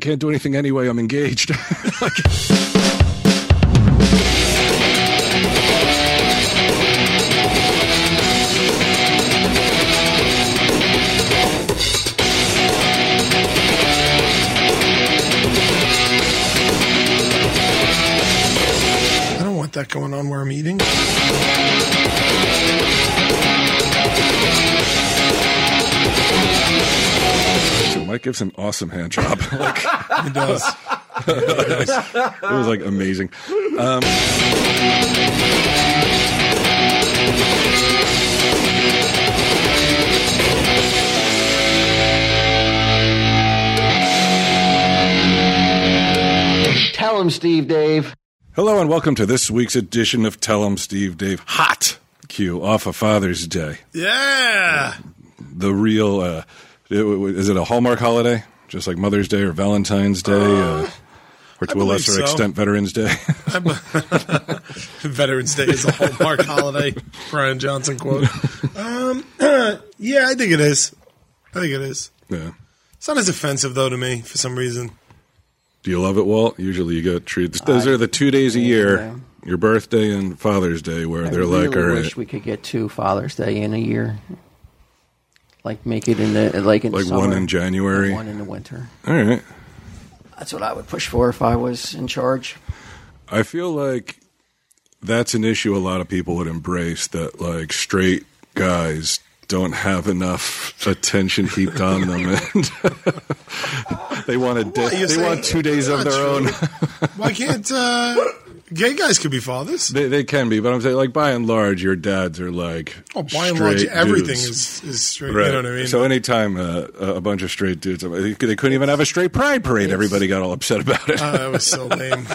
can't do anything anyway. I'm engaged. Like- I don't want that going on where I'm eating. So Mike gives an awesome hand job. like, It does. it was like amazing. Um, Tell him, Steve Dave. hello and welcome to this week's edition of Tell 'em Steve Dave Hot Q off of Father's Day. Yeah. The real uh, it- it- is it a Hallmark holiday? Just like Mother's Day or Valentine's Day, uh, or to a believe lesser so. extent Veterans Day. Veterans Day is a hallmark holiday. Brian Johnson quote. Um, yeah, I think it is. I think it is. yeah. It's not as offensive though to me for some reason. Do you love it, Walt? Usually you get treated. Those are the two days a year, your birthday and Father's Day, where I they're really like, all right, wish we could get two Father's Day in a year. Like make it in the like in Like summer, one in January? and one in the winter. all right. That's what I would push for if I was in charge. I feel like that's an issue a lot of people would embrace that like straight guys don't have enough attention heaped on them and they want a What, day, you're they saying- want two days of Not their own true. Why can't uh, gay guys could be fathers? they, they can be but i'm saying like by and large your dads are like Oh, by and large, straight everything dudes. is, is straight. Right. You know what I mean? So anytime uh, a a bunch of straight dudes, they couldn't even have a straight pride parade. Everybody got all upset about it Uh, that was so lame.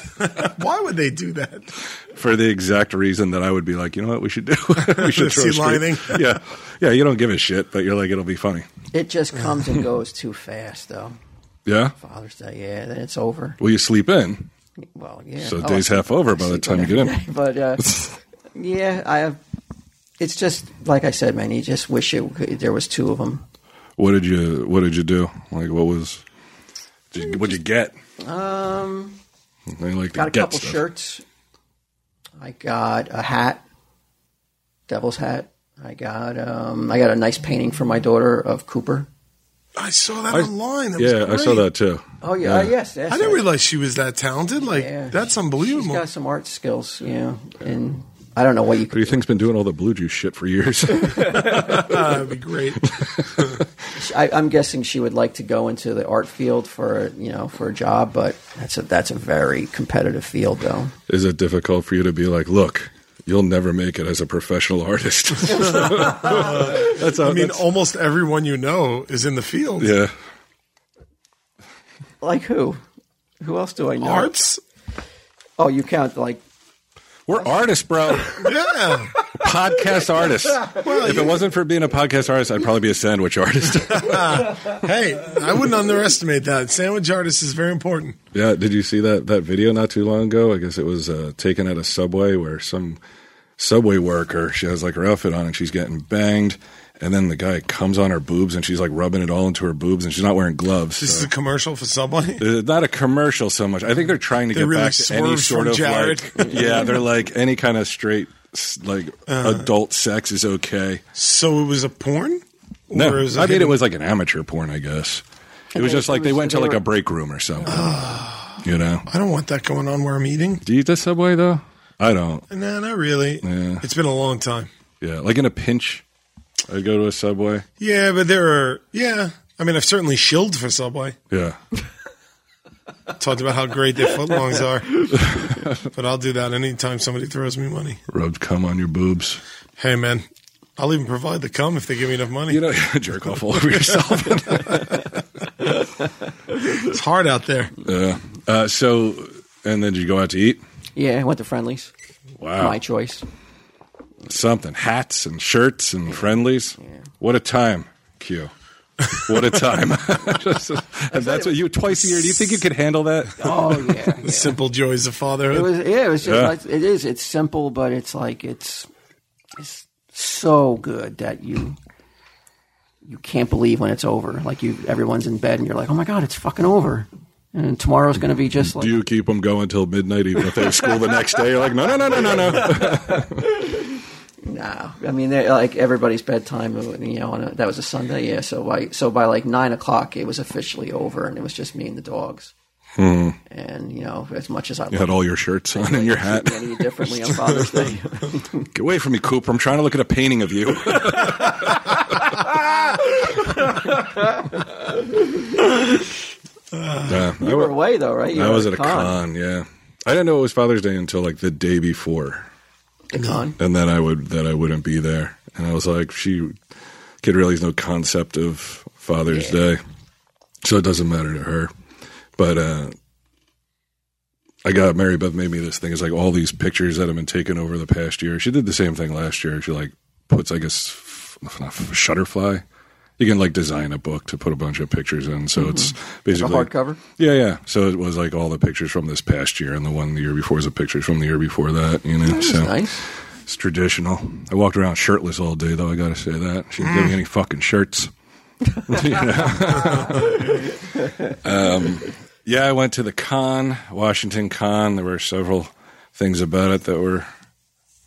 Why would they do that? for the exact reason that I would be like, you know what, we should do. we should throw Sea a straight- lining. yeah, yeah. You don't give a shit, but you're like, it'll be funny. It just comes and goes too fast, though. Yeah. Father's Day, yeah, then it's over. Well, you sleep in, Well, yeah. so the Oh, day's half over by the time you get in. but uh, yeah, I have. It's just like I said, man. You just wish it could, there was two of them. What did you What did you do? Like, what was? Did you, what'd you get? Um, They like to got a get couple stuff. shirts. I got a hat, devil's hat. I got um, I got a nice painting for my daughter of Cooper. I saw that I- online. That was Yeah, I saw great. that too. Oh yeah, uh, yes, I didn't realize she was that talented. Like Yeah. that's She's unbelievable. got some art skills, you know, and I don't know what you What do you could. think's been doing all the blue juice shit for years? Ah, that'd be great. I, I'm guessing she would like to go into the art field for you know for a job, but that's a that's a very competitive field, though. Is it difficult for you to be like, look, you'll never make it as a professional artist? that's I mean, almost everyone you know is in the field. yeah. Like who? Who else do I know? Arts. Oh, you count like We're artists, bro. Yeah. podcast artists. if it wasn't for being a podcast artist, I'd probably be a sandwich artist. hey, I wouldn't underestimate that. Sandwich artist is very important. yeah, did you see that that video not too long ago? I guess it was uh, taken at a subway where some subway worker she has like her outfit on and she's getting banged, and then the guy comes on her boobs and she's like rubbing it all into her boobs and she's not wearing gloves. This is so- a commercial for Subway. Uh, not a commercial so much. I think they're trying to They get really back to any swerved sort from of Jared. like, yeah, they're like any kind of straight, s- like Uh-huh. adult sex is okay. So it was a porn. No, Or is I mean hidden- it was like an amateur porn, I guess. It was they- just like it they was- went to they like were- a break room or something. you know? I don't want that going on where I'm eating. Do you eat the subway though? I don't. Nah, not really. Yeah. It's been a long time. Yeah, like in a pinch, I'd go to a subway. Yeah, but there are. Yeah, I mean, I've certainly shilled for Subway. Yeah, Talked about how great their footlongs are, but I'll do that anytime somebody throws me money. rubbed cum on your boobs. Hey, man, I'll even provide the cum if they give me enough money. You know, jerk off all over yourself. it's hard out there. yeah. Uh, so, and then did you go out to eat? yeah, I went to friendlies. Wow. My choice. something hats and shirts and friendlies. What a time, Q. What a time. Just- and that's what you twice a year. Do you think you could handle that? Oh yeah, yeah. Simple joys of it fatherhood. was. Yeah, it was just. Yeah. Like, it is. It's simple, but it's like it's it's so good that you you can't believe when it's over. Like you, everyone's in bed, and you're like, oh my god, it's fucking over. And tomorrow's going to be just like Do you keep them going till midnight, even if they have school the next day? You're like, no, no, no, no, no, no. no. I mean, they're like everybody's bedtime. You know, on a, that was a Sunday. Yeah, so by so by like nine o'clock, it was officially over, and it was just me and the dogs. Hmm. And you know, as much as I You had all your shirts on and your hat. any differently on Father's Day. Get away from me, Cooper. I'm trying to look at a painting of you. Yeah, I You were wa- away though, right? You I were was at a con, yeah. I didn't know it was Father's Day until like the day before. The con. and then I would that I wouldn't be there. And I was like, she kid really has no concept of Father's Day, so it doesn't matter to her. But uh, I got Mary Beth made me this thing. It's like all these pictures that have been taken over the past year. She did the same thing last year. She like puts I guess f- not f- Shutterfly. You can like design a book to put a bunch of pictures in, so it's The basically hardcover. yeah, yeah. So it was like all the pictures from this past year, and the one the year before is the pictures from the year before that. You know, so Nice. it's traditional. I walked around shirtless all day, though. I got to say that she didn't give me any fucking shirts. You know? um, yeah, I went to the con, Washington con. There were several things about it that were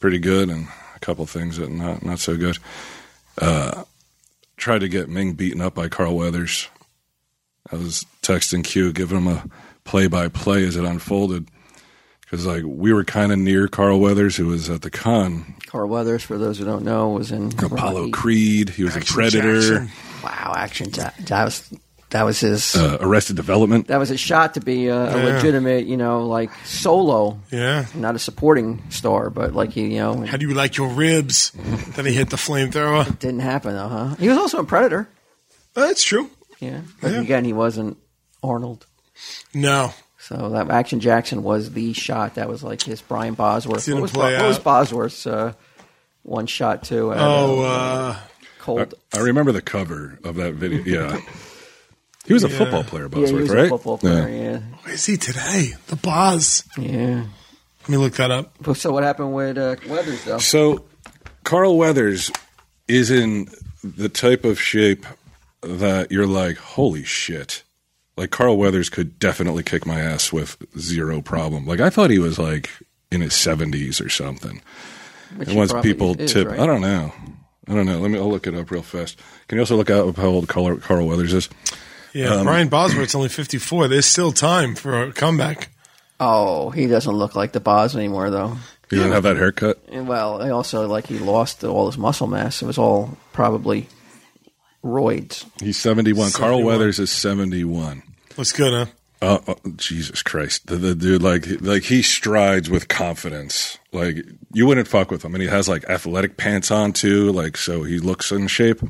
pretty good, and a couple things that not not so good. Uh, tried to get Ming beaten up by Carl Weathers. I was texting Q, giving him a play by play as it unfolded. Because like we were kind of near Carl Weathers, who was at the con, Carl Weathers, for those who don't know, was in Apollo Rocky. Creed. He was a Action predator. Jackson. Wow, action. That, that was that was his Uh, Arrested Development. that was his shot to be a, a Yeah. legitimate, you know, like solo, Yeah. not a supporting star, but like he, you know, How do you like your ribs? then he hit the flamethrower. didn't happen though, huh? He was also in Predator. Uh, That's true. Yeah, but again, he wasn't Arnold. No. So that Action Jackson was the shot that was like his Brian Bosworth. See him What was, Bo- play what was out. Bosworth's uh, one shot too? At, Oh, uh, uh, cold. I remember the cover of that video. Yeah, he was a football player, yeah, he Bosworth, was right? a football player. where is he today? The Boz. Yeah. yeah, Let me look that up. But So what happened with uh, Weathers though? So Carl Weathers is in the type of shape that you're like, holy shit. Like Carl Weathers could definitely kick my ass with zero problem. Like I thought he was like in his seventies or something. And Which he once probably people is, tip, right? I don't know. I don't know. Let me. I'll look it up real fast. Can you also look up how old Carl, Carl Weathers is? Yeah, Brian Bosworth's only 54. There's still time for a comeback. Oh, he doesn't look like the Boz anymore, though. He didn't have that haircut. And well, I also like he lost all his muscle mass. It was all probably roids. He's seventy-one. Carl 71. Weathers is seventy-one. Looks good, huh? Uh, uh, Jesus Christ, the, the dude like like he strides with confidence. Like you wouldn't fuck with him, and he has like athletic pants on too. Like so, he looks in shape.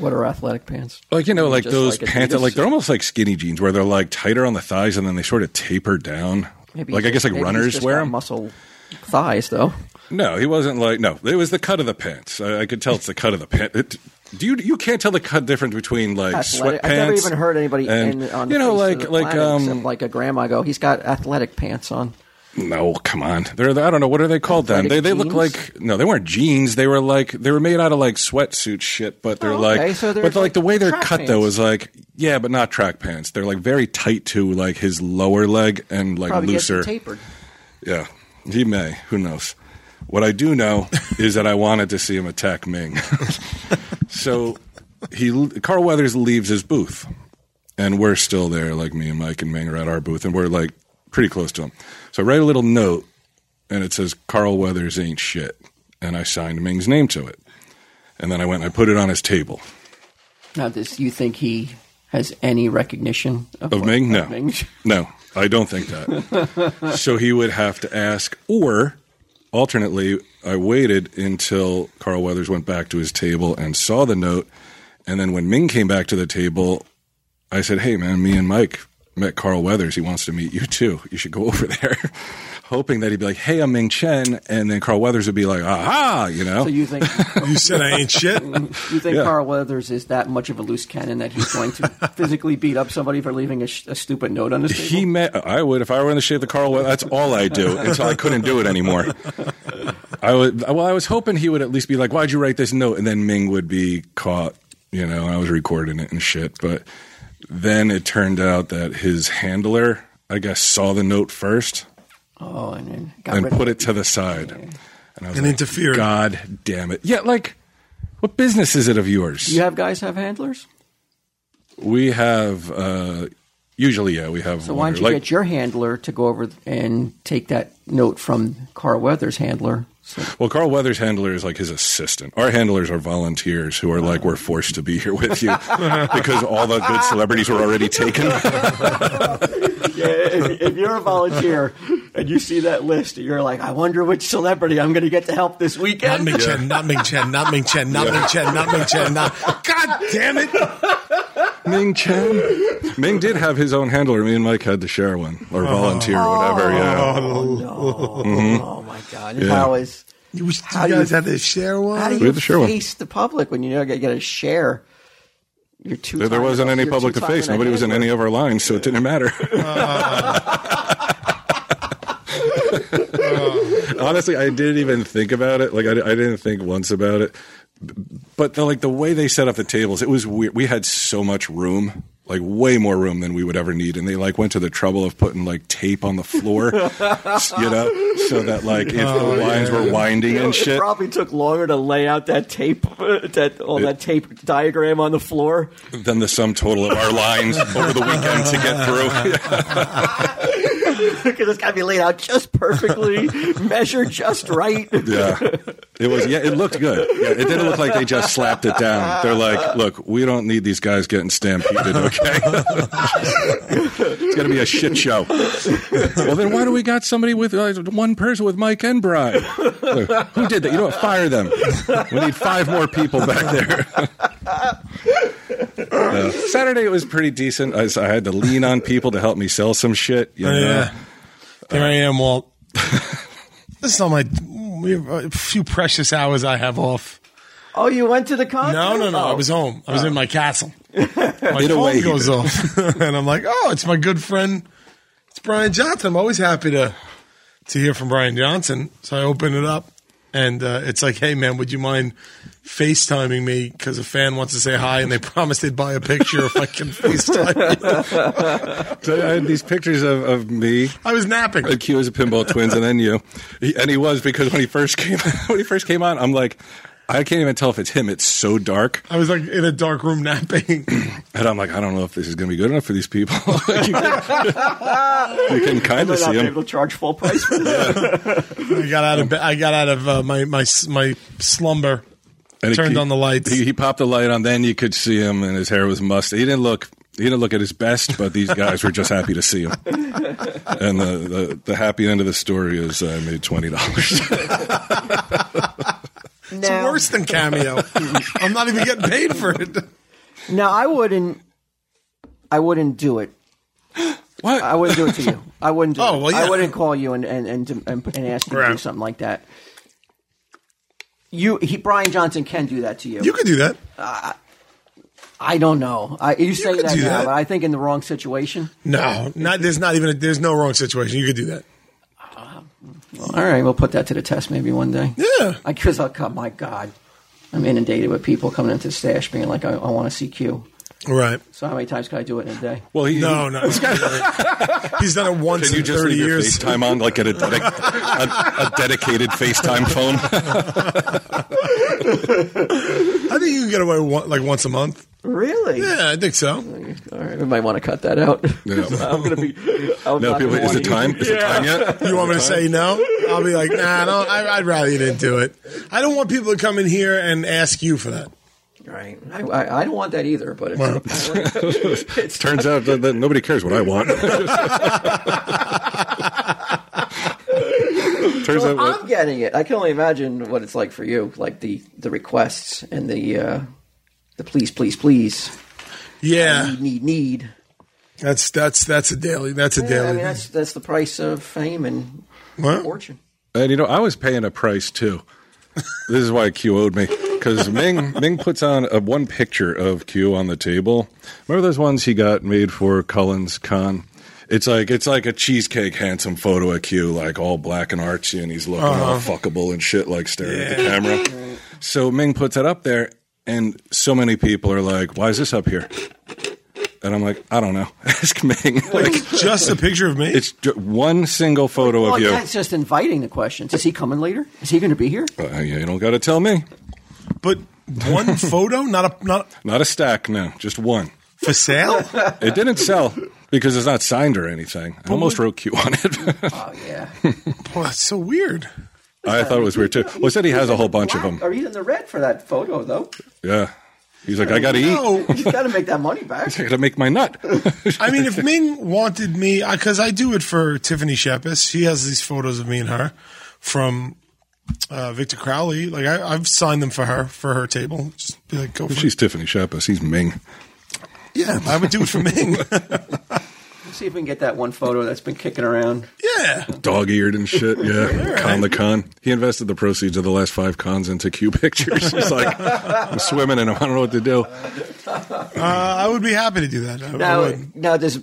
What are athletic pants? Like you know, like Just those like pants, that, Adidas. like they're almost like skinny jeans, where they're like tighter on the thighs and then they sort of taper down. Maybe like I he's guess like just- maybe he's runners just wear got them. muscle thighs though. No, he wasn't like no. It was the cut of the pants. I, I could tell it's the cut of the pant. It, do you you can't tell the cut difference between like Athletic. sweatpants? I've never even heard anybody and, in, on the you know face like of the like planet except um like a grandma go. He's got athletic pants on. no come on they're I don't know what are they called then they Athletic they look jeans? like no they weren't jeans they were like they were made out of like sweatsuit shit but they're Oh, like okay, so they're but like the way they're track cut though pants. is like yeah but not track pants they're like very tight to like his lower leg and like Probably gets looser them tapered. yeah he may who knows what I do know is that I wanted to see him attack Ming. so he Carl Weathers leaves his booth, and we're still there. Like me and Mike and Ming are at our booth, and we're like pretty close to him. So I write a little note, and it says Carl Weathers ain't shit, and I signed Ming's name to it, and then I went and I put it on his table. Now, does you think he has any recognition of, Of what- Ming? No. Ming? No, I don't think that. so he would have to ask, or alternately, I waited until Carl Weathers went back to his table and saw the note. And then when Ming came back to the table, I said, Hey, man, me and Mike met Carl Weathers. He wants to meet you too. You should go over there. Hoping that he'd be like, Hey, I'm Ming Chen. And then Carl Weathers would be like, Aha, you know? So you think You said I ain't shit. You think Carl Weathers is that much of a loose cannon that he's going to physically beat up somebody for leaving a, sh- a stupid note on his table? He met. I would if I were in the shape of Carl. Weathers, That's all I do until I couldn't do it anymore. I would. Well, I was hoping he would at least be like, "Why'd you write this note?" And then Ming would be caught. You know, I was recording it and shit. But Then it turned out that his handler, I guess, saw the note first Oh, and then got and rid of put it to the side. And, I was And like, interfered. God damn it. Yeah, like, what business is it of yours? You have guys have handlers, We have, uh, usually, yeah, we have so one why don't or, you like, get your handler to go over and take that note from Carl Weathers' handler? So, Well, Carl Weathers' handler is like his assistant. Our handlers are volunteers who are like, we're forced to be here with you because all the good celebrities were already taken. yeah, if, if you're a volunteer and you see that list, you're like, I wonder which celebrity I'm going to get to help this Not weekend. Ming Chen, not Ming Chen, not Ming Chen, not Ming Chen, not Ming Chen, not. God damn it! Ming Chen. Ming did have his own handler. Me and Mike had to share one or volunteer or whatever. Yeah. Oh, oh my god! And Yeah. How is You, was, How you do you- guys had to share one? how do We you had to share one. face the public when you know you got to share your two? There, there wasn't any public to face. Nobody was in any of our lines, so it didn't matter. Honestly, I didn't even think about it. Like, I, I didn't think once about it. B- But the, like the way they set up the tables, it was weird. We had so much room, like way more room than we would ever need, and they like went to the trouble of putting like tape on the floor, you know, so that like if the lines were winding and It shit, probably took longer to lay out that tape, that all that tape diagram on the floor. than the sum total of our lines over the weekend to get through. because it's got to be laid out just perfectly, measured just right. Yeah, it was. Yeah, it looked good. Yeah, it didn't look like they just slapped it down. They're like, look, we don't need these guys getting stampeded. Okay, it's gonna be a shit show. well, then why do we got somebody with uh, one person with Mike and Brian? Look, who did that? You know what? Fire them. We need five more people back there. Yeah. Saturday it was pretty decent. I, I had to lean on people to help me sell some shit. You know? Oh, Yeah. Here I am, Walt. this is all my we have a few precious hours I have off. Oh, you went to the concert? No, no, no. Oh. I was home. I was in my castle. My Either way, phone he goes did. off, and I'm like, "Oh, it's my good friend. It's Brian Johnson." I'm always happy to to hear from Brian Johnson. So I open it up, and uh, it's like, "Hey, man, would you mind FaceTiming me? Because a fan wants to say hi, and they promised they'd buy a picture if I can FaceTime." you." So I had these pictures of, of me I was napping. and Q as a pinball twins, and then you, He- and he was because when he first came when he first came on, I'm like, I can't even tell if it's him. It's so dark, I was like in a dark room napping. and I'm like, I don't know if this is going to be good enough for these people. Like, you can, you can kind They're of Oh. not see be him. able to charge full price for that. I got out of bed. I got out of uh, my my s- my slumber. And turned on the lights. He, he popped the light on, then you could see him, and his hair was mussed. He didn't look. He didn't look at his best, but these guys were just happy to see him. And the, the, the happy end of the story is uh, I made twenty dollars. It's now, worse than cameo. I'm not even getting paid for it. now, I wouldn't, I wouldn't do it. what? I wouldn't do it to you. I wouldn't do Oh, it. well, yeah. I wouldn't call you and and and, and, and ask you to do Right. something like that. You, he, Brian Johnson can do that to you. You could do that. I don't know. I, you say could that do now, that. but I think in the wrong situation. No, not there's not even a, there's no wrong situation. You could do that. All right, we'll put that to the test maybe one day. Yeah. I because oh God, my God, I'm inundated with people coming into the stash being like, I, I want to see Q. Right. So how many times can I do it in a day? Well, he, No, no. He's done it once Can you in just 30 leave your years. FaceTime on, like at a, dedic- a, a dedicated FaceTime phone? I think you can get away with one, like once a month. Really? Yeah, I think so. All right, we might want to cut that out. I'm gonna be. I'm no, not people, gonna is wanna it time? use- Is it time yet? You want me to say no? I'll be like, nah, I don't, I, I'd rather you didn't do it. I don't want people to come in here and ask you for that. Right. I, I, I don't want that either. But it's, Well. it's Turns out that, that nobody cares what I want. Turns out, I'm what, getting it. I can only imagine what it's like for you, like the the requests and the uh, the please, please, please, Yeah, need, need, need. that's that's that's a daily. That's a Yeah, I daily. mean, that's that's the price of fame and What? fortune. and you know, I was paying a price too. This is why Q owed me because Ming Ming puts on a, one picture of Q on the table. Remember those ones he got made for Cullen's con? It's like it's like a cheesecake handsome photo of Q, like all black and artsy, and he's looking all fuckable and shit, like staring at the camera. So Ming puts it up there, and so many people are like, "Why is this up here?" And I'm like, I don't know. Ask Ming. like, Just a picture of me. it's ju- one single photo Well, of you. that's just inviting the questions. Is he coming later? Is he going to be here? Uh, you don't got to tell me. But one photo, not a not Not a stack, no, just one. for sale. It didn't sell because it's not signed or anything. I almost wrote Q on it. Oh yeah. Boy, Oh, that's so weird. I thought it was weird too. Well, he said he has a whole bunch of Black- them. Or he's in the red for that photo though. Yeah. He's like, I got to eat. No, You got to make that money back. I got to make my nut. I mean, if Ming wanted me, because I do it for Tiffany Shepis, she has these photos of me and her from uh, Victor Crowley. Like I, I've signed them for her for her table. Just be like, go for She's Tiffany Shepis. He's Ming. it. Yeah, I would do it for Ming. See if we can get that one photo that's been kicking around. yeah, Dog eared and shit. Yeah. Con the con. He invested the proceeds of the last five cons into Q pictures. He's like, I'm swimming and I don't know what to do. uh, I would be happy to do that. I, I Now, would. now there's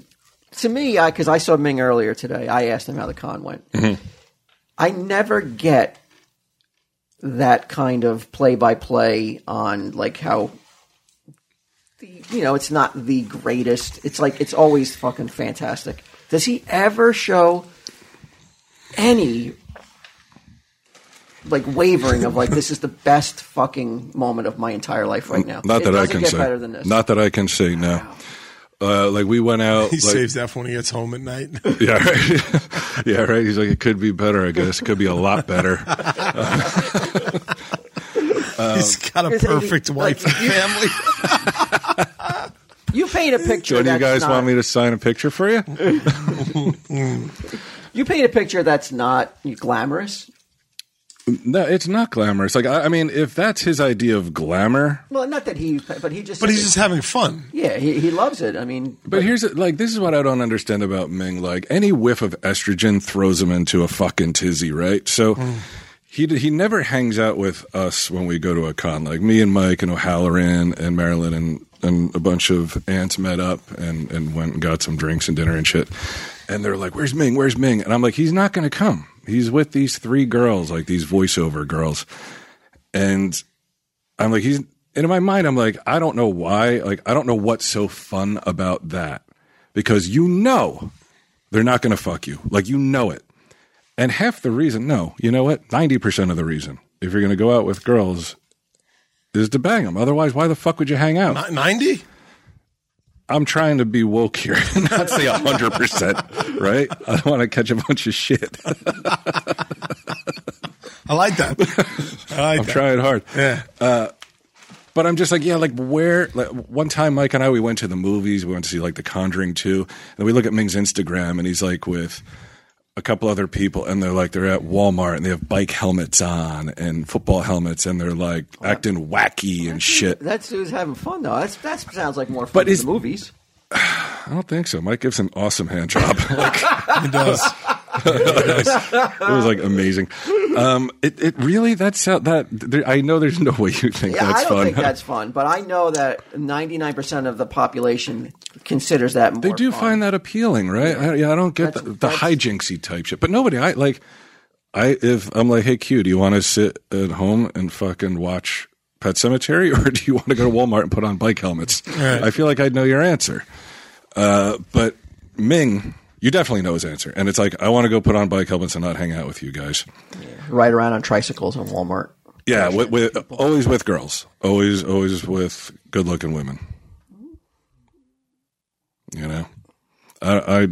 to me because I saw Ming earlier today. I asked him how the con went. Mm-hmm. I never get that kind of play-by-play on like how the, you know it's not the greatest. It's like it's always fucking fantastic. Does he ever show any? Like wavering of like this is the best fucking moment of my entire life right now. Not It that I doesn't can get say. better than this. Not that I can say, no. Uh, like we went out. He like, saves that for when he gets home at night. Yeah, right. yeah, right. He's like, it could be better, I guess. It could be a lot better. Oh. He's got a Is it- perfect like, wife and you- family. You paint a picture. Do any of you that's guys not- want me to sign a picture for you? You paint a picture that's not glamorous. No, it's not glamorous. Like, I, I mean, if that's his idea of glamour, Well, not that he, but he just. But he's just having fun. yeah, he, he loves it. I mean, but here's like, this is what I don't understand about Ming. Like, any whiff of estrogen throws him into a fucking tizzy, right? So. He, d- he never hangs out with us when we go to a con. Like me and Mike and O'Halloran and Marilyn and, and a bunch of aunts met up and, and went and got some drinks and dinner and shit. And they're like, Where's Ming? Where's Ming? And I'm like, He's not going to come. He's with these three girls, like these voiceover girls. And I'm like, he's, and in my mind, I'm like, I don't know why. Like, I don't know what's so fun about that because you know they're not going to fuck you. Like, you know it. And half the reason, no, you know what? 90% of the reason, if you're going to go out with girls, is to bang them. Otherwise, why the fuck would you hang out? Not ninety. I'm trying to be woke here and not say 100%, right? I don't want to catch a bunch of shit. I like that. I like I'm that. trying hard. Uh, Yeah. But I'm just like, yeah, like where? Like one time, Mike and I, we went to the movies. We went to see like The Conjuring 2. And we look at Ming's Instagram and he's like with a couple other people and they're like, they're at Walmart and they have bike helmets on and football helmets and they're like acting wacky and shit. that's who's having fun though. That's that sounds like more fun. But than is- the movies. I don't think so. Mike gives an awesome hand job. Like, He does. it was like amazing. Um, it, it really, that's how that, there, I know there's no way you think Yeah, that's I don't fun. think that's fun, but I know that ninety nine percent of the population considers that. More They do fun. find that appealing, right? I, yeah, I don't get That's- the, the that's- hijinksy type shit. But nobody, I like, I if I'm like, hey, Q, do you want to sit at home and fucking watch Pet Cemetery, or do you want to go to Walmart and put on bike helmets? I feel like I'd know your answer. Uh, but Ming, you definitely know his answer, and it's like, I want to go put on bike helmets and not hang out with you guys. ride around on tricycles in Walmart. Yeah, with, with always with girls, always always with good looking women. You know, I, I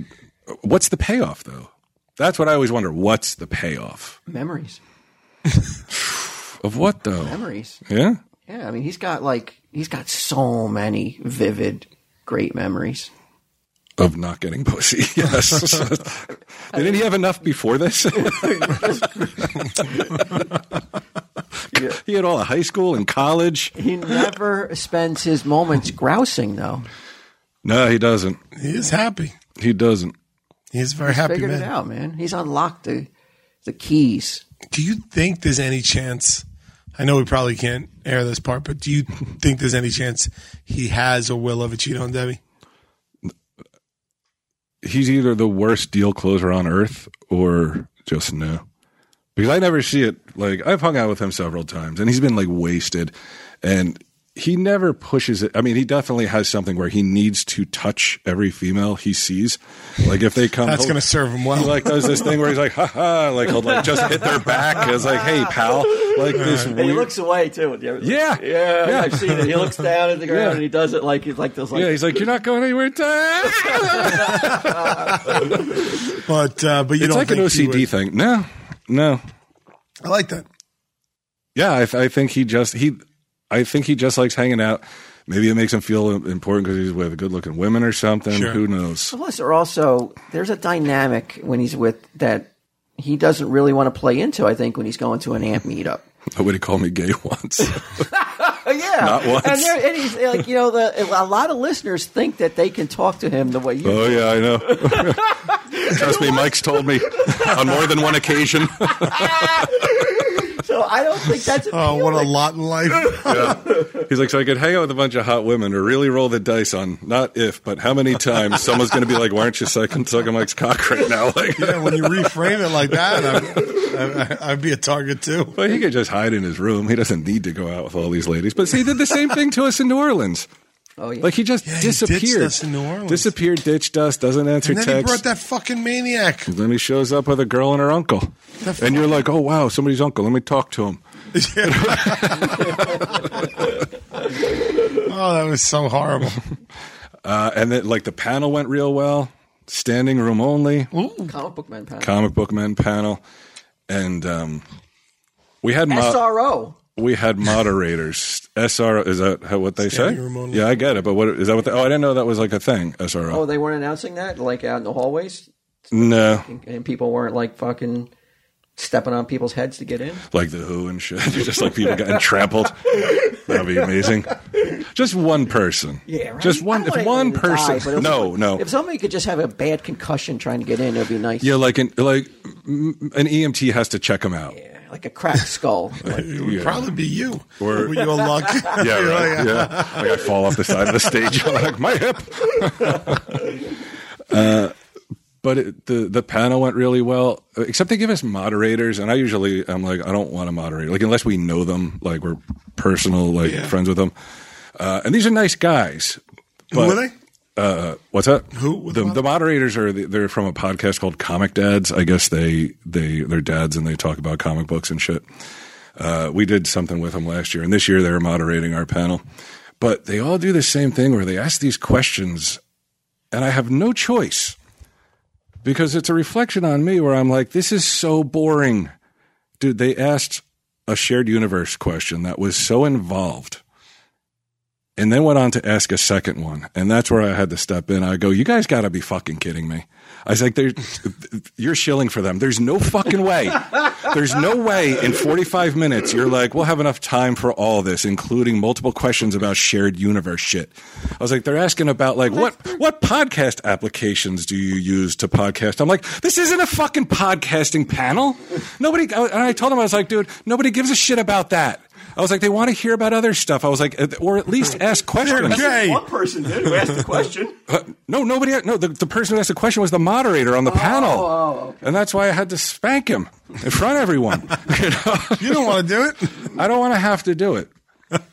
what's the payoff though? That's what I always wonder. What's the payoff Memories, of what though? memories. Yeah, Yeah, I mean, he's got like he's got so many vivid, great memories. of not getting pussy. Yes, didn't he have enough before this? he had all of high school and college. He never spends his moments grousing though. No, he doesn't. He is happy. He doesn't. He's a very happy figured man. it out, man. He's unlocked the the keys. Do you think there's any chance? I know we probably can't air this part, but do you think there's any chance he has or will ever cheat on Debbie? he's either the worst deal closer on earth or just no. Because I never see it. Like I've hung out with him several times, and he's been like wasted, and he never pushes it. I mean, he definitely has something where he needs to touch every female he sees. Like if they come, That's home- gonna serve him well. He like does this thing where he's like, ha ha, like he'll like just hit their back. It's like, hey pal, like this. And he weird- looks away too. Yeah, Yeah. yeah, Yeah. I've seen it. He looks down at the ground Yeah. and he does it like he's like this. Like, yeah, he's like, you're not going anywhere. But uh, but you it's don't like an think he OCD would- thing. No, no. I like that. Yeah, I, I think he just he, I think he just likes hanging out. Maybe it makes him feel important because he's with good-looking women or something. Sure. Who knows? Plus, or also, there's a dynamic when he's with that he doesn't really want to play into. I think when he's going to an amp meetup. Nobody called me gay once. Oh, yeah, Not once. And, there, and he's like, you know, the, a lot of listeners think that they can talk to him the way you. oh yeah, I know. Trust me, Mike's told me on more than one occasion. So I don't think that's. Oh, what a appealing. lot in life. He's like, so I could hang out with a bunch of hot women or really roll the dice on not if, but how many times someone's going to be like, why aren't you sucking, sucking Mike's cock right now? Like, yeah, when you reframe it like that, I'd, I- I'd be a target too. well, he could just hide in his room. He doesn't need to go out with all these ladies. But see, he did the same thing to us in New Orleans. Oh, yeah. Like he just Yeah, he ditched disappeared. us in New Orleans. Disappeared, ditched us, doesn't answer And then he texts. brought that fucking maniac. then he shows up with a girl and her uncle. And you're like, oh, wow, somebody's uncle. Let me talk to him. Oh, that was so horrible. Uh, and then, like, the panel went real well. Standing room only. comic book man. pal. comic book men panel, and um, we had mo- SRO. we had moderators. SRO is that how, what they say? Standing room only. Yeah, I get it. But what is that? What they, oh, I didn't know that was like a thing. SRO. Oh, they weren't announcing that like out in the hallways, no, and people weren't like fucking stepping on people's heads to get in. like the Who and shit. Just like people getting trampled. That'd be amazing. Just one person. Yeah, right? Just I one. don't If want one anyone to die, person. but if- no, no. If somebody could just have a bad concussion trying to get in, it'd be nice. yeah, like an like mm, an EMT has to check him out. Yeah, like a cracked skull. Like, It would Yeah. probably be you. Or- with your luck. Yeah, You're right. like, yeah. Like I fall off the side of the stage, I'm like my hip. Uh, but it, the the panel went really well, except they give us moderators, and I usually I'm like I don't want a moderator, like unless we know them, like we're personal, like Yeah. friends with them. Uh, and these are nice guys. Who but- are they? Uh, what's that? Who were the the, the moderators are? They're from a podcast called Comic Dads. I guess they they they're dads and they talk about comic books and shit. Uh, we did something with them last year, and this year they were moderating our panel. But they all do the same thing where they ask these questions, and I have no choice because it's a reflection on me where I'm like, this is so boring, dude. They asked a shared universe question that was so involved and then went on to ask a second one. And that's where I had to step in. I go, you guys got to be fucking kidding me. I was like, "There- you're shilling for them. There's no fucking way. There's no way in 45 minutes you're like, we'll have enough time for all this, including multiple questions about shared universe shit. I was like, they're asking about like, what, what podcast applications do you use to podcast? I'm like, this isn't a fucking podcasting panel. Nobody, and I told him, I was like, dude, nobody gives a shit about that. I was like, they want to hear about other stuff. I was like, uh, or at least ask questions. Uh, Gay. One person did who asked the question. No, nobody. No, the, the person who asked the question was the moderator Oh, on the panel, and that's why I had to spank him in front of everyone. You know? You don't want to do it. I don't want to have to do it,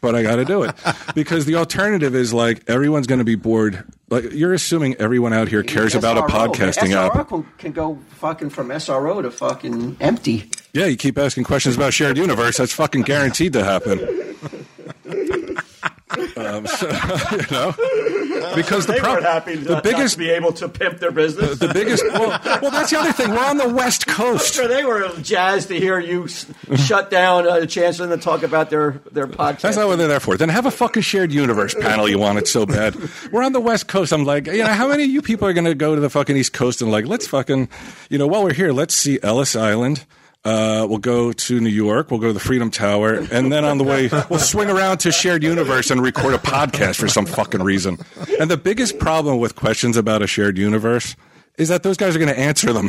but I got to do it because the alternative is like everyone's going to be bored. Like you're assuming everyone out here cares about a SRO, podcasting SRO app. Can, can go fucking from SRO to fucking empty. Yeah, you keep asking questions about shared universe. That's fucking guaranteed to happen. um, so, you know, because the problem, the biggest be able to pimp their business. the biggest well, well that's the other thing we're on the west coast Sure, they were jazzed to hear you s- shut down uh, Chancellor and talk about their their podcast. that's not what they're there for. Then have a fucking shared universe panel you want it so bad. We're on the West Coast. I'm like, you know, how many of you people are going to go to the fucking East Coast and like, let's fucking, you know, while we're here, let's see Ellis Island. Uh, we'll go to New York. We'll go to the Freedom Tower, and then on the way, we'll swing around to Shared Universe and record a podcast for some fucking reason. And the biggest problem with questions about a shared universe is that those guys are going to answer them.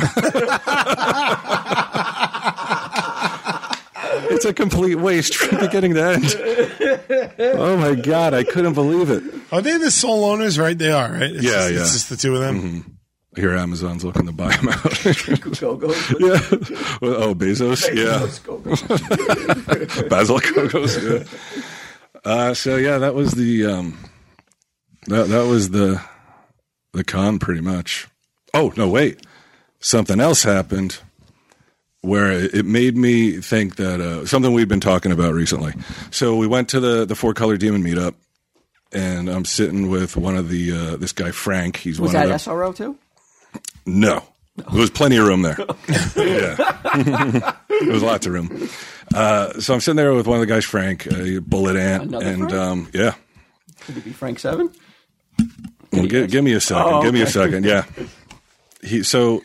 it's a complete waste from beginning to end. Oh my god, I couldn't believe it. Are they the sole owners? Right, they are. Right. It's Yeah, just, yeah. Mm-hmm. It's just the two of them. Here, Amazon's looking to buy them out. yeah. Go, go, Oh, Bezos. Yeah. Let's go, go. Basil Cocos. Yeah. Uh, so yeah, that was the um, that that was the the con pretty much. Oh no, wait, something else happened where it it made me think that uh, something we've been talking about recently. So we went to the the four color demon meetup, and I'm sitting with one of the uh, this guy Frank. He's Was one of that the, SRO too? no. There was plenty of room there. yeah. there was lots of room. Uh, so I'm sitting there with one of the guys, Frank, uh, Bullet Ant. Another and Frank? um, yeah. Could it be Frank Seven? Well, give, give me a second. Oh, Give me a okay. second. Yeah. He, so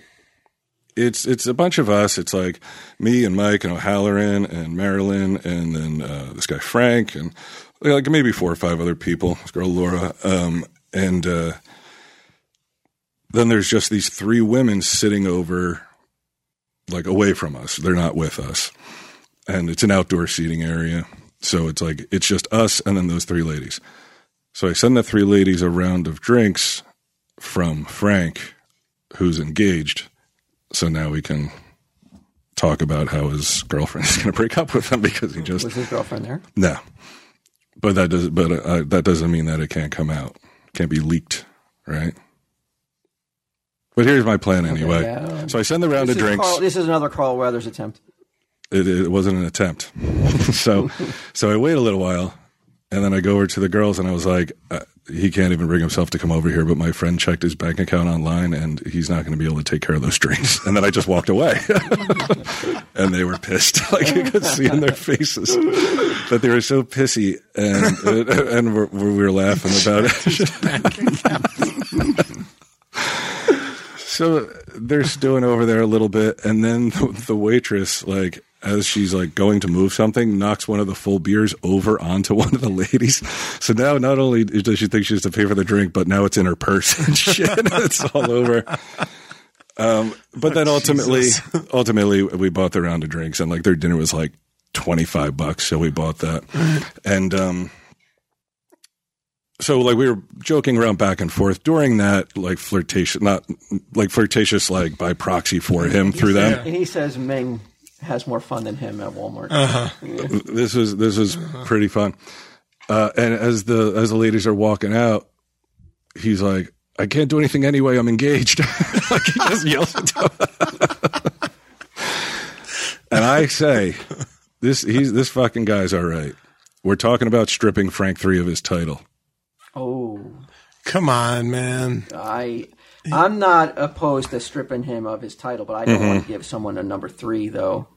it's it's a bunch of us. It's like me and Mike and O'Halloran and Marilyn and then uh, this guy Frank and like maybe four or five other people. This girl Laura um, and uh, then there's just these three women sitting over like away from us. They're not with us, and it's an outdoor seating area. So it's like it's just us and then those three ladies. So I send the three ladies a round of drinks from Frank, who's engaged. So now we can talk about how his girlfriend is going to break up with him because he just Was his girlfriend there? no. But that does but uh, that doesn't mean that it can't come out. Can't be leaked, right? But here's my plan anyway. yeah. So I send the round This of is, drinks Carl, this is another Carl Weathers attempt. it, it wasn't an attempt. so, so I wait a little while, and then I go over to the girls, and I was like, uh, "He can't even bring himself to come over here." But my friend checked his bank account online, and he's not going to be able to take care of those drinks. And then I just walked away, and they were pissed. like you could see in their faces that they were so pissy, and and we're, we were laughing about it. So they're stewing over there a little bit, and then the, the waitress, like as she's like going to move something, knocks one of the full beers over onto one of the ladies. So now not only does she think she has to pay for the drink, but now it's in her purse and shit. it's all over. Um, but then ultimately, ultimately we bought the round of drinks, and like their dinner was like twenty five bucks, so we bought that, and um so like we were joking around back and forth during that like flirtation not like flirtatious like by proxy for him through them And he says Ming has more fun than him at Walmart. Uh-huh. this was this was pretty fun uh and as the as the ladies are walking out he's like i can't do anything anyway i'm engaged like he just yells at them and i say this he's this fucking guy's all right we're talking about stripping frank three of his title Oh, Come on, man. I I'm not opposed to stripping him of his title, but I don't Mm-hmm. want to give someone a number three though.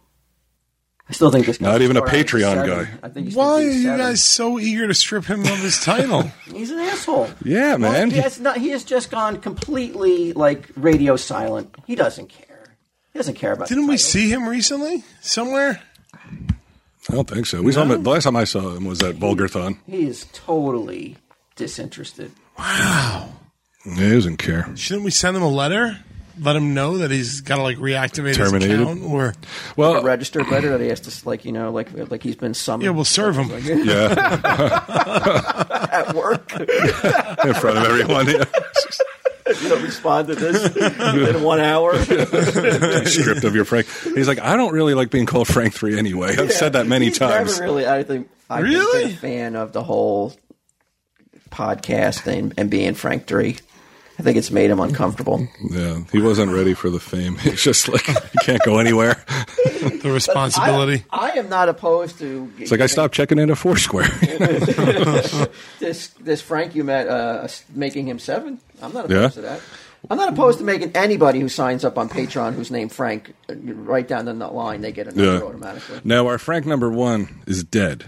I still think this guy. Not even a Patreon guy. I think he's Why are you seven. guys so eager to strip him of his title? He's an asshole. yeah Well, man he has not. He has just gone completely like radio silent. He doesn't care. He doesn't care about. the Didn't we title. see him recently somewhere? I don't think so. We saw him. At, the last time I saw him was at Vulgarthon. He is totally disinterested. He doesn't care. Shouldn't we send him a letter? Let him know that he's got to like reactivate Terminated. his account or Well, Registered letter that he has to like you know like like he's been summoned. yeah, we'll serve him. yeah, at work. in front of everyone. Yeah. you don't respond to this within one hour. Script of your Frank. He's like, I don't really like being called Frank Three anyway. I've said that many He's times. Never really, I think. I've Really? been a fan of the whole podcast and, and being Frank Three. I think it's made him uncomfortable. Yeah, he wasn't ready for the fame. It's just like he can't go anywhere. The responsibility. I, I am not opposed to It's like I stopped checking into Foursquare. this this Frank you met uh, making him seven. I'm not opposed Yeah. to that. I'm not opposed to making anybody who signs up on Patreon who's named Frank uh, right down the line they get a number Yeah. automatically. Now our Frank number one is dead.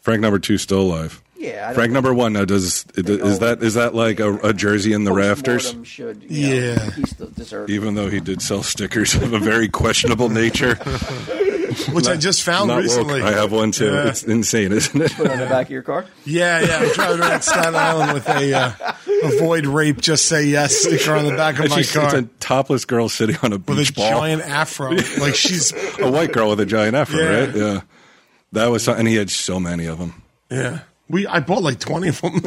Frank number two still alive. Yeah, I don't Frank know. number one now does is that is that like a, a jersey in the rafters? Postmortem should you know, Yeah. he still deserves. Even though he did sell stickers of a very questionable nature. which I just found Not woke. recently. I have one too. Yeah. It's insane, isn't it? Put it on the back of your car. Yeah, yeah. I'm driving around Staten Island with a uh, avoid rape, just say yes sticker on the back of It's my just- it's car a topless girl sitting on a with a beach ball. giant afro. Like she's a white girl with a giant afro, Yeah. right? Yeah. That was, and he had so many of them. yeah. We I bought like twenty of them.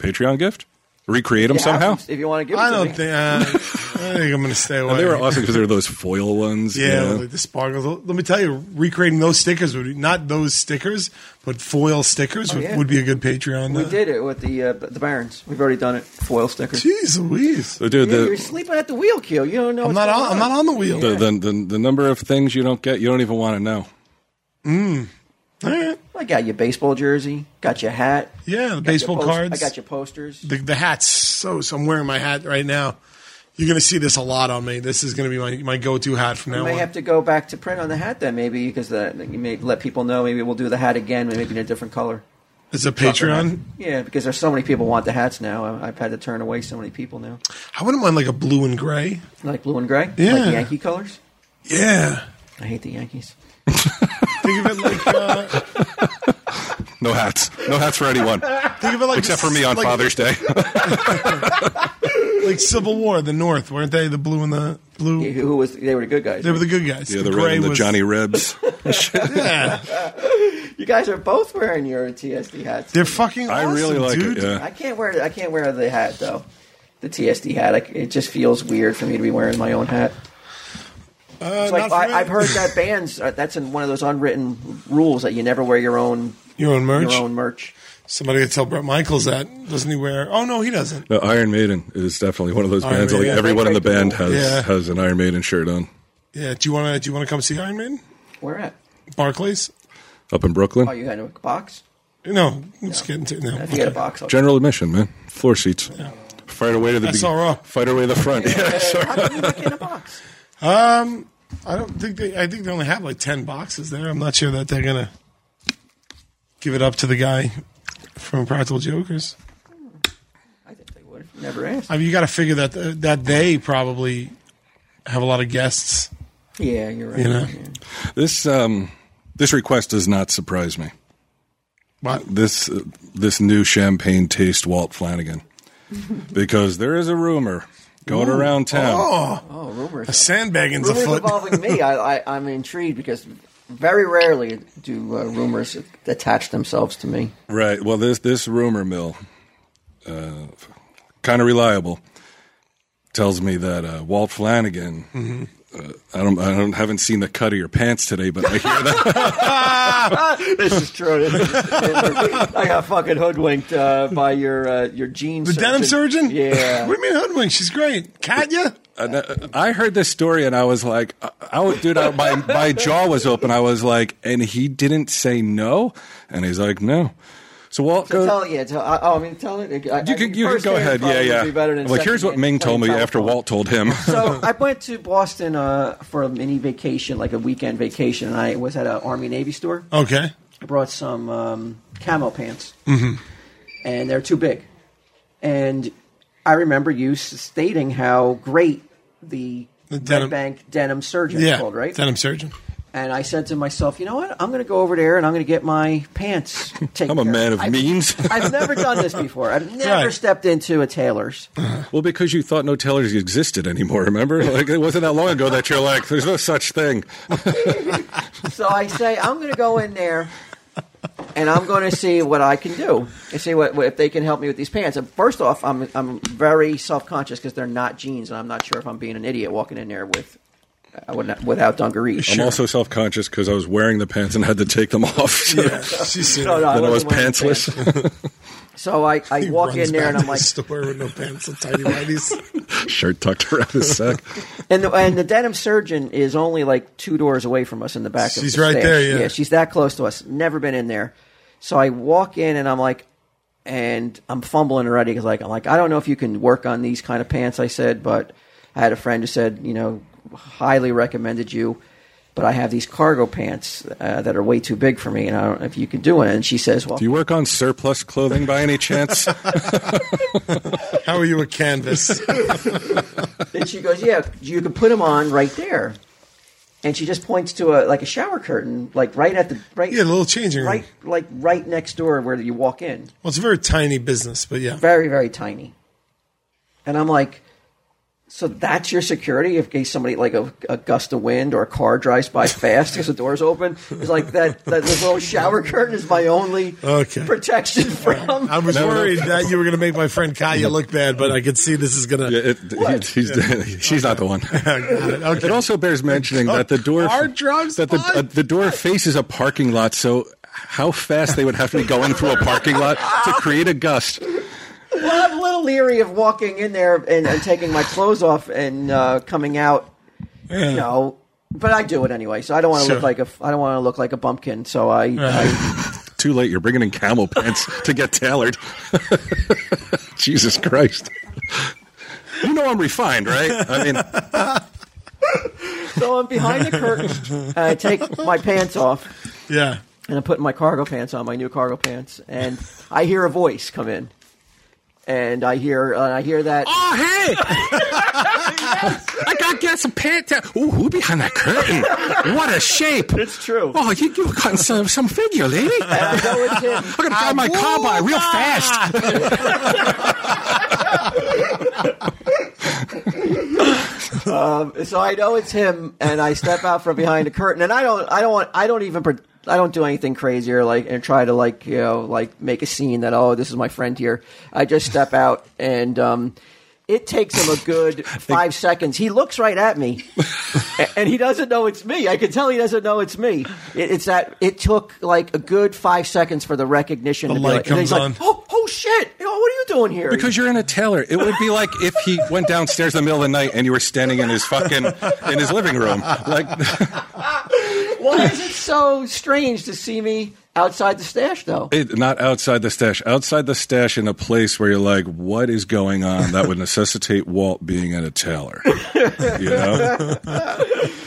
Patreon gift? Recreate them Yeah, somehow? If you want to give, it I to don't me. think uh, I think I'm going to stay away. And they were awesome because they were those foil ones. you Yeah, know? like the sparkles. Let me tell you, recreating those stickers would be not those stickers, but foil stickers would, Oh, yeah. would be a good Patreon. We uh, did it with the uh, the Barons. We've already done it. Foil stickers. Jeez Louise. So, dude, Yeah, you're the, sleeping at the wheel, Keel. You don't know. I'm what's not going on, I'm not on the wheel. the, the, the, the number of things you don't get, you don't even want to know. All right. I got your baseball jersey. Got your hat. Yeah, the got baseball your post- cards. I got your posters. the, the hats. So, so I'm wearing my hat right now. You're going to see this a lot on me. This is going to be my, my go to hat from We now may on. have to go back to print on the hat then, maybe because that you may let people know. Maybe we'll do the hat again, maybe in a different color. it's a Patreon. Yeah, because there's so many people want the hats now. I- I've had to turn away so many people now, I wouldn't mind like a blue and gray. like blue and gray, Yeah. like Yankee colors. Yeah. I hate the Yankees. Think of it like uh, No hats. No hats for anyone. think of it like Except for me on like, Father's Day. like Civil War, the North, weren't they? The blue and the blue. Who who was they were the good guys? They were the good guys. yeah, the, the red gray and the was Johnny Ribs. Yeah, you guys are both wearing your TSD hats. they're fucking. I really awesome, like dude. it. Yeah. I can't wear I can't wear the hat though. The TSD hat. I, it just feels weird for me to be wearing my own hat. Uh, It's like not for I, me. I've heard that bands. Uh, that's in one of those unwritten rules that you never wear your own your own merch. your own merch. Somebody could tell Brett Michaels that doesn't he wear? Oh no, he doesn't. No, Iron Maiden is definitely one of those Iron bands. that, Like Maiden. everyone in the band has Yeah. has an Iron Maiden shirt on. Yeah, do you want to? Do you want to come see Iron Man? Where at? Barclays? Up in Brooklyn, Oh, you had a box? No, I'm just kidding. No, If you had a box, I'll general admission, man. Floor seats. Fight away to the I saw Raw. beginning. Fight away to the front. Yeah, sorry. How come you look in a box? I don't think they. I think they only have like ten boxes there. I'm not sure that they're gonna give it up to the guy from Practical Jokers. I think they would. Never asked. I mean, you got to figure that that they probably have a lot of guests. Yeah, you're right. You know. Yeah. This um this request does not surprise me. But This uh, this new champagne taste, Walt Flanagan, because there is a rumor going around town. oh, Oh, rumors. sandbagging's rumors afoot. involving me. I, I, I'm intrigued because very rarely do uh, rumors attach themselves to me. Right. Well, this this rumor mill, uh, kind of reliable, tells me that uh, Walt Flanagan. Uh, I don't. I don't. Haven't seen the cut of your pants today, but I hear that. this is true. This is- I got fucking hoodwinked uh, by your uh, your jeans. The denim surgeon. Yeah. what do you mean hoodwink? She's great. Katya. And, uh, I heard this story, and I was like, I, I would, dude, I, my my jaw was open. I was like, and he didn't say no, and he's like, no. So Walt So goes. tell yeah, tell, I, oh, I mean, tell it. I, you can, you can go ahead. Yeah, yeah. Be better than like, here's what secondhand Ming told me playing after telephone. Walt told him. so I went to Boston uh, for a mini vacation, like a weekend vacation, and I was at an Army Navy store. Okay. I brought some um, camo pants, Mm-hmm. and they're too big. And I remember you s- stating how great the, The Red denim- Bank denim surgeon is Yeah. called, right? Denim surgeon. And I said to myself, you know what? I'm going to go over there and I'm going to get my pants taken. I'm a care man of I've- means. I've never done this before. I've never Right. stepped into a tailor's. Well, because you thought no tailors existed anymore, remember? Like it wasn't that long ago that you're like, there's no such thing. So I say, I'm going to go in there and I'm going to see what I can do and see what, what if they can help me with these pants. And first off, I'm I'm very self conscious because they're not jeans, and I'm not sure if I'm being an idiot walking in there with uh, with not- without dungarees. I'm also self conscious because I was wearing the pants and had to take them off. So Yeah. She's seen No, it. no, Then I wasn't was wearing pantsless. So I, I He walk runs in there back and to I'm like, the store with no pants and tiny whities. Shirt tucked around his sack. and the, and the denim surgeon is only like two doors away from us in the back. of She's the right stash. there, yeah. she's that close to us. Never been in there. So I walk in and I'm like, and I'm fumbling already because like I'm like I don't know if you can work on these kind of pants. I said, but I had a friend who said you know highly recommended you, but I have these cargo pants uh, that are way too big for me, and I don't know if you can do it. And she says, well, Do you work on surplus clothing by any chance? How are you a canvas? And she goes, "Yeah, you can put them on right there." And she just points to a like a shower curtain, like right at the right, Yeah, the little changing room. right, like right next door where you walk in. Well, it's a very tiny business, but yeah. Very, very tiny. And I'm like, So that's your security if in case somebody like a, a gust of wind or a car drives by fast because the door's open. It's like that that this little shower curtain is my only Okay. protection from. I was No, no. worried that you were going to make my friend Kaya look bad, but I could see this is going Yeah, to. it, he, he's, she's not the one. It also bears mentioning that the door Our drugs that the, pod- uh, the door faces a parking lot, so how fast they would have to be going through a parking lot to create a gust. Well, I'm a little leery of walking in there and, and taking my clothes off and uh, coming out. You know, but I do it anyway, so I don't want to Sure. Uh-huh. look like a I don't want to look like a bumpkin. So I, I Too late. You're bringing in camel pants to get tailored. Jesus Christ. You know I'm refined, right? I mean, so I'm behind the curtain. And I take my pants off Yeah. and I'm putting my cargo pants on, my new cargo pants, and I hear a voice come in, and I hear uh, I hear that. oh hey, I got get some pants. Ooh, who behind that curtain? What a shape! It's true. Oh, you you got some some figure, lady. And I know it's him. I'm gonna drive my car by real fast. so I know it's him, and I step out from behind a curtain, and I don't, I don't want, I don't even, pre- I don't do anything crazy or like, and try to like, you know, like make a scene that oh, this is my friend here. I just step out, and um, it takes him a good five seconds. He looks right at me, a- and he doesn't know it's me. I can tell he doesn't know it's me. It, it's that it took like a good five seconds for the recognition. to be light like, and he's comes like, on. oh, oh shit! You know, what are you doing here? Because you're in a tailor. It would be like if he went downstairs in the middle of the night and you were standing in his fucking in his living room. Like Why is it so strange to see me outside the stash though? it, not outside the stash. Outside the stash in a place where you're like, what is going on that would necessitate Walt being in a tailor. You know?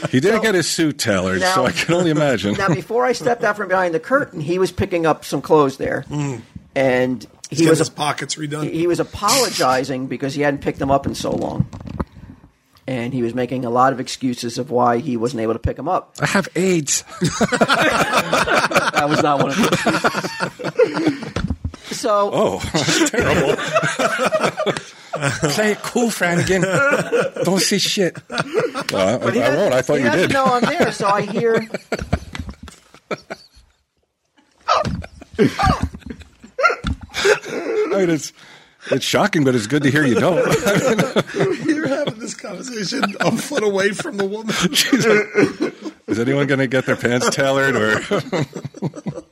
He didn't get his suit tailored, so now- I can only imagine. now before I stepped out from behind the curtain, he was picking up some clothes there, Mm. and he Get was his pockets redone. he was apologizing because he hadn't picked them up in so long, and he was making a lot of excuses of why he wasn't able to pick them up. I have AIDS. That was not one of the excuses. so Oh, terrible. Play it cool, Flanagan. Don't say shit. Well, I, But he I won't. doesn't- I thought he you doesn't did. know I'm there, so I hear. I mean, it's it's shocking, but it's good to hear you don't. You're having this conversation a foot away from the woman. She's like, Is anyone going to get their pants tailored? Or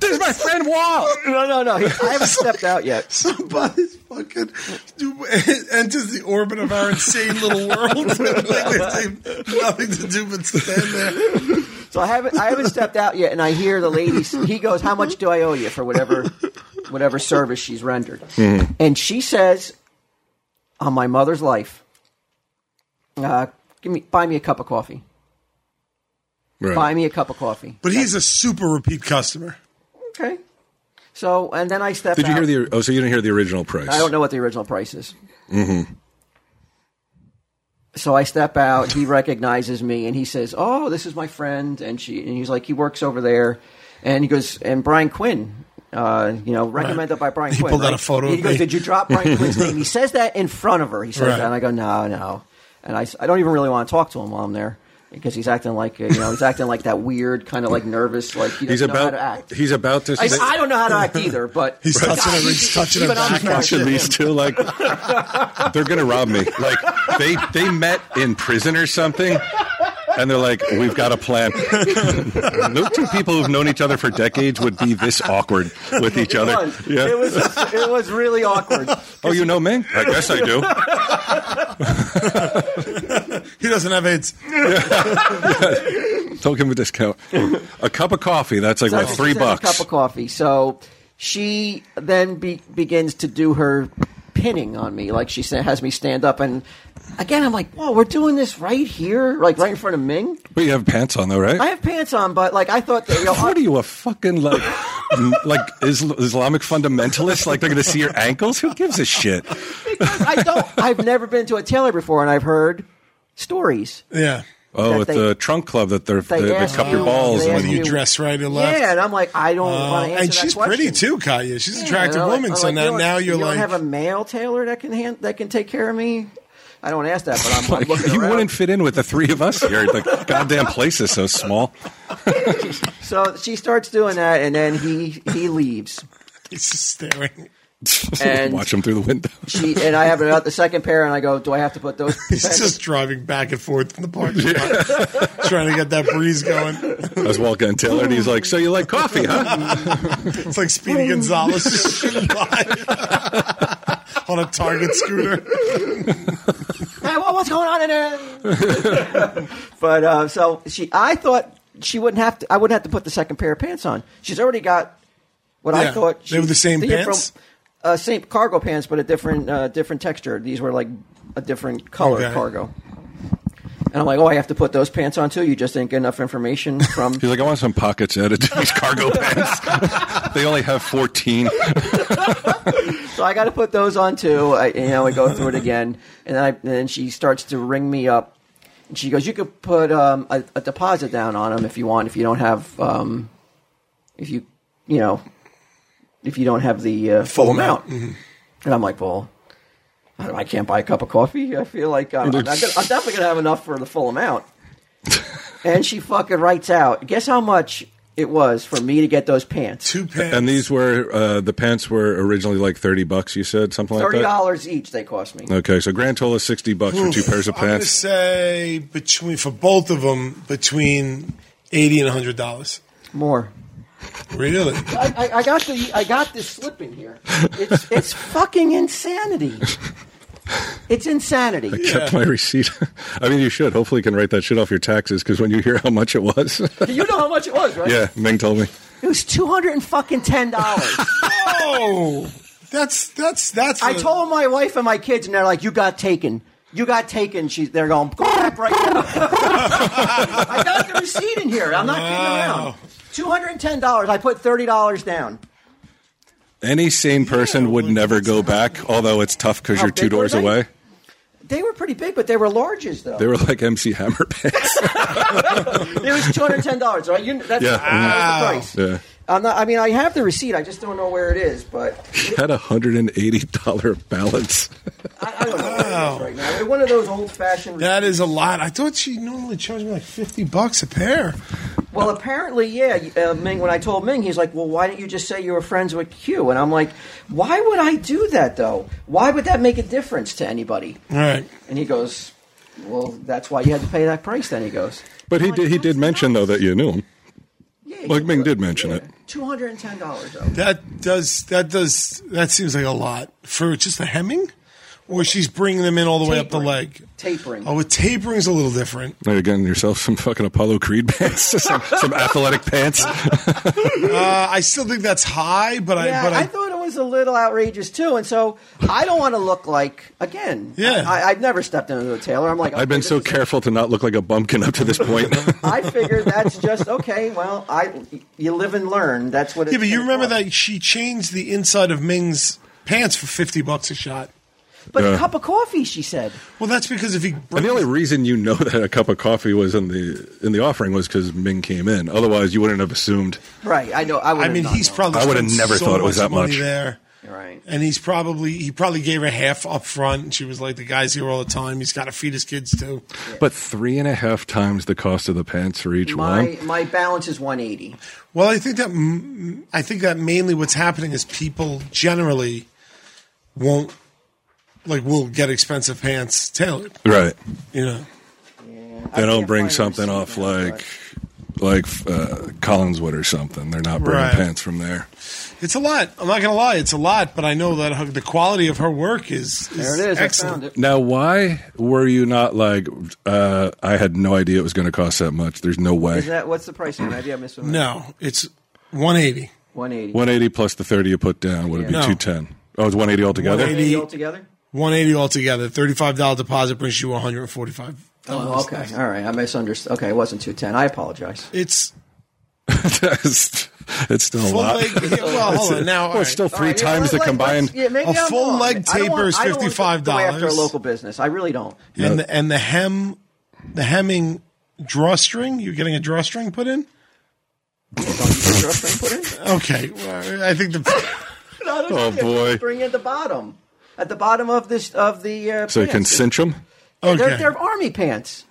this is my friend Wall. No, no, no. He, I haven't stepped out yet. Somebody's fucking enters the orbit of our insane little world. like they have nothing to do but stand there. So I haven't I haven't stepped out yet, and I hear the lady. He goes, "How much do I owe you for whatever whatever service she's rendered?" Mm-hmm. And she says, "On my mother's life, uh, give me buy me a cup of coffee. Buy me a cup of coffee." But he's a super repeat customer. Okay. So and then I step. Did you out. hear the? Oh, so you didn't hear the original price? I don't know what the original price is. Mm-hmm. So I step out. He recognizes me, and he says, "Oh, this is my friend." And she, and he's like, "He works over there." And he goes, "And Brian Quinn, uh, you know, recommended by Brian He Quinn." pulled out right? a photo He of goes, me. "Did you drop Brian Quinn's name?" He says that in front of her. He says Right. that, and I go, "No, no." And I, s- I don't even really want to talk to him while I'm there because he's acting like you know he's acting like that weird kind of like nervous like he doesn't He's know how to about. act. He's about to. I, I don't know how to act either, but He's touching her- he's touching her even I'm back. impressed Watching with these him. two, like they're gonna rob me. Like they they met in prison or something, and they're like, we've got a plan. no two people who've known each other for decades would be this awkward with each other. was. It was it was really awkward. oh, you know me? I guess I do. He doesn't have AIDS. Don't give him a discount. A cup of coffee. That's like So what she three says a cup bucks. of coffee. So she then be, begins to do her pinning on me, like she sa- has me stand up, and again I'm like, "Whoa, we're doing this right here, like right in front of Ming." But you have pants on though, right? I have pants on, but like I thought that you know, what are you a fucking like m- like Isl- Islamic fundamentalist? Like they're gonna see your ankles? Who gives a shit? I don't. I've never been to a tailor before, and I've heard stories. Yeah. Oh, that at they- the trunk club that they're, They they, they ask cup your you- balls they and then ask Whether you you you- dress right or left. Yeah, and I'm like, I Oh. don't want to Uh, answer and that she's question. pretty too, Kaya. She's an attractive And I'm like- woman. I'm so like, you now, don't- now you you're don't like, have a male tailor that can hand, that can take care of me. I don't ask that, but I'm, I'm like, looking you around. wouldn't fit in with the three of us here. The goddamn place is so small. So she starts doing that, and then he he leaves. he's just staring. And- Watch them through the window. She and I have about the second pair, and I go, "Do I have to put those?" He's just driving back and forth in the parking lot, trying to get that breeze going. I was walking in Taylor, and he's like, "So you like coffee, huh?" It's like Speedy Gonzalez just shooting by on a Target scooter. Hey, what- what's going on in there? but uh, so she, I thought she wouldn't have to. I wouldn't have to put the second pair of pants on. She's already got what I Yeah, thought. they were the same different- pants? uh, same cargo pants, but a different uh, different texture. These were like a different color Okay. cargo. And I'm like, oh, I have to put those pants on too. You just didn't get enough information from. He's like, "I want some pockets added to these cargo pants. they only have 14. so I got to put those on too. I, you know, I go through it again, and I, and then she starts to ring me up. And she goes, "You could put um, a, a deposit down on them if you want. If you don't have, um, if you, you know, if you don't have the uh, full, amount." And I'm like, "Well, I, don't- I can't buy a cup of coffee. I feel like uh, I'm, I'm, not gonna, I'm definitely gonna have enough for the full amount." and she fucking writes out. Guess how much it was for me to get those pants? Two pants. And these were uh, the pants were originally like thirty bucks. You said something like Thirty that. dollars each. They cost me. Okay, so grand total is sixty bucks for two pairs of I'm going to pants. say between for both of them between eighty and hundred dollars. More. Really? I, I, I got the I got this slip in here. It's it's fucking insanity. It's insanity. Kept my receipt. I mean, you should. Hopefully, you can write that shit off your taxes because when you hear how much it was, You know how much it was, right? yeah, Ming told me. It was two hundred and fucking ten dollars. Oh, that's that's that's. I a- told my wife and my kids, and they're like, "You got taken. You got taken." She's they're going go back right now. I got the receipt in here. I'm not kidding Wow. around. Two hundred and ten dollars. I put thirty dollars down. Any sane person would well, never that's- go back, although it's tough because How you're two big were doors they? away. They were pretty big, but they were larges though. They were like MC Hammer pants. It was two hundred ten dollars, right? You, that's, Yeah. that was the price. yeah. I'm not, I mean, I have the receipt. I just don't know where it is, but Had a hundred and eighty dollar balance. I, I don't know where it is right now. It's one of those old fashioned. that is a lot. I thought she normally charged me like fifty bucks a pair. well, apparently, yeah. Uh, Ming, when I told Ming, he's like, "Well, why didn't you just say you were friends with Q?" And I'm like, "Why would I do that though? Why would that make a difference to anybody?" All right. And he goes, "Well, that's why you had to pay that price." Then he goes, But he did. He did mention though that you knew him. "Yeah." Like Ming did mention it. Two hundred and ten dollars though. That does that does that seems like a lot for just a Hemming, or she's bringing them in all the way up the Tapering. leg. Tapering. Oh, with tapering's a little different. Now you're getting yourself some fucking Apollo Creed pants, some, some athletic pants. Uh, I still think that's high, but I Yeah, but I, I, thought it was a little outrageous too, and so I don't want to look like again. Yeah. I, I've never stepped into a tailor. I'm like, I've been okay, so this is- careful to not look like a bumpkin up to this point. I figured that's just okay. Well, I you live and learn. That's what. It's yeah, but you gonna remember cost. that she changed the inside of Ming's pants for fifty bucks a shot. But Yeah. a cup of coffee, she said. Well, that's because if he and the only reason you know that a cup of coffee was in the in the offering was because Ming came in. Otherwise, you wouldn't have assumed. Right. I know. I would. I mean, he's probably I would've spent never so thought it was that money much. there. right. And he's probably he probably gave her half up front, and she was like, "The guy's here all the time. He's got to feed his kids too." But three and a half times the cost of the pants for each My one. my balance is 180. Well, I think that mm, I think that mainly what's happening is people generally won't like will get expensive pants tailored. Right. You know, They don't can't bring find a something receipt off now, like like uh, Collinswood or something. They're not bringing Right. pants from there. it's a lot. I'm not gonna lie, it's a lot, but I know that her, the quality of her work is, is There it is. Excellent. I found it. Now, why were you not like? Uh, I had no idea it was going to cost that much. There's no way. Is that what's the price? on it? Maybe I missed one. No, it's 180. 180. 180 plus the 30 you put down would it be Yeah. No. 210? Oh, it's 180 altogether. 180 180. altogether. 180 altogether. $35 deposit brings you 145. Oh, okay. All right. I misunderstood. Okay, it wasn't 210. I apologize. It's That's- it's still a full lot. leg. yeah, well, hold on now. all Well, right. it's still three All right, times yeah, the let- combined. let's- yeah, maybe A I'm full wrong. leg I don't taper want- is I don't want to go after a $55. local business. I really don't. and the, and the hem the hemming drawstring? You're getting a drawstring put in? Put in. Okay. Well, I think the. No, no, no, Oh, yeah, boy. Bring at the bottom, at the bottom of this of the. Uh, So you can pants. cinch them? Okay. They're, they're army pants.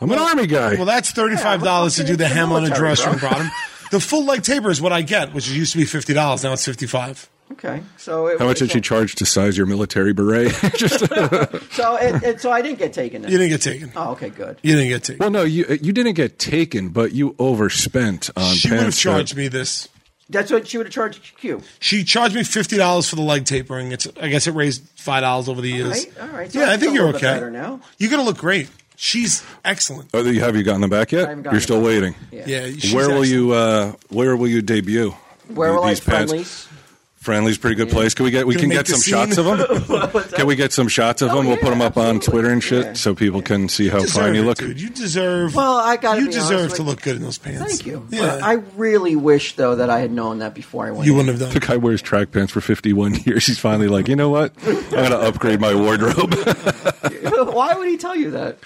I'm an army guy. Well, that's thirty-five dollars Yeah, to do the it's hem on a military, drawstring bro. bottom. The full leg taper is what I get, which used to be fifty dollars. Now it's fifty-five. Okay, so it, How much did so, she charge to size your military beret? Just- So it, it, so I didn't get taken. You Then. didn't get taken. Oh, okay, good. You didn't get taken. well, no, you you didn't get taken, but you overspent on She would have pants. charged me this. That's what she would have charged Q. She charged me fifty dollars for the leg tapering. It's I guess it raised five dollars over the years. right, all right. So Yeah, I I think feel a you're little bit okay. better now. You're gonna look great. She's excellent. Oh, you- have you gotten them back yet? haven't gotten You're still them waiting. back. Yeah. Yeah. she's where will excellent. you uh, Where will you debut? Where the- will I these pants? friendlies? Friendly's a pretty good place. Can we get we Gonna can make get the some scene. shots of them? can we get some shots of Oh, them? We'll yeah, put them up on absolutely. Twitter and shit Yeah. so people can see how deserve fine you it, look. dude. You deserve. Well, I gotta You be honest deserve with to you. look good in those pants. Thank you. Yeah. I really wish though that I had known that before I went. you in. wouldn't have The done. guy wears track pants for 51 years. He's finally like, you know what? I'm gonna upgrade my wardrobe. Why would he tell you that?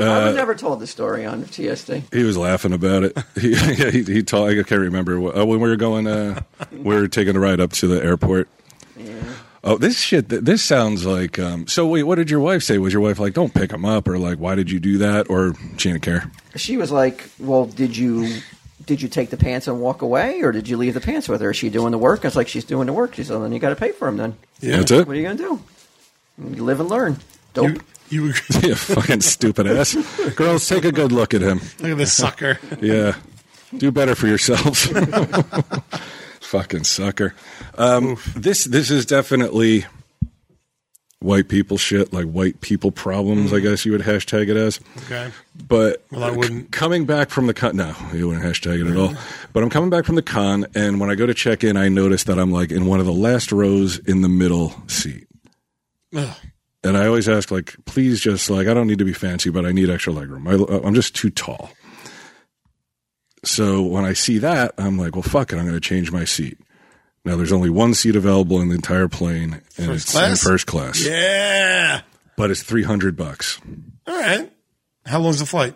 I was never told the story on TSD. He was laughing about it. He, yeah, he, he told, I can't remember what, uh, when we were going. Uh, we were taking a ride up to the airport. Oh, this shit. th- This sounds like. Um, so wait, what did your wife say? Was your wife like, "Don't pick him up," or like, "Why did you do that?" Or she didn't care. She was like, "Well, did you did you take the pants and walk away, or did you leave the pants with her? Is she doing the work?" I was like, "She's doing the work." She said, "Well, "Then you got to pay for them. Then Yeah. That's it. what are you going to do? You live and learn." Dope. You, you agree. you fucking stupid ass. Girls, take a good look at him. Look at this sucker. Yeah, do better for yourselves. fucking sucker. Um, this this is definitely white people shit, like white people problems. I guess you would hashtag it as. Okay. But Well, I wouldn't. c- coming back from the con. No, you wouldn't hashtag it at all. But I'm coming back from the con, and when I go to check in, I notice that I'm like in one of the last rows in the middle seat. Ugh. And I always ask, like, please just like I don't need to be fancy, but I need extra legroom. I, I'm just too tall. So when I see that, I'm like, well, fuck it, I'm going to change my seat. Now there's only one seat available in the entire plane, and it's in class? first class. Yeah. But it's 300 bucks. All right. How long's the flight?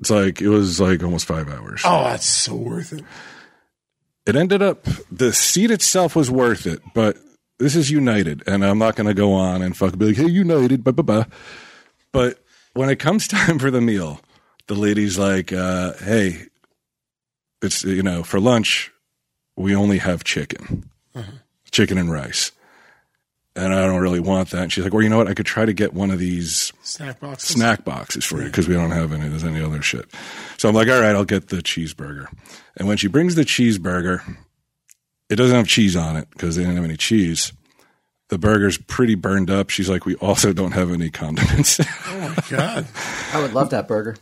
It's like it was like almost five hours. Oh, that's so worth it. it ended up the seat itself was worth it, but this is United, and I'm not going to go on and fuck be like, hey, United, blah blah blah. But when it comes time for the meal, the lady's like, uh, hey, it's you know for lunch we only have chicken, chicken and rice, and I don't really want that. And she's like, well, you know what? I could try to get one of these Snack box. snack boxes for you because we don't have any there's any other shit. So I'm like, all right, I'll get the cheeseburger. And when she brings the cheeseburger, it doesn't have cheese on it because they didn't have any cheese. The burger's pretty burned up. She's like, we also don't have any condiments. Oh God. I would love that burger.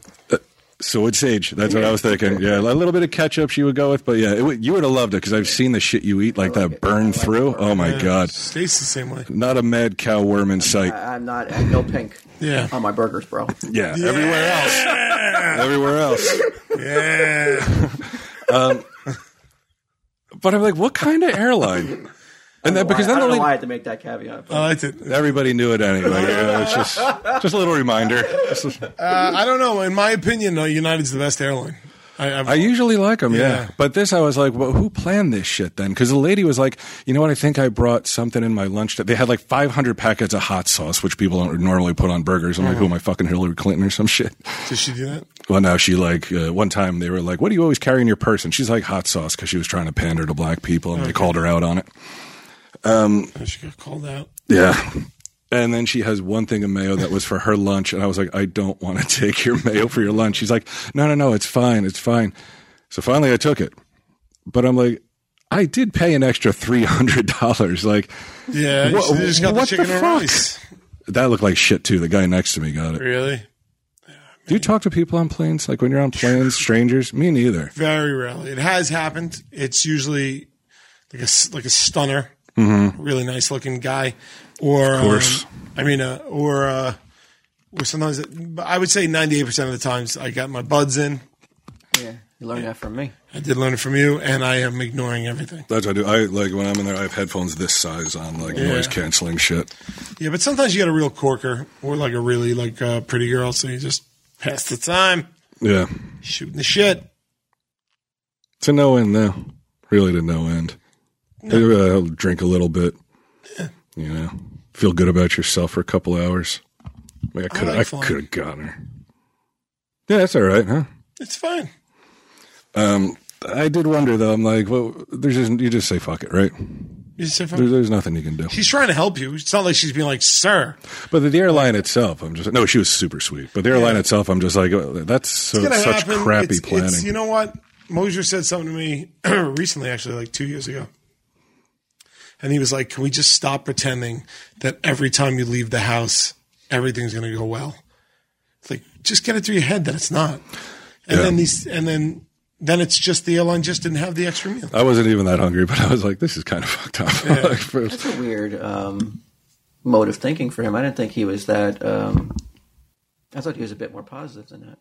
so would sage. That's what I was thinking. Yeah, a little bit of ketchup she would go with, but yeah, it would, you would have loved it because I've seen the shit you eat like, that burn through. Oh my god, Stays the same way. not a mad cow worm in sight. I, I'm not I'm no pink Yeah. on my burgers, bro. Yeah, everywhere else, everywhere else. Yeah. But I'm like, what kind of airline? And then because I, then I the don't know why I lady, had to make that caveat. but- I liked it. Uh, everybody knew it anyway. Yeah, it's just just a little reminder. Uh, I don't know. In my opinion, though, United's the best airline. I, I've, I usually like them, yeah. Yeah. But this, I was like, well, who planned this shit then? Because the lady was like, you know what? I think I brought something in my lunch. That they had like 500 packets of hot sauce, which people don't normally put on burgers. I'm like, who am I fucking Hillary Clinton or some shit? did she do that? Well, now she like uh, one time they were like, "What do you always carry in your purse?" And she's like, "Hot sauce," because she was trying to pander to black people, and they called her out on it. Oh, she got called out. Yeah. And then she has one thing of mayo that was for her lunch. And I was like, I don't want to take your mayo for your lunch. She's like, no, no, no, it's fine. It's fine. So finally I took it. But I'm like, I did pay an extra $300. Like, Yeah. Wha- she just got what the chicken the and fuck? rice. that looked like shit too. The guy next to me got it. Really? Do you talk to people on planes? Like when you're on planes, strangers? Me neither. Very rarely. It has happened. It's usually like a s- like a stunner, really nice looking guy, or Mm-hmm. course. um, I mean, uh, or uh, or sometimes it, but I would say ninety eight percent of the times I got my buds in. yeah, you learned that from me. I did learn it from you, and I am ignoring everything. That's what I do. I like when I'm in there, I have headphones this size on, like noise canceling shit. Yeah, but sometimes you get a real corker or like a really like uh, pretty girl, so you just Pass the time. Yeah. Shooting the shit. To no end, though. Really to no end. Uh, drink a little bit. You know, feel good about yourself for a couple hours. Like I could like I flying. could have got her. Yeah, that's all right, huh? It's fine. Um, I did wonder though. I'm like, well, there's just you just say fuck it, right? You just say fuck- There's, there's nothing you can do. She's trying to help you. It's not like she's being like, sir. But the, the airline itself, I'm just no. She was super sweet, but the airline itself, I'm just like, oh, that's so, It's gonna such happen. crappy It's- it's- planning. you know what? Mosier said something to me recently, actually, like two years ago. And he was like, Can we just stop pretending that every time you leave the house, everything's going to go well? It's like, just get it through your head that it's not. And Yeah. then these, and then, then it's just the airline just didn't have the extra meal. I wasn't even that hungry, but I was like, this is kind of fucked up. Like, for- That's a weird um, mode of thinking for him. I didn't think he was that. Um, I thought he was a bit more positive than that.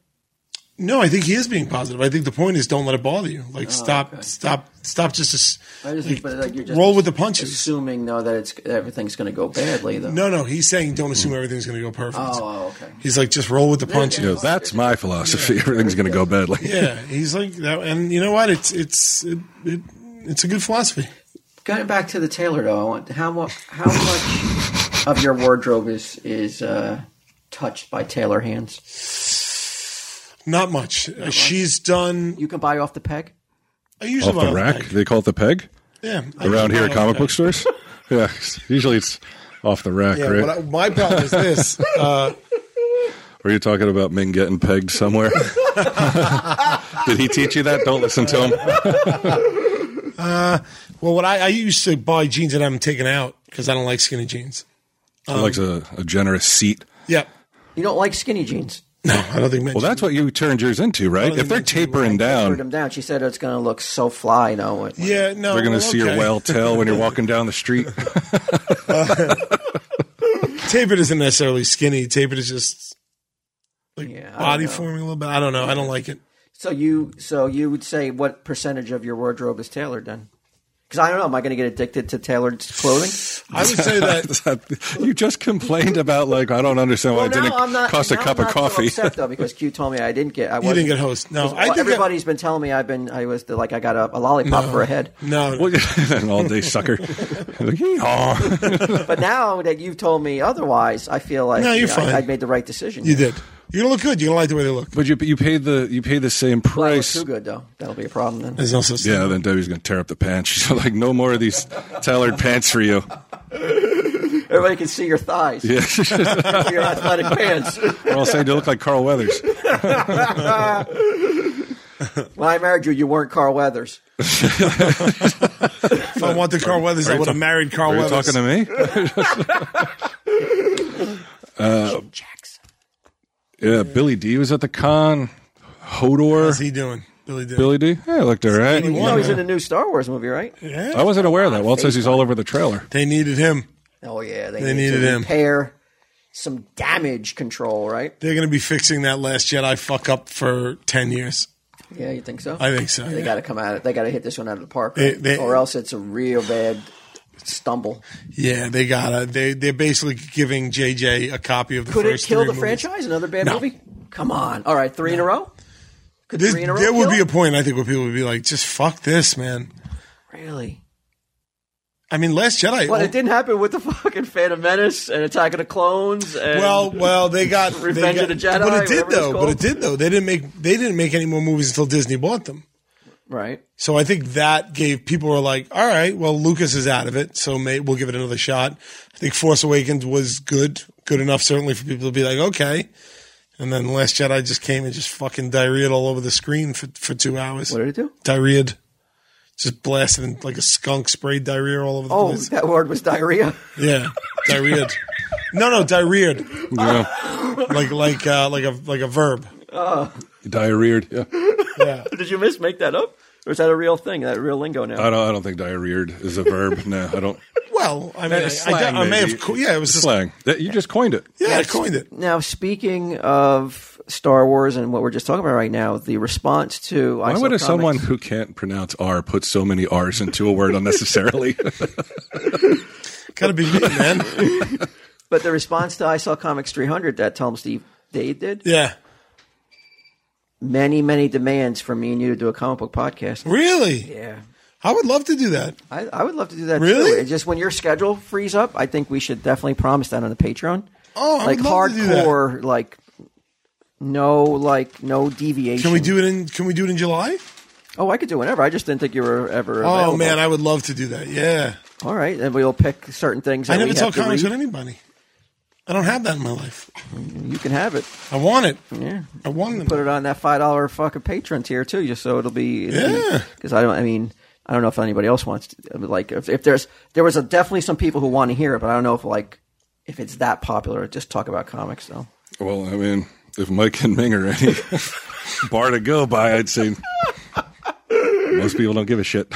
No, I think he is being positive. I think the point is don't let it bother you. Like, stop, Oh, okay. stop, stop just, as- I just, but like you're just roll with the punches. assuming though that it's everything's going to go badly though. No, no, he's saying don't assume everything's going to go perfect. Oh, oh, okay. He's like, just roll with the punches. you know, that's my philosophy. Everything's going to go badly. Yeah, he's like that, and you know what? It's it's it, it, it's a good philosophy. Going back to the tailor though, I want- how much how much of your wardrobe is is uh, touched by tailor hands? Not much. Uh, She's done. You can buy off the peg. I usually Off buy the rack, peg. they call it the peg Yeah, around I usually here buy at off comic the book peg. stores. Yeah, usually it's off the rack, Yeah, right? but I, my problem is this. Uh, Were you talking about Ming getting pegged somewhere? Did he teach you that? Don't listen to him. well, what I, I used to buy jeans that I'm taking out because I don't like skinny jeans. Um, He likes a, a generous seat. Yeah, You don't like skinny jeans. no, I don't think. men- Well, that's what you turned yours into, right? Well, If they're you mentioned tapering Put down, them down. She said it's going to look so fly though. It- yeah, no, they're going to well, see your Oh, okay. well tail when you're walking down the street. Tapered isn't necessarily skinny. Tapered is just like Yeah, I don't body know. forming a little bit. I don't know. I don't like it. So you so you would say what percentage of your wardrobe is tailored then? Because I don't know, am I going to get addicted to tailored clothing? I would say that you just complained about like I don't understand why Well, it didn't now I'm not, cost a now cup I'm of not so coffee. upset, though, because Q told me I didn't get. I you didn't wasn't- get host. No, I well, think that- everybody's been telling me I've been. I was like I got a, a lollipop for a head. no. Well, an all day sucker. like, yeehaw. But now that you've told me otherwise, I feel like No, you're I, fine. I made the right decision. You did. You're gonna look good. You're gonna like the way they look. but you you paid the you paid the same Well, I look price. too good though. That'll be a problem then. There's no such thing. Yeah, then Debbie's gonna tear up the pants. She's like, no more of these tailored pants for you. Everybody can see your thighs, Yeah, she's just- your athletic pants. Or I'll say you look like Carl Weathers. when I married you, you weren't Carl Weathers. If I wanted Carl Weathers, I would have married Carl Are you Weathers. talking to me? Jackson. Yeah, Billy D was at the con. Hodor. What's he doing? Billy did. Billy D. Yeah, looked all right. You know he's in the new Star Wars movie, right? I wasn't aware of that. Walt says he's all over the trailer. They needed him. Oh yeah, they, They need needed to him. repair some damage control, right? They're gonna be fixing that Last Jedi fuck up for ten years. Yeah, you think so? I think so. They yeah. got to come out. They got to hit this one out of the park, They- right? they- or else it's a real bad stumble. yeah, they gotta. They they're basically giving JJ a copy of the Could it first kill the three movies. franchise? Another bad No. movie? Come on! All right, three in a row. Could This- three in a row? there would kill be a it? point I think where people would be like, just fuck this, man. really. I mean, Last Jedi. Well, it didn't happen with the fucking Phantom Menace and Attack of the Clones. And oh, Well, well, they got they Revenge of got- the Jedi, But it did whatever it's though. But called. it did though. They didn't make they didn't make any more movies until Disney bought them. right. So I think that gave people were like, all right, well, Lucas is out of it, so may, we'll give it another shot. I think Force Awakens was good, good enough certainly for people to be like, okay. And then The Last Jedi just came and just fucking diarrheaed all over the screen for, for two hours. What did it do? Diarrheaed. Just blasted and like a skunk sprayed diarrhea all over the Oh, place. that word was diarrhea. Yeah. diarrheaed. No, no, diarrheaed. Yeah. Like, like, uh, like a, like a verb. diarrheaed. Yeah. Yeah. Did you miss make that up? Or is that a real thing? That real lingo now? I don't. I don't think diarrheaed is a verb. No, I don't. Well, I mean, I, Slang, I, I may maybe. have, co- yeah, it was just, slang. That- you just coined it. yeah, I coined it. Now, speaking of Star Wars and what we're just talking about right now, the response to Why would someone who can't pronounce R put so many R's into a word unnecessarily? Gotta be me, man. but the response to I Saw Comics 300 that Tom Steve Dave did Yeah. many, many demands for me and you to do a comic book podcast. Really? Yeah. I would love to do that. I, I would love to do that Really? too. It's just when your schedule frees up, I think we should definitely promise that on the Patreon. Oh, I like would love to do that. hardcore, like no, like no deviation. Can we do it in? Can we do it in July? Oh, I could do whenever. I just didn't think you were ever. Oh available. man, I would love to do that. Yeah, All right, and we'll pick certain things. That I never we tell have to comics read. with anybody. I don't have that in my life. You can have it. I want it. Yeah. I want Put it. it on that five dollar fucking patron tier too, just so it'll be. Yeah. Because I don't. I mean, I don't know if anybody else wants. To, like, if, if there's there was a, definitely some people who want to hear it, but I don't know if like if it's that popular. to Just talk about comics though. Well, I mean, if Mike and Ming are any bar to go by, I'd say most people don't give a shit.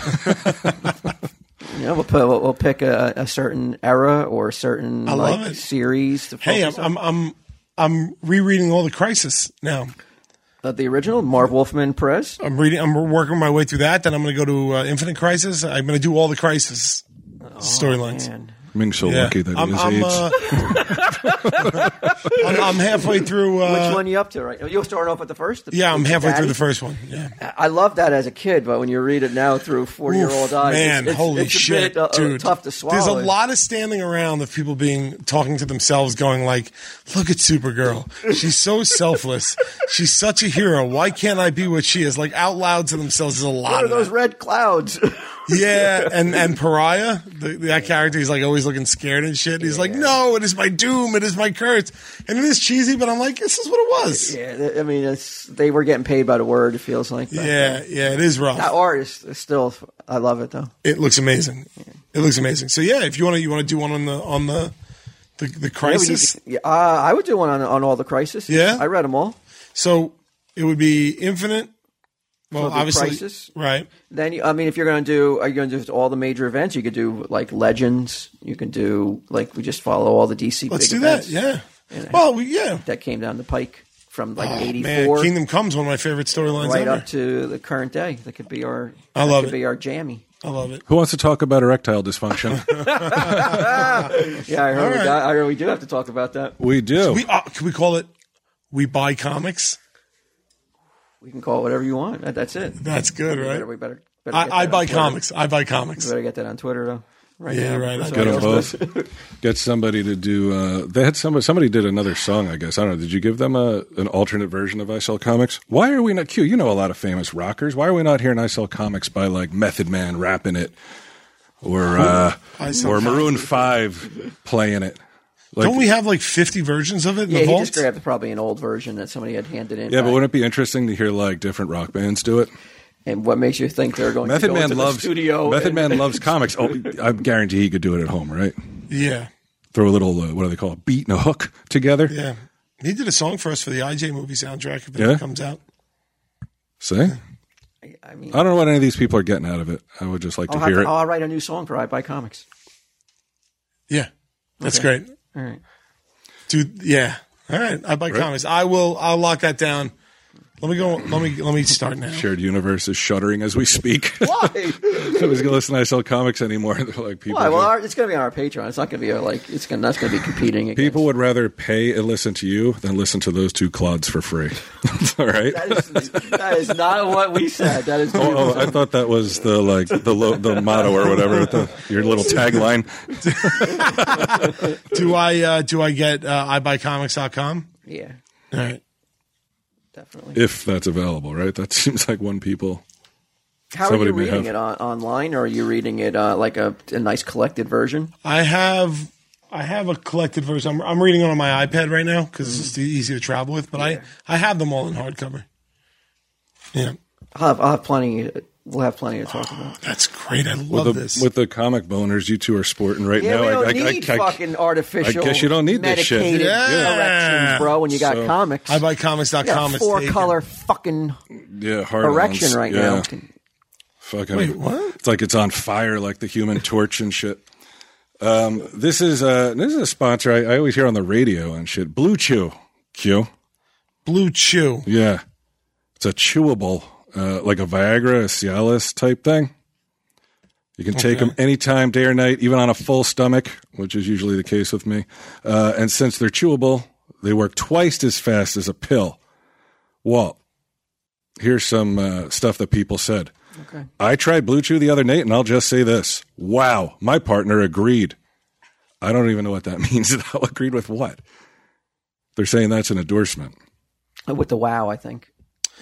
Yeah, we'll put, we'll, we'll pick a, a certain era or a certain love like it. series. To Hey, I'm, focus on. I'm I'm I'm rereading all the Crisis now. Uh, the original Marv Wolfman Perez. I'm reading. I'm working my way through that. Then I'm going to go to uh, Infinite Crisis. I'm going to do all the Crisis storylines. Oh, Man. Ming's so Yeah. lucky that I'm, his I'm, age. uh, I'm, I'm halfway through. Which Uh, one are you up to right now? You'll start off with the first? The- yeah, I'm the halfway through daddy? the first one. Yeah. I love that as a kid, but when you read it now through 40 year old Oof, eyes, Man, it's, it's, holy it's a shit, bit, uh, dude! tough to swallow. There's a lot of standing around of people being talking to themselves, going like, "Look at Supergirl. She's so selfless. She's such a hero. Why can't I be what she is?" Like out loud to themselves. There's a lot What are of those that. red clouds? Yeah, and and Pariah, the, that character, he's like always looking scared and shit. He's like, "No, it is my doom. It is my curse." And it is cheesy, but I'm like, "This is what it was." Yeah, yeah, th- I mean, it's, they were getting paid by the word, it feels like. back yeah, then. it is rough. That art is is still, I love it though. It looks amazing. It looks amazing. So yeah, if you want to, you want to do one on the on the the, the Yeah, we need crisis. to- yeah, uh, I would do one on, on all the crisis. Yeah? I read them all. So it would be infinite. Well, the obviously, crisis? right? Then you, I mean, if you're going to do, are you going to do all the major events? You could do like legends. You can do like we just follow all the DC. Let's big do events that. Yeah. Well, we, yeah. that came down the pike from like Oh, Man, '84 Kingdom Comes one of my favorite storylines right ever. up to the current day. That could be our. I that love could it. Be our jammy. I love it. Who wants to talk about erectile dysfunction? Yeah, I heard. We right. got, I heard we do have to talk about that. we do. We uh, can we call it? We buy comics. We can call it whatever you want. That- That's it. That's good, Better, we right? better. better get that I, I on buy Twitter. comics. I buy comics. Better get that on Twitter though. Right Yeah, now. right. So I Get got them both. Get somebody to do. Uh, they had somebody. Somebody did another song. I guess I don't know. Did you give them a an alternate version of I Sell Comics? Why are we not? Q, you know a lot of famous rockers. Why are we not hearing I Sell Comics by like Method Man rapping it, or uh, I Sell or Maroon Five playing it? Like, Don't we have like fifty versions of it in Yeah, the he vault? just grabbed probably an old version that somebody had handed in. yeah, but back. wouldn't it be interesting to hear like different rock bands do it? and what makes you think they're going to Method go Man into loves the studio? Method and- Man loves comics. Oh, I guarantee he could do it at home, right? yeah, Throw a little uh, what do they call it? beat and a hook together. yeah. He did a song for us for the IJ movie soundtrack. If it Yeah? ever comes out, See. I mean, I don't know what any of these people are getting out of it. I would just like I'll, to have hear to, it. I'll write a new song for I Buy Comics. yeah, that's great. All right. dude. Yeah. All right. I buy comics. I will. I'll lock that down. Let me go. Let me. Let me start now. Shared universe is shuddering as we speak. Why? Nobody's gonna listen. to I sell comics anymore. They're like people. Why? Well, just- our, it's going to be on our Patreon. It's not going to be uh, like it's going. That's going to be competing. Against. people would rather pay and listen to you than listen to those two clods for free. All right. That is, that is not what we said. That is. Oh, oh, I thought that was the like the lo- the motto or whatever. The, your little tagline. Do I? Uh, do I get uh, ibuycomics.com? yeah, All right. definitely. If that's available, right? That seems like one people. How are somebody you may reading have- it on, online, or are you reading it uh, like a, a nice collected version? I have. I have a collected version. I'm, I'm reading it on my iPad right now because it's just easy to travel with. But I. I have them all in hardcover. Yeah. I'll have, I'll have plenty. We'll have plenty to talk about. That's great. I love With this. the, with the comic boners you two are sporting right Yeah, now, we don't I, I, need I, I, fucking artificial. I guess you don't need this shit. medicated Yeah. erections, bro. When you got So, comics, I buy comics.com. is four taken. color fucking yeah, hard erection ons. right Yeah. now. Fucking Wait, what? It's like it's on fire, like the Human Torch and shit. Um, this is a this is a sponsor I, I always hear on the radio and shit. Blue Chew, Q, Blue Chew. yeah, it's a chewable, uh, like a Viagra, a Cialis type thing. You can take them anytime, day or night, even on a full stomach, which is usually the case with me. Uh, and since they're chewable, they work twice as fast as a pill. Walt, here's some uh, stuff that people said. Okay. I tried Blue Chew the other night, and I'll just say this: Wow, my partner agreed. I don't even know what that means. agreed with what? They're saying that's an endorsement. Uh, With the wow, I think.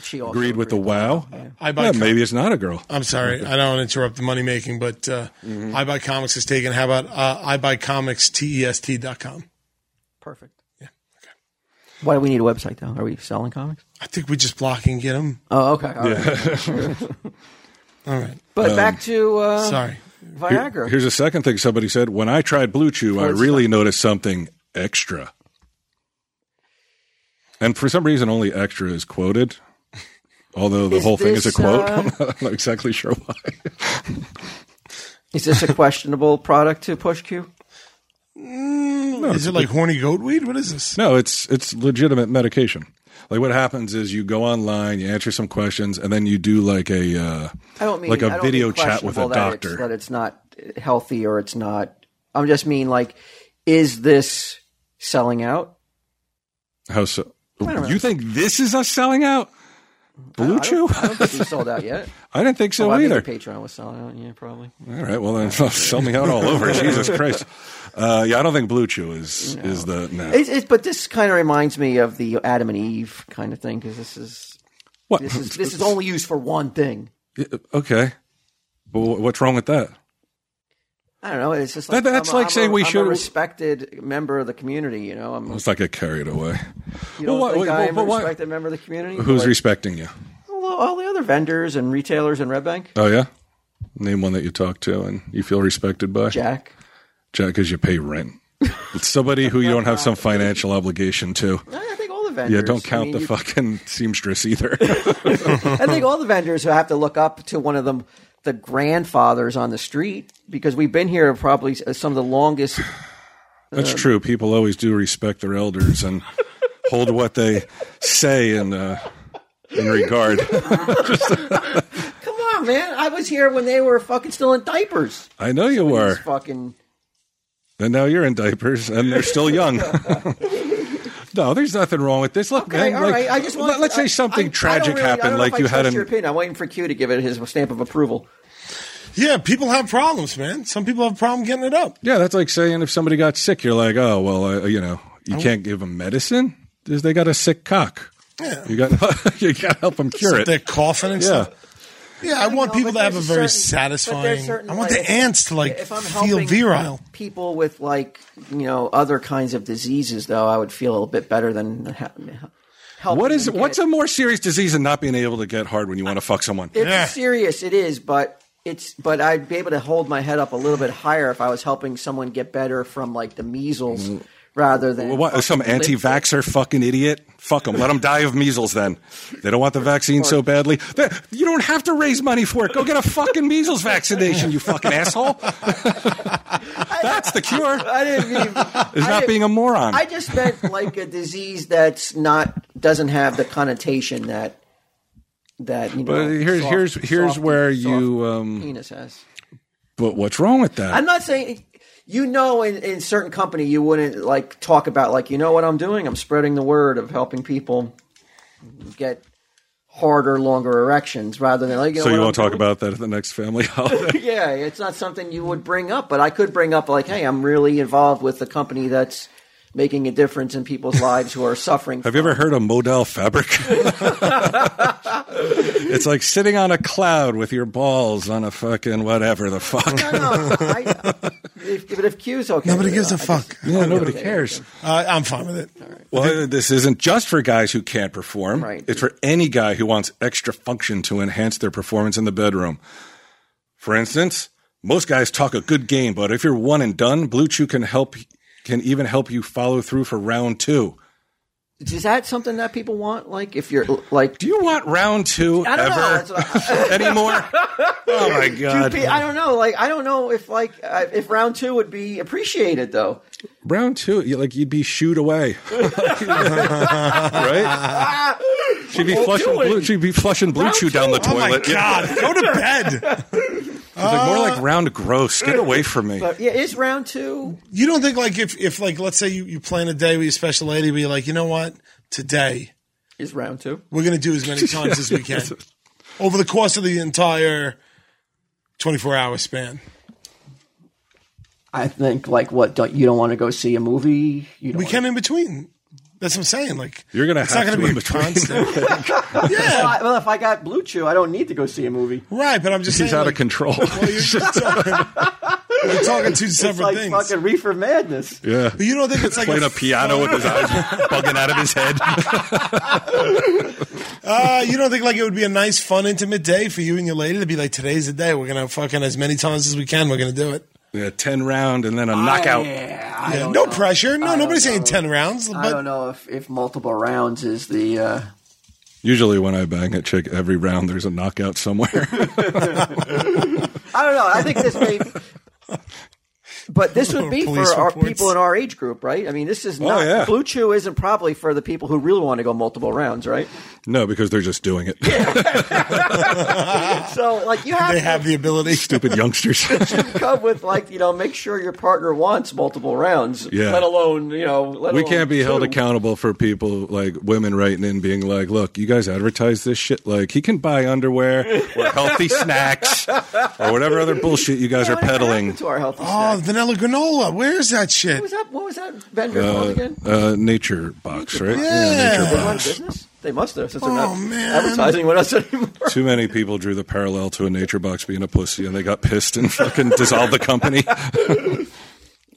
She also Agreed with the wow. I buy Yeah, com- maybe it's not a girl. I'm sorry, I don't want to interrupt the money making, but uh, Mm-hmm. I buy comics is taken. How about uh, I buy comics E test.com? Perfect. Yeah. Okay. Why do we need a website though? Are we selling comics? I think we just block and get them. Oh, okay. All right. All right, But back to uh, sorry. Um, Here- Viagra. here's a second thing somebody said. When I tried Blue Chew, I What's really noticed something extra. And for some reason, only extra is quoted, although the Is whole thing is a this, quote. uh, I'm, not, I'm not exactly sure why. Is this a questionable product to push Q? Is it like horny goat weed? What is this? No, it's it's legitimate medication. Like what happens is you go online, you answer some questions, and then you do like a uh, I don't mean like I a don't video mean chat with a questionable that it's- doctor. that it's not healthy or it's not. I'm just mean like, is this selling out? How so? don't know. You think this is us selling out? Blue I Chew? don't, I don't think we sold out yet. I didn't think so Well, I think either. the Patreon was selling out. Yeah, probably. All right. Well, then sell me out all over. Jesus Christ. Uh, yeah, I don't think Blue Chew is is the no. It's, it's, but this kind of reminds me of the Adam and Eve kind of thing because this is what? this is this is only used for one thing. okay. But wh- what's wrong with that? I don't know. It's just like That- that's I'm a- like I'm saying a- we I'm should- a respected member of the community. You know, I'm It's like I carried away. you Well, don't why- think wait, I'm but a why- respected member of the community. Who's Like, respecting you? all, all the other vendors and retailers in Red Bank? Oh yeah. Name one that you talk to and you feel respected by. Jack. Jack, because you pay rent. It's somebody who you don't have some financial obligation to. I think all the vendors. Yeah, don't I count mean, the you- fucking seamstress either. I think all the vendors who have to look up to one of them, the grandfathers on the street, because we've been here probably s- some of the longest. That's true. People always do respect their elders and hold what they say in uh, in regard. Come on, man! I was here when they were fucking still in diapers. I know you These were. fucking. And now you're in diapers and they're still young. no, there's nothing wrong with this. Look, Okay, man, all like, right. I just wanted let, us to- I- say something I- I don't tragic really- I don't happened, know if like I you had trust your an. opinion. I'm waiting for Q to give it his stamp of approval. Yeah, people have problems, man. Some people have a problem getting it up. Yeah, that's like saying if somebody got sick, you're like, oh, well, uh, you know, you can't give them medicine because they got a sick cock. Yeah. You got you got to help them cure They're it. coughing and Yeah. stuff. Yeah, I, want know, people but to have a there's very certain- but there's satisfying. certain, I want like, the ants to like if I'm feel helping virile. people with like you know other kinds of diseases, though, I would feel a little bit better than ha- helping. What is them get what's it. a more serious disease than not being able to get hard when you want to fuck someone? It's Yeah. serious, it is, but it's but I'd be able to hold my head up a little bit higher if I was helping someone get better from like the measles rather than Well, Mm. What, some anti-vaxxer fucking idiot? Fuck them. Let them die of measles then. They don't want the vaccine so badly. They- You don't have to raise money for it. Go get a fucking measles vaccination, you fucking asshole. That's the cure. I didn't mean Is I not didn't- being a moron. I just meant like a disease that's not doesn't have the connotation that that you know. But here's- soft- here's- here's soft- where soft you, um, penis has. But what's wrong with that? I'm not saying you know in, in certain company you wouldn't like talk about like you know what I'm doing I'm spreading the word of helping people get harder longer erections rather than like you know so you what want to I'm talk about that at the next family holiday? doing? yeah it's not something you would bring up but I could bring up like hey I'm really involved with the company that's making a difference in people's lives who are suffering Have you ever heard of modal fabric? it's like sitting on a cloud with your balls on a fucking whatever the fuck. no, no, I, if, but if Q's okay, Nobody with gives it, a I fuck. just- Yeah, nobody Okay. cares. Uh, I'm fine with it. Well, this isn't just for guys who can't perform. Right. It's for any guy who wants extra function to enhance their performance in the bedroom. For instance, most guys talk a good game, but if you're one and done, Blue Chew can help can even help you follow through for round 2. Is that something that people want? Like, if you're like, Do you want round 2 I don't know. ever That's what I- anymore? oh my god. Dude, I don't know. Like, I don't know if like uh, if round two would be appreciated though. Round two, you, like you'd be shooed away, right? She'd be What are flushing you doing? blue. She'd be flushing blue Round chew down the two? Oh toilet. my Yeah. god, go to bed. It's like more Uh, like round gross. Get away from me. But yeah, is round two? You don't think like if if like let's say you you plan a day with your special lady, but you're like, you know what, today is round two. We're going to do as many times as we can over the course of the entire 24 hour span. I think like what don't, you don't want to go see a movie. You don't We wanna- can in between. That's what I'm saying. Like You're gonna it's have not gonna to be in a between. constant. Well, yeah, I- well, if I got Blue Chew, I don't need to go see a movie. right. But I'm just He's saying, out of like, control. Well, you're just talking, we're talking two It's separate like things. fucking reefer madness. yeah. But you don't think it's like Playing a a piano with his eyes bugging out of his head. Uh, you don't think like it would be a nice, fun, intimate day for you and your lady to be like, today's the day. We're gonna fucking as many times as we can. We're gonna do it. yeah, ten round and then a knockout. Yeah, I Oh, Yeah, don't no know. pressure. No, I don't nobody's saying know. ten rounds. But I don't know if, if multiple rounds is the. Uh, Usually when I bang a chick, every round there's a knockout somewhere. I don't know. I think this may. But this would be for Police our reports. people in our age group, right? I mean, this is not Oh, yeah. Blue Chew isn't probably for the people who really want to go multiple rounds, right? no, because they're just doing it. Ah. So, like, you have they to have the ability. Stupid youngsters. come with like you know, make sure your partner wants multiple rounds. Yeah. Let alone you know, let we alone can't be held two. accountable for people like women writing in being like, look, you guys advertise this shit like he can buy underwear or healthy snacks or whatever other bullshit you guys are What happened peddling. to our healthy. Oh, snack? vanilla granola. Where's that shit? What was that? What was that vendor called again? Uh, nature box, right? Yeah. nature They box. run a business. They must have since they're Oh, not man. advertising with us anymore. Too many people drew the parallel to a nature box being a pussy, and they got pissed and fucking dissolved the company.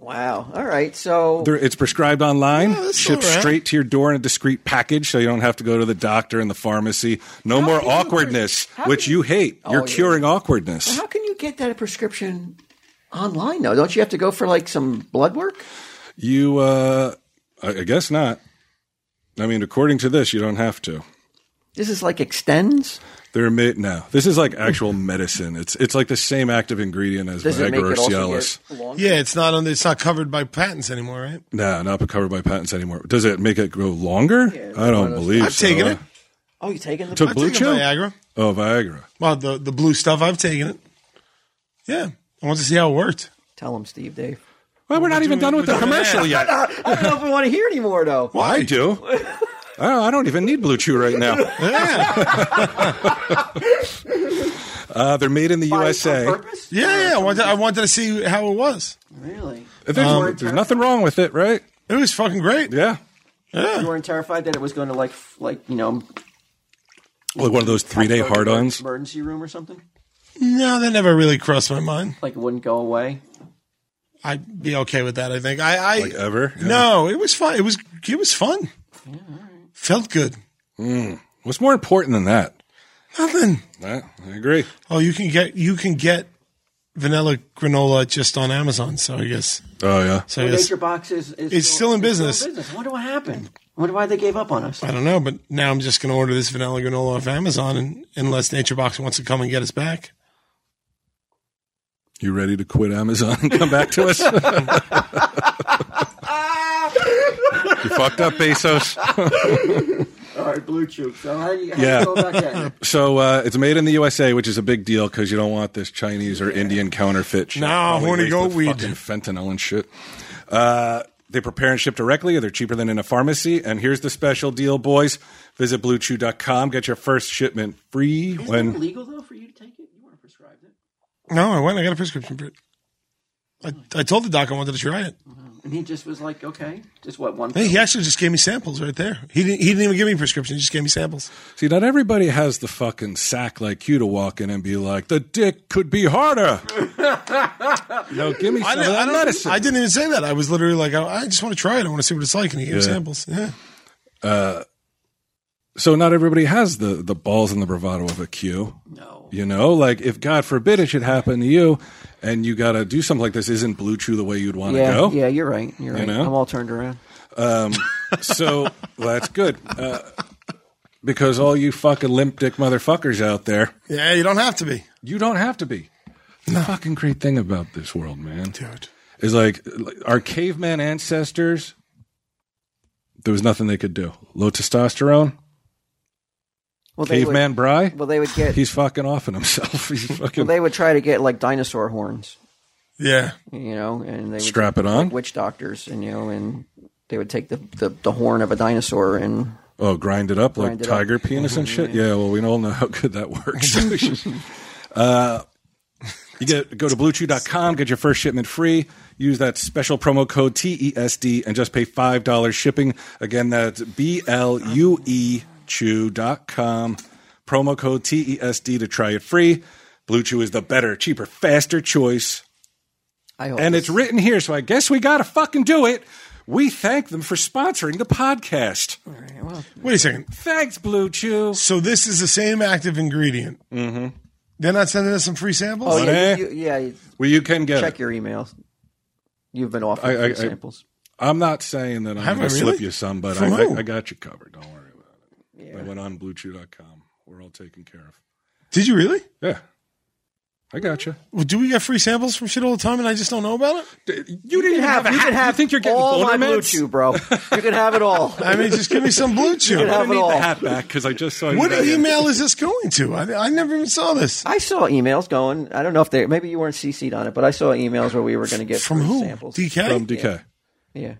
Wow. All right. So They're- it's prescribed online, that's shipped all right. straight to your door in a discreet package, so you don't have to go to the doctor and the pharmacy. No more can you- awkwardness, how which can you- you hate. Oh, You're yeah. curing awkwardness. how can you get that prescription online though? Don't you have to go for like some blood work? You, uh, I I guess not. I mean, according to this, you don't have to. This is like extends. They're made now. This is like actual medicine. It's it's like the same active ingredient as Does it make Viagra or it also Cialis. get longer? Yeah, it's not on. It's not covered by patents anymore, right? Nah, not covered by patents anymore. Does it make it grow longer? I don't believe I've so. taken it. Oh, you taking the Took I've Blue taken Chew? Viagra. Oh, Viagra. Well, the the blue stuff. I've taken it. Yeah, I want to see how it worked. Tell him, Steve, Dave. Well, we're not even done with the commercial yet. I don't know if we want to hear anymore though. I do. Oh, I don't even need Blue Chew right now. Yeah, Uh, they're made in the On USA. purpose? Oh, yeah, yeah. I wanted, I wanted to see how it was. Really? There's, there's nothing wrong with it, right? It was fucking great. Yeah. You weren't terrified that it was going to like, f- like you know, Like one of those three day go to hard ons. emergency room or something. No, that never really crossed my mind. Like it wouldn't go away. I'd be okay with that. I think I, I Like ever? Yeah. No, it was fun. It was it was fun. Felt good. What's more important than that? Nothing. Right, I agree. Oh, you can get you can get vanilla granola just on Amazon. So I guess Oh yeah. so. I, Nature guess, Box is, is It's still in business. business. Wonder what happened. Wonder why they gave up on us. I don't know, but now I'm just going to order this vanilla granola off Amazon, and unless Nature Box wants to come and get us back, You ready to quit Amazon and come back to us? you fucked up, Bezos. All right, Blue Chew. So how do you, how Yeah. do you go about that? So uh, it's made in the USA, which is a big deal because you don't want this Chinese or Indian counterfeit. shit. No, Probably horny laced goat with weed. fucking fentanyl and shit. Uh, they prepare and ship directly. They're cheaper than in a pharmacy. And here's the special deal, boys. Visit BlueChew.com. Get your first shipment free Is when it illegal though for you to take it? You weren't prescribed it, no, I went. I got a prescription for it. I, I told the doc I wanted to try it. and he just was like, okay, just what one. Hey, he actually just gave me samples right there. He didn't. He didn't even give me a prescription. He just gave me samples. See, not everybody has the fucking sack like you to walk in and be like, the dick could be harder. no, give me some of I didn't, I, that don't- medicine. I didn't even say that. I was literally like, I, I just want to try it. I want to see what it's like. And he gave me Yeah. samples. Yeah. so not everybody has the, the balls and the bravado of a Q. No. You know, like if God forbid it should happen to you and you got to do something like this, isn't Blue Chew the way you'd want to Yeah, go? yeah, you're right. You're right. know? I'm all turned around. So well, that's good. Uh, because all you fucking limp dick motherfuckers out there, Yeah, you don't have to be. you don't have to be. It's The fucking great thing about this world, man. Dude. is like like, our caveman ancestors. There was nothing they could do. Low testosterone, Well, they caveman Bry. Would, well, they would get. he's fucking offing himself. He's fucking well, they would try to get like dinosaur horns, Yeah. you know, and they would strap it on. witch doctors, and you know, and they would take the, the, the horn of a dinosaur and Oh, grind it up Grind like it up. Mm-hmm. tiger penis and shit. Yeah, well, we all know how good that works. uh, you get go to bluechew.com, get your first shipment free. Use that special promo code TESD and just pay five dollars shipping. Again, that's B L U E Chew.com. Promo code TESD to try it free. Blue Chew is the better, cheaper, faster choice I hope and this- it's written here, so I guess we got to fucking do it. We thank them for sponsoring the podcast. Wait a second. Thanks, Blue Chew. So this is the same active ingredient. Mm-hmm. They're not sending us some free samples. oh, yeah, Money. you, you, yeah. you- Well, you can get Check it. your emails. You've been offered I- I- free I- samples. I'm not saying that I'm Have going to I slip really? you some, but From I, who? I, I got you covered. Don't worry about it. I went on BlueChew.com. We're all taken care of. Did you really? Yeah, I got you. Well, do we get free samples from shit all the time, and I just don't know about it? You, didn't You can have, you can have think you're getting all my boner blue meds? chew, bro. You can have it all. I mean, just give me some blue chew. can I have it need all. the hat back because I just saw you. What back. email is this going to? I, I never even saw this. I saw emails going. I don't know if they maybe you weren't CC'd on it, but I saw emails where we were going to get From free who? samples. DK. from DK? Yeah.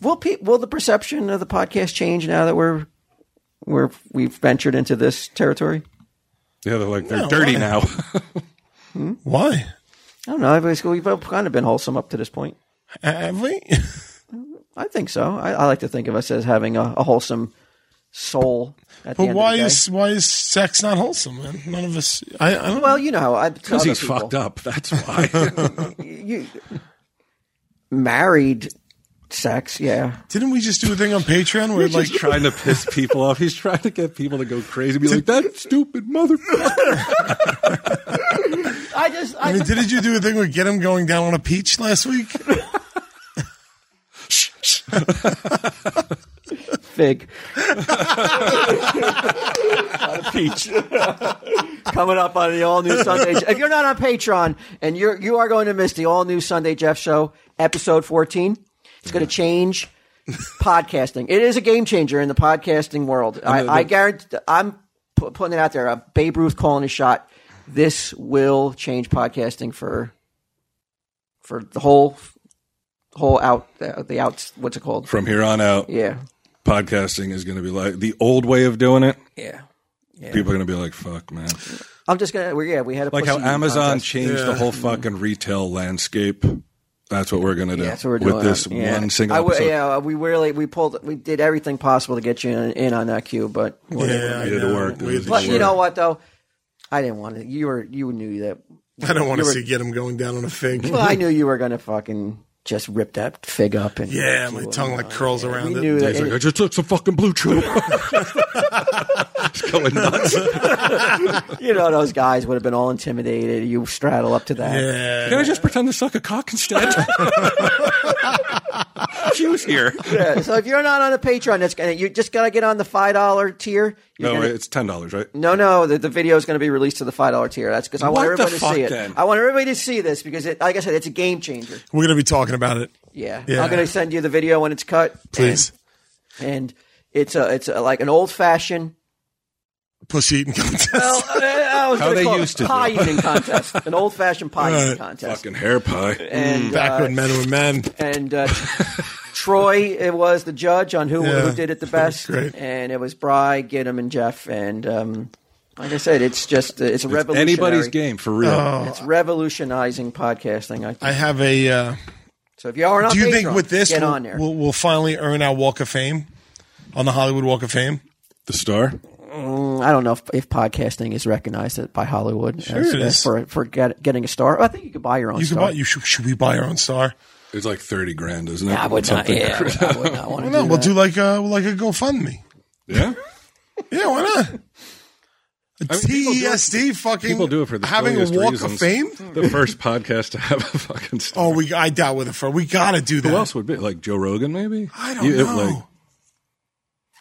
Will pe- will the perception of the podcast change now that we're we're we've ventured into this territory? Yeah, they're like they're No, dirty why? now. Why? I don't know. I've basically- We've all kind of been wholesome up to this point. Have we? I think so. I, I like to think of us as having a, a wholesome soul. At the But end why of the day. is why is sex not wholesome? Man? None of us. I, I don't. well, you know, I Because he's fucked up. That's why. You, married sex, yeah. Didn't we just do a thing on Patreon where He's like just trying to piss people off. He's trying to get people to go crazy. Be like that stupid motherfucker. I just, I, I mean, didn't you do a thing with get him going down on a peach last week? fig. peach. Coming up on the all new Sunday. If you're not on Patreon and you're you are going to miss the all new Sunday Jeff Show episode 14, it's going to change podcasting. It is a game changer in the podcasting world. I, I guarantee. I'm pu- putting it out there. Uh, Babe Ruth calling his shot. This will change podcasting for for the whole whole out uh, the outs. What's it called? From here on out, Yeah. podcasting is going to be like the old way of doing it. Yeah. People are going to be like, "Fuck, man!" I'm just gonna. Well, yeah, we had a Like how pussy eating Amazon contest. changed the whole fucking retail landscape. That's what we're going to do Yeah, that's what we're with doing this on- yeah. one single I w- episode. yeah, we really we pulled we did everything possible to get you in, in on that queue, but yeah, We had to work. We had But, to but work. you know what though, I didn't want to. You were you knew that. I don't want you to were- see get him going down on a fig. Well, I knew you were gonna fucking just rip that fig up and yeah, my tongue like curls around We it. knew that. He's like, I just took some fucking blue chew. He's going nuts. You know, those guys would have been all intimidated. You straddle up to that. Yeah. Can I just pretend to suck a cock instead? she was here. Yeah, so if you're not on a Patreon, that's gonna you just gotta get on the five dollar tier. You're No, gonna- it's ten dollars, right? No, no, the, the video is going to be released to the five dollar tier. That's because I What want the everybody to fuck, see it. then? I want everybody to see this because, it, like I said, it's a game changer. We're gonna be talking about it. Yeah, Yeah. I'm going to send you the video when it's cut, and- Please. And, it's a, it's a, like an old fashioned. Pussy eating contest. Well, I was How gonna they call it used to do. pie eating contest, an old fashioned pie eating contest. Fucking hair pie. Mm, And Back uh, when men were men. and uh, Troy it was the judge on who, Yeah. who did it the best, Great. and it was Bry, Gidim, and Jeff. And um, like I said, it's just uh, it's a revolutionary. Oh. Anybody's game for real. It's revolutionizing podcasting. I think. I have a. Uh, So if you are not, do you Patreon, think with this get we'll, on there? We'll, we'll finally earn our Walk of Fame on the Hollywood Walk of Fame? the star. I don't know if, if podcasting is recognized by Hollywood as, it as is. for for get, getting a star. I think you could buy your own. You could star. buy. You should, should we buy our own star? It's like thirty grand, isn't it? I would not. Something. Yeah, I would, I would not want to. No, do we'll that. do like a like a GoFundMe. Yeah. Yeah, why not? A mean, people do it- TESD fucking People do it for the having a silliest Walk of reasons. Fame. The first podcast to have a fucking star. Oh, we I doubt with a friend. We gotta do that. Who else would be like Joe Rogan? Maybe I don't You- it, know. like-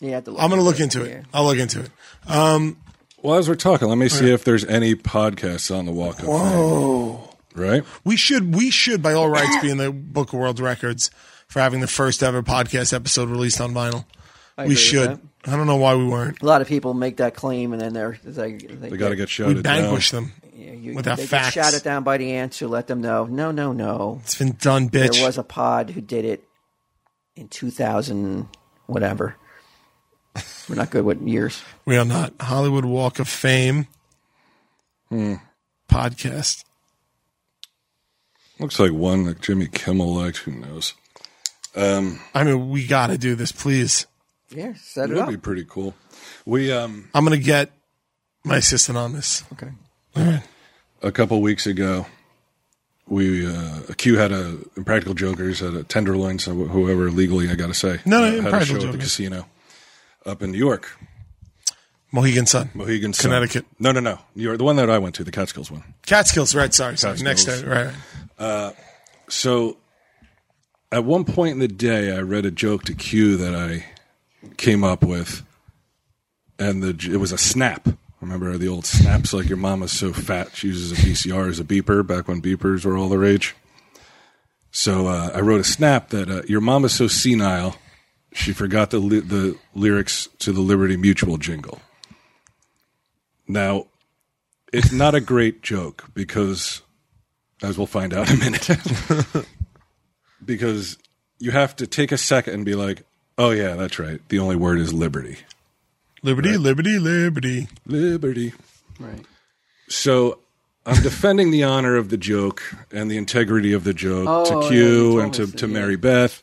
You have to look I'm gonna into look into it. I'll look into it. Um, well, as we're talking, let me see if there's any podcasts on the Walk of Oh. Fame. Right? We should we should by all rights be in the Book of World Records for having the first ever podcast episode released on vinyl. agree we with should. I don't know why we weren't. A lot of people make that claim, and then they're they they, They got to get We shouted down. vanquished them you, with our they get facts. shouted down by the ants who let them know. No, no, no. It's been done, bitch. There was a pod who did it in 2000, whatever. We're not good with years. We are not Hollywood Walk of Fame Hmm. podcast. Looks like one that Jimmy Kimmel liked. Who knows? Um, I mean, we got to do this, please. Yeah, set it That'd up. be pretty cool. We um I'm going to get my assistant on this. Okay. a couple weeks ago, we uh, Q had a Impractical Jokers had a Tenderloin, so wh- whoever legally I got to say, No, no, uh, had a show Impractical at the Jokers. casino up in New York, Mohegan Sun. Mohegan, Sun. Connecticut. No, no, no, New York, the one that I went to, the Catskills one. Catskills, right? Sorry, sorry. Next Catskills. time, right? right. So, at one point in the day, I read a joke to Q that I came up with, and the j- it was a snap. Remember the old snaps? Like your mama's so fat, she uses a VCR as a beeper. Back when beepers were all the rage. So uh, I wrote a snap that uh, your mama's so senile, she forgot the li- the lyrics to the Liberty Mutual jingle. Now, it's not a great joke because, as we'll find out in a minute. because you have to take a second and be like, oh, yeah, that's right. The only word is liberty. Liberty, liberty, liberty. Liberty. Right. So I'm defending the honor of the joke and the integrity of the joke Oh, to yeah, Q you and to, told us to that, Mary Beth.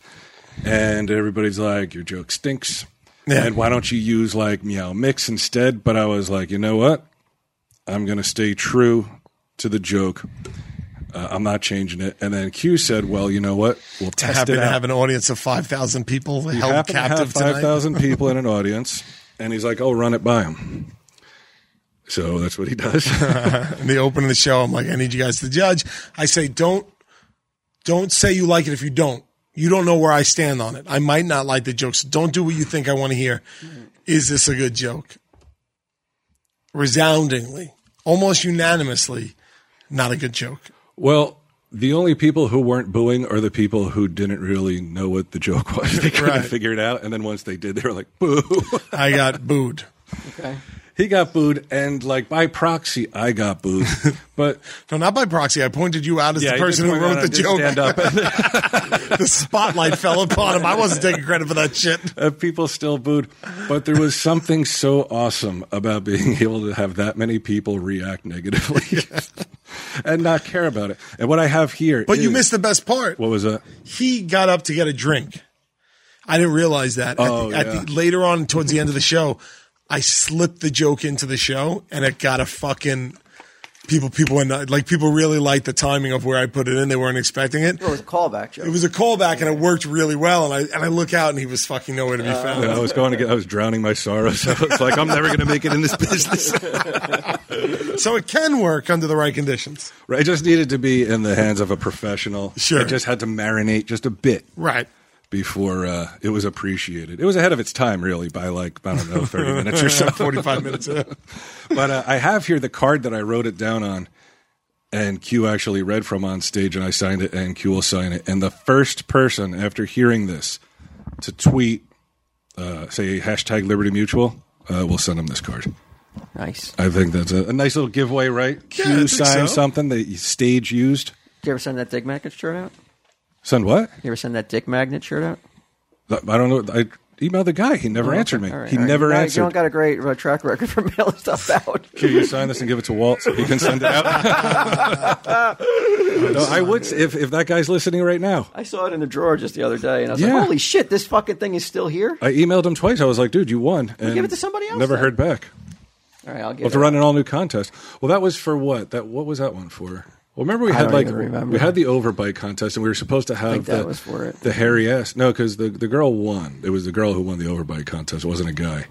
And everybody's like, your joke stinks. Yeah. And why don't you use like Meow Mix instead? But I was like, you know what? I'm going to stay true to the joke. Uh, I'm not changing it. And then Q said, well, you know what? We'll test Happy it to out. have an audience of 5,000 people You held happen to have captive tonight. 5,000 people in an audience, and he's like, I'll run it by him. So that's what he does. In the opening of the show, I'm like, I need you guys to judge. I say, don't, don't say you like it if you don't. You don't know where I stand on it. I might not like the jokes. Don't do what you think I want to hear. Is this a good joke? Resoundingly, almost unanimously, not a good joke. well, the only people who weren't booing are the people who didn't really know what the joke was. They couldn't Right. figure it out. And then once they did, they were like, boo. I got booed. Okay. he got booed. And like by proxy, I got booed. But No, not by proxy. I pointed you out as the you person did who point out wrote I the did joke. Stand up. the spotlight fell upon him. I wasn't taking credit for that shit. of people still booed. But there was something so awesome about being able to have that many people react negatively and not care about it. And what I have here, But you is- missed the best part. what was that? he got up to get a drink. I didn't realize that. At the- Oh, at the- yeah. later on, towards the end of the show, I slipped the joke into the show, and it got a fucking people. People were not, like people really liked the timing of where I put it in. They weren't expecting it. Well, it was a callback joke. It was a callback, and it worked really well. And I and I look out, and he was fucking nowhere to be found. I was going to get. I was drowning my sorrows. I was like, I'm never going to make it in this business. Uh. So it can work under the right conditions, right? I just needed to be in the hands of a professional. Sure. I just had to marinate just a bit right? before uh, it was appreciated. It was ahead of its time, really, by like I don't know, 30 minutes or so. Forty-five minutes. but uh, I have here the card that I wrote it down on, and Q actually read from on stage, and I signed it, and Q will sign it. And the first person after hearing this to tweet, uh, say hashtag Liberty Mutual, uh, we'll send them this card. nice. Did I think that's a, a nice little giveaway, right? Yeah, I Q think signed so. something that you stage used. you ever send that Dick Magnet shirt out? Send what? You ever send that Dick Magnet shirt out? I don't know. I emailed the guy. He never Oh, okay. answered me. All right, he all right. never You don't- answered. You don't got a great uh, track record for mailing stuff out. Can you sign this and give it to Walt so he can send it out? no, I would if if that guy's listening right now. I saw it in the drawer just the other day, and I was Yeah. Uh, like, "Holy shit! This fucking thing is still here." I emailed him twice. I was like, dude, you won. And give it to somebody else, Never then. heard back. All right, I'll give We'll have it. to run an all new contest. Well, that was for what? That what was that one for? Well, remember we had don't like even remember. we had the overbite contest, and we were supposed to have think the that was for it. the hairy ass. No, because the the girl won. It was the girl who won the overbite contest. It wasn't a guy.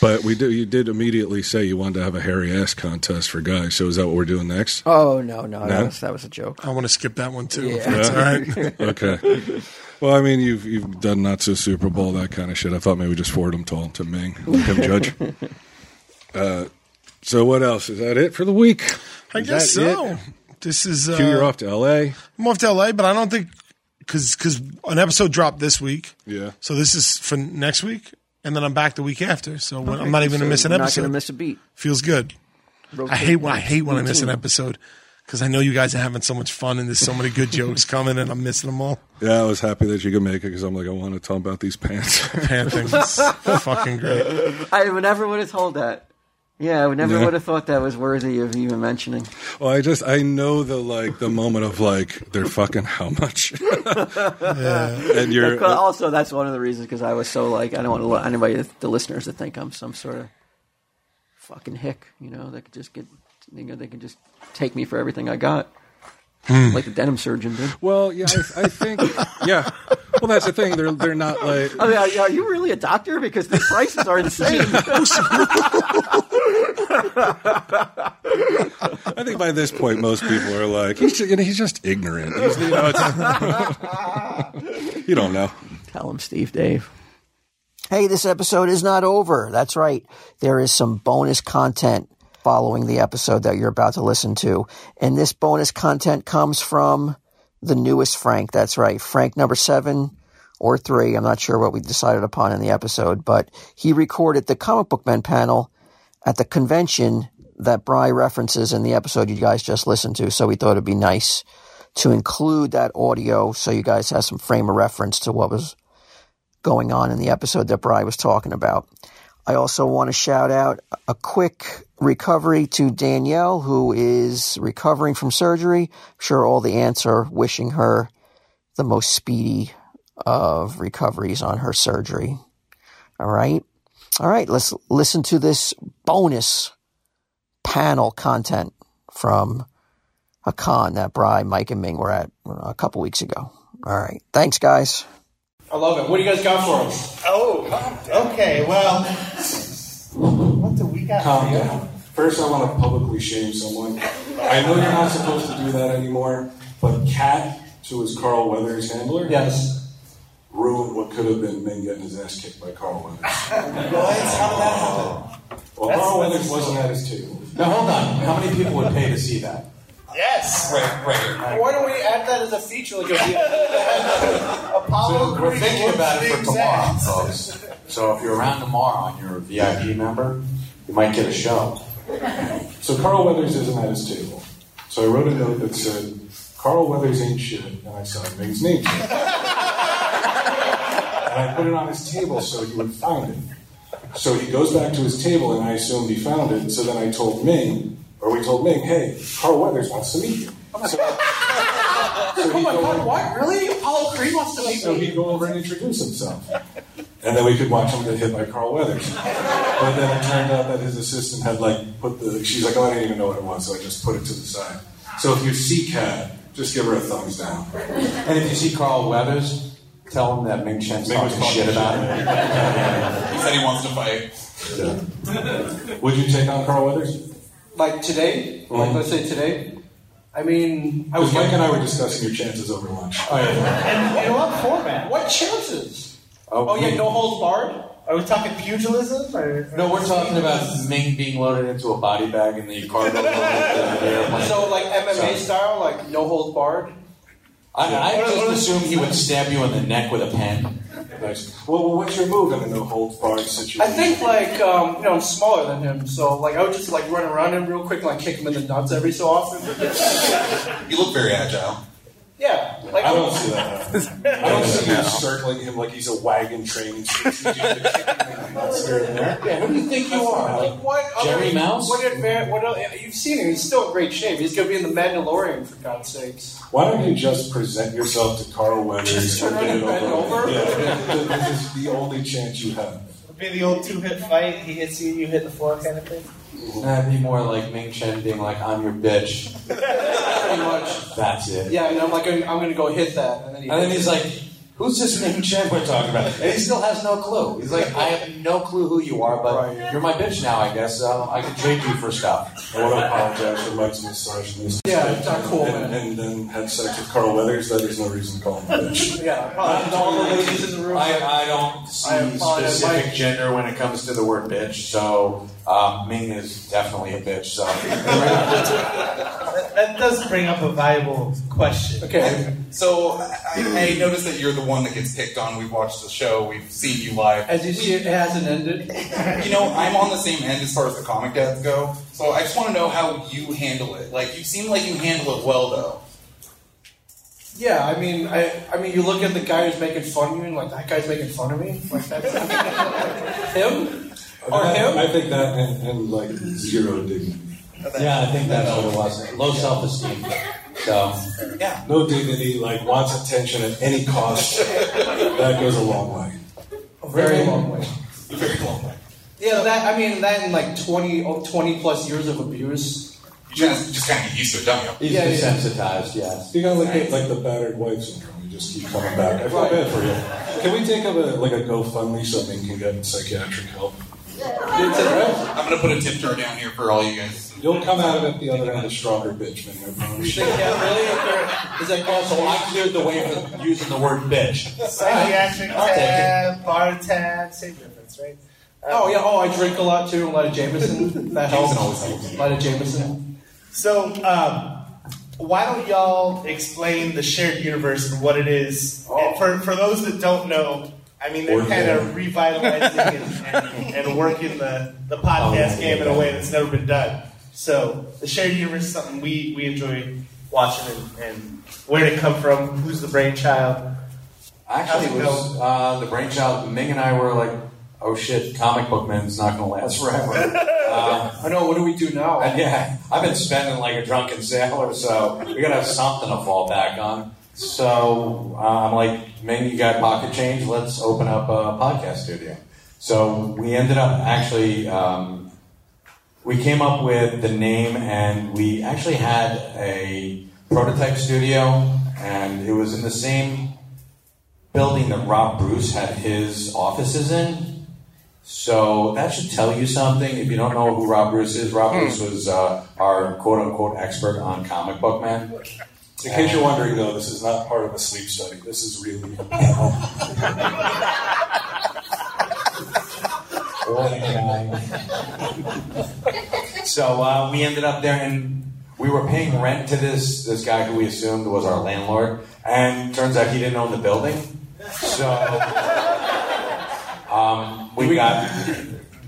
But we do. You did immediately say you wanted to have a hairy ass contest for guys. So is that what we're doing next? Oh no, no, No? That, was, that was a joke. I want to skip that one too. if Yeah. that's all right. Okay. Well, I mean, you've you've done not so Super Bowl that kind of shit. I thought maybe we just forward them to to Ming, let him judge. Uh, Uh, so what else is that? It for the week? I Is guess that so. it? This is uh, Q, you're off to L.A. I'm off to LA, but I don't think because because an episode dropped this week. Yeah. So this is for next week, and then I'm back the week after. So when, I'm not even So gonna miss an you're Not episode. gonna miss a beat. Feels good. I hate when I hate when I miss an episode because I know you guys are having so much fun and there's so many good jokes coming and I'm missing them all. Yeah, I was happy that you could make it because I'm like, I want to tell 'em about these pants. Pan thing is fucking great. I would never would have told that. Yeah, I would never Yeah. would have thought that was worthy of even mentioning. well, I just I know the like the moment of like they're fucking how much, and you're uh, But also, that's one of the reasons because I was so like, I don't want to let anybody, the listeners, to think I'm some sort of fucking hick. You know, that could just get, you know, they could just take me for everything I got, like the denim surgeon did. well, yeah, I, I think yeah. Well, that's the thing. They're they're not like I mean, are, are you really a doctor? Because the prices are insane. I think by this point, most people are like, he's just, you know, he's just ignorant. He's, you, know, it's- You don't know. Tell him, Steve, Dave. Hey, this episode is not over. That's right. There is some bonus content following the episode that you're about to listen to. And this bonus content comes from the newest Frank. That's right. Frank number seven or three. I'm not sure what we decided upon in the episode, but he recorded the comic book men panel at the convention that Bry references in the episode you guys just listened to. So we thought it'd be nice to include that audio so you guys have some frame of reference to what was going on in the episode that Bry was talking about. I also want to shout out a quick recovery to Danielle, who is recovering from surgery. I'm sure all the ants are wishing her the most speedy of recoveries on her surgery. All right. All right. Let's listen to this bonus panel content from a con that Bry, Mike, and Ming were at a couple weeks ago. All right. Thanks, guys. I love it. What do you guys got for us? Oh, okay. Well, what do we got? Calm down. First, I want to publicly shame someone. I know you're not supposed to do that anymore, but Cat, who is Carl Weathers' handler, Yes. ruined what could have been Ming getting his ass kicked by Carl Weathers. How did that happen? Well, Carl Weathers wasn't at his table. Now hold on. How many people would pay to see that? Yes. Right, right. Why don't we add that as a feature? Like Apollo. So we're Creed thinking about it for looks tomorrow, exact. folks. So if you're around tomorrow and you're a VIP member, you might get a show. So Carl Weathers isn't at his table. So I wrote a note that said, Carl Weathers ain't shit, and I signed Ming's name. to it. and I put it on his table so he would find it. So he goes back to his table, and I assumed he found it. So then I told Ming, or we told Ming, hey, Carl Weathers wants to meet you. Oh So, so he go- What? Really? Apollo Creed wants to so he'd go over and introduce himself. And then we could watch him get hit by Carl Weathers. But then it turned out that his assistant had like put the she's like, Oh, I didn't even know what it was, so I just put it to the side. So if you see Kat, just give her a thumbs down. And if you see Carl Weathers, tell him that Ming Chen's Ming was talking shit talking about shit. him. he said he wants to fight. Would you take on Carl Weathers? Like today? Mm-hmm. Like let's say today? I mean, I was Because Mike and I like, were discussing your chances over lunch. and in what format? What chances? Oh, Oh yeah, Ming- no holds barred. Are we talking pugilism? Or, No, we're talking about Ming being loaded into a body bag in the cargo hold of the airplane. So like MMA style, like no holds barred. I, I just assume he would stab you in the neck with a pen. Nice. Well, what's your move in a no holds barred situation? I think like um, you know I'm smaller than him, so like I would just like run around him real quick and like kick him in the nuts every so often. You look very agile. Yeah, like I don't see that happening. I don't see you circling him like he's a wagon train. That's here and there. Yeah, who do you think you are? Like what? Other, Jerry Mouse? What advan- What other, you've seen him? He's still in great shape. He's gonna be in the Mandalorian for God's sakes. Why don't you just present yourself to Carl Weathers and get it Turn it over? over? with? Yeah, this is the only chance you have. Be the old two hit fight. He hits you, you hit the floor kind of thing. That'd be more like Ming Chen being like, I'm your bitch. Pretty much, that's it. Yeah, and I'm like I'm, I'm gonna go hit that, and then he. And then he's like, Who's this Ming Chen we're talking about? And he still has no clue. He's like, I have no clue who you are, but Right. you're my bitch now, I guess. So I can trade you for stuff. I want to apologize for Mike's misogynist. Yeah, it's not cool, And, man. and then had sex with Carl Weathers. That is no reason to call him a bitch. Yeah, probably all the ladies in the room. I, I don't see I apologize, specific Mike. gender when it comes to the word bitch, so um, Ming is definitely a bitch. So That, that does bring up a viable question. Okay, so I, I noticed that you're the one that gets picked on. We've watched the show, we've seen you live. As you see, it hasn't ended. You know, I'm on the same end as far as the comic deaths go, so I just want to know how you handle it. Like, you seem like you handle it well, though. Yeah, I mean, I, I mean, you look at the guy who's making fun of you, and like that guy's making fun of me, like that's him or I him. think that and, and like zero dignity. Yeah, I think that's what it was. Low self esteem. So, No dignity, like wants attention at any cost. that goes a long way. A very long way. Very long way. Yeah, that I mean, that in like 20, oh, 20 plus years of abuse. You just, just kind of get used to it, don't you? he's Yeah, yeah, yeah. desensitized, yes. You got like the, like the battered wife syndrome. You just keep coming back. I feel Right. bad for you. Can we take up a like a GoFundMe so they can get psychiatric help? It's a- I'm going to put a tip jar down here for all you guys. You'll come out of it the other end a stronger bitch, man. I promise you. yeah, really? Is that Also, I cleared the way for using the word bitch. Psychiatric I'll take it. tab, bar tab, same difference, right? Oh yeah. Oh, I drink a lot too. A lot of Jameson. That helps. A lot of Jameson. So, um, why don't y'all explain the shared universe and what it is? And for, for those that don't know, I mean, they're Or kind know. of revitalizing and, and, and working the, the podcast game in a way that's never been done. So, the shared universe is something we, we enjoy watching and, and where it come from, who's the brainchild. Actually, it was uh, the brainchild. Ming and I were like, "Oh shit, comic book man's not going to last forever." uh, I know. What do we do now? and yeah, I've been spending like a drunken sailor, so we gotta have something to fall back on. So uh, I'm like, Ming, you got pocket change? Let's open up a podcast studio. So we ended up actually. Um, we came up with the name and we actually had a prototype studio and it was in the same building that rob bruce had his offices in so that should tell you something if you don't know who rob bruce is rob Hmm. bruce was uh, our quote-unquote expert on comic book man In case you're wondering, though, this is not part of a sleep study. This is really a panel. so uh, we ended up there, and we were paying rent to this this guy who we assumed was our landlord, and turns out he didn't own the building. So um, we got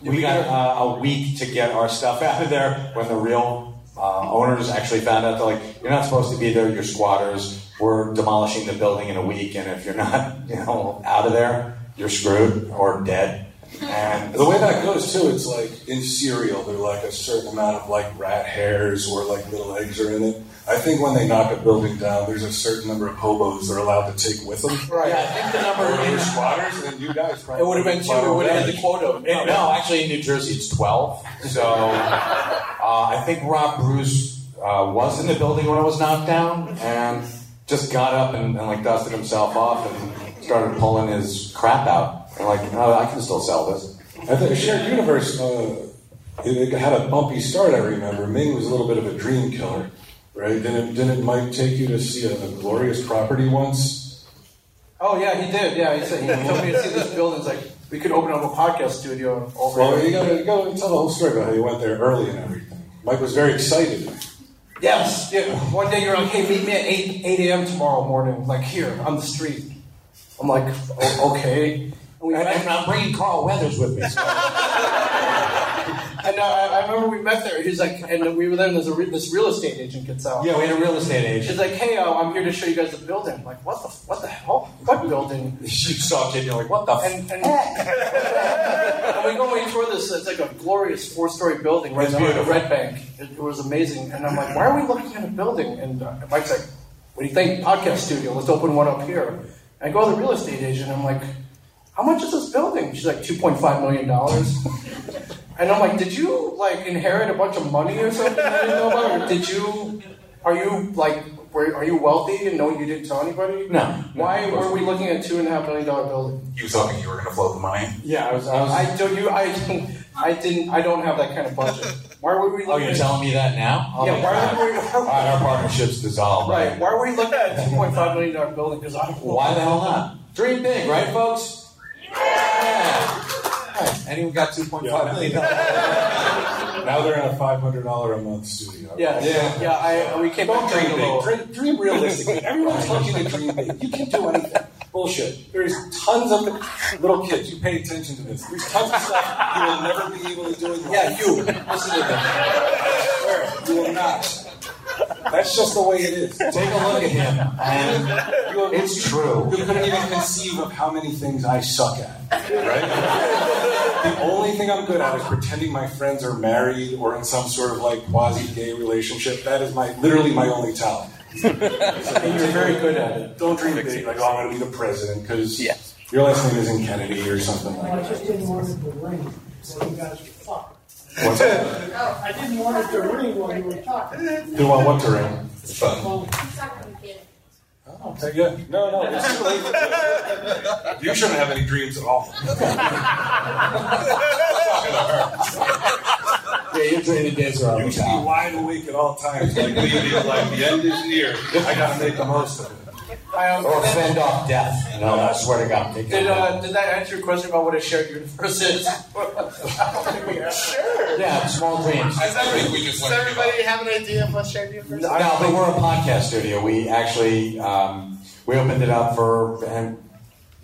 we got uh, a week to get our stuff out of there when the real uh, owners actually found out. They're like, "You're not supposed to be there. You're squatters. We're demolishing the building in a week, and if you're not, you know, out of there, you're screwed or dead." And The way that goes too, it's like in cereal, they're like a certain amount of like rat hairs or like little eggs are in it. I think when they knock a building down, there's a certain number of hobos they're allowed to take with them. Yeah, I think the number Or there's squatters, and you guys probably. It would have been two. It would have been the quota. No, actually, in New Jersey, it's twelve. So uh, I think Rob Bruce uh, was in the building when it was knocked down, and just got up and, and like dusted himself off and started pulling his crap out. And like, oh, I can still sell this. At the shared universe, uh, it, it had a bumpy start. I remember Ming was a little bit of a dream killer, right? Didn't didn't Mike take you to see a, a glorious property once? Oh yeah, he did. Yeah, he said he told me to see this building. It's like we could open up a podcast studio over Well, here. you gotta go and tell the whole story about how you went there early and everything. Mike was very excited. Yes. Yeah. One day you're like, hey, meet me at 8, 8 a.m. tomorrow morning, like here on the street. I'm like, o- okay. And, we And, and met, I'm bringing Carl Weathers with me. So and uh, I I remember we met there. He's like, and we were there, and there's a re- this real estate agent gets out. yeah, we had a real estate She's agent. like, hey, uh, I'm here to show you guys the building. I'm like, what the what the hell? What building? You saw kid, you're like, what the? F-? And, and, and we go and we tour this. It's like a glorious four-story building right It's now, beautiful. Red Bank. It, it was amazing. And I'm like, why are we looking at a building? And uh, Mike's like, what do you think? Podcast studio. Let's open one up here. And I go to the real estate agent. I'm like, how much is this building? She's like, $2.5 million. and I'm like, did you like inherit a bunch of money or something? I didn't know about? Or did you? Are you like? Were, are you wealthy and no, you didn't tell anybody? No. Why were we looking at two and a half million dollar building? He was hoping you were going to float the money. Yeah, I was. I was I don't. You. I. I didn't. I don't have that kind of budget. Why were we? oh, Looking you're at, telling me that now? Oh Yeah, my why God. would we- All right, our partnership's dissolved. Right. Why were we looking at a two point five million dollar building? Because I. Why the hell not? Dream big, right, folks? Yeah. Right. And he got two point five million dollars. Now they're in a five hundred dollar a month studio. Yeah, yeah, yeah. I, we came Don't back to dream the big. little- Dream, dream realistically. Everyone's telling you to dream big. You can do anything. Bullshit. There's tons of little kids. You pay attention to this. There's tons of stuff you will never be able to do. In your yeah, you. Listen to this. Swear, You will not. That's just the way it is. Take a look at him. And you, it's true. You couldn't even conceive of how many things I suck at. The only thing I'm good at is pretending my friends are married or in some sort of like quasi gay relationship. That is my literally my only talent. And you're very good at it. Don't dream big. Like, oh, I'm going to be the president because your last name isn't Kennedy or something like that. didn't want it to ring so you guys would fuck. What's that? I didn't want it to ring while you were talking. Do I want to ring? Oh, okay, yeah. No, no, it's too late. You shouldn't have any dreams at all. Yeah, you're training dancer on You the should be wide awake at all times. Like, leaving, like the end is near. I got to make the most of it. I, um, Or fend off death. No, I swear to God. Take Did, it. uh, did that answer your question about what a shared universe is? sure. yeah, small dreams. I think we just Does learned about everybody have an idea of what shared universe? is? No, but we're a podcast studio. We actually um, we opened it up for and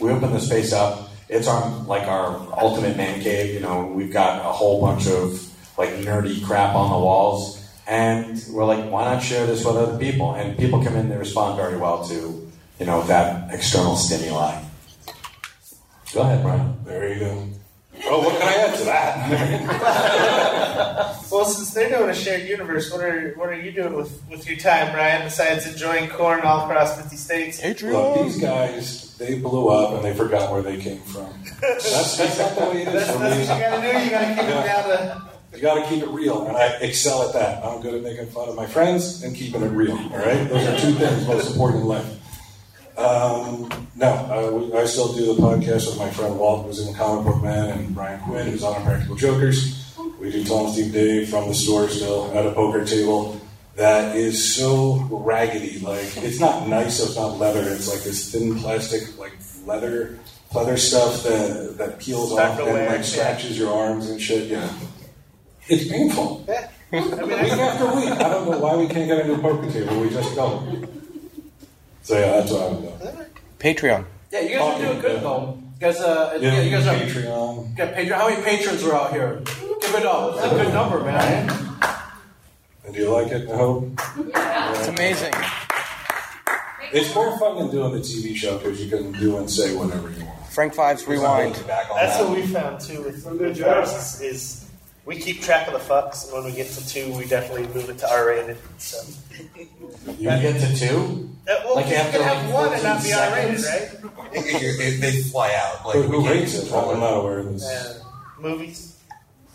we opened the space up. It's our like our ultimate man cave. You know, we've got a whole bunch of like nerdy crap on the walls, and we're like, why not share this with other people? And people come in, they respond very well to you know that external stimuli. Go ahead, Brian. There you go. Oh, what can I add to that? Well, since they're doing a shared universe, what are what are you doing with, with your time, Brian? Besides enjoying corn all across fifty states, Look, these guys, they blew up and they forgot where they came from. That's, that's not the way it is that's, for that's what you me. gotta do. You gotta keep it down to. You got to keep it real, and I excel at that. I'm good at making fun of my friends and keeping it real. All right, those are two things most important in life. Um, no, I, we- I still do the podcast with my friend Walt, who's in Comic Book Man, and Brian Quinn, who's on Practical Jokers. We do Tom Steve Dave from the store still at a poker table. That is so raggedy. Like it's not nice. It's not leather. It's like this thin plastic, like leather, leather stuff that that peels off and Tupperware, like scratches your arms and shit. Yeah. It's painful. week after week. I don't know why we can't get a new poker table. We just don't. So yeah, that's what I would do. Patreon. Yeah, you guys are doing good though. You guys, uh, Yeah, yeah, you guys are. Patreon. Yeah, Patreon. How many patrons are out here? Give it up. That's a good number, man. And do you like it? I hope. It's amazing. It's more fun than doing the TV show because you can do and say whatever you want. Frank Fives Rewind. Back on That's that. what we found too with with ours is, is we keep track of the fucks, and when we get to two, we definitely move it to R rated. So You get to two. Uh, well, Like you after can have like one and not be 14 R rated, right? seconds? it. They fly out. Like Who- we who can't rates it? control I'm not aware of this. Uh, movies,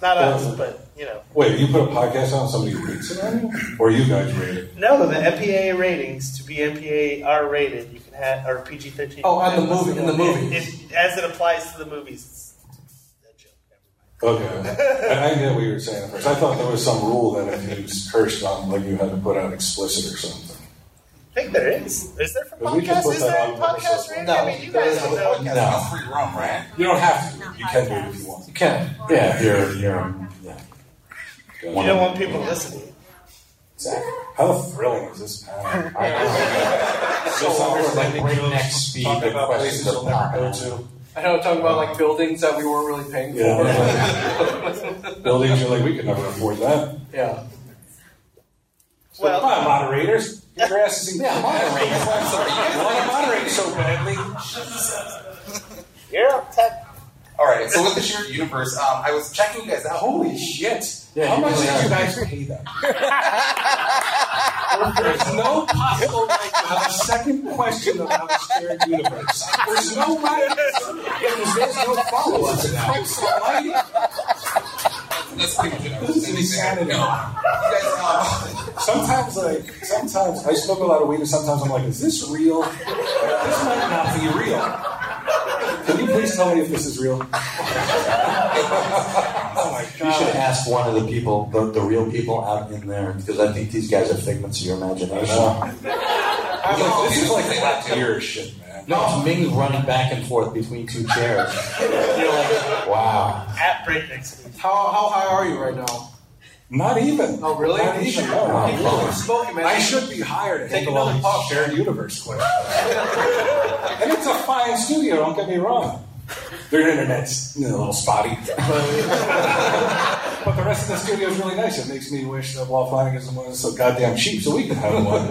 not us, but you know. Wait, you put a podcast on, somebody rates it on you? Or you guys rate it? No, the MPAA ratings to be MPAA R rated, you can have or PG thirteen. Oh, on the movie- in the movie. as it applies to the movies. It's a joke. Okay. And I get what you were saying at first. I thought there was some rule that if you cursed on, like you had to put out explicit or something. I think there is. Is there for But we can podcasts? put Is that there a on podcast episodes. rating? No, I mean, you there guys isn't. don't know. podcasts No. in a free room, right? You don't have to. You can do it if you want. You can. Yeah, if you're you're. Yeah. You don't want people listening. Exactly. How thrilling is this panel? I know. so almost like breakneck speed Talking of about questions places that you'll never pop go out. to. I know. Talking about like buildings that we weren't really paying for. Buildings, you're like, we could never afford that. yeah. So Well- come on, moderators. Get your asses in yeah, moderate. You want to moderate so badly. You're up, Ted. All right. So with the shared universe, um, I was checking you guys out. Holy shit. Yeah, How you much really did are. you guys pay them? There's no possible way to have a second question about the shared universe. There's no way. Because there's no follow-up to that. Christ almighty. That's pretty much it. I was This is saying, insanity. No. You guys, um, Sometimes, like, sometimes I smoke a lot of weed, and sometimes I'm like, is this real? This might not be real. Can you please tell me if this is real? You should ask one of the people, the, the real people out in there, because I think these guys are figments of your imagination. Uh, I'm like, this is like Say that lap to year shit, man. No, it's me running back and forth between two chairs. You're like, wow. At breakneck speed. How how high are you right now? Not even. Oh, really? Not even. No, not You really. spoke, man. I should be hired to Take handle all another these pop. shared universe questions. and it's a fine studio, don't get me wrong. Their internet's you know, a little spotty. But the rest of the studio is really nice. It makes me wish that Walt Flanagan was so goddamn cheap so we could have one.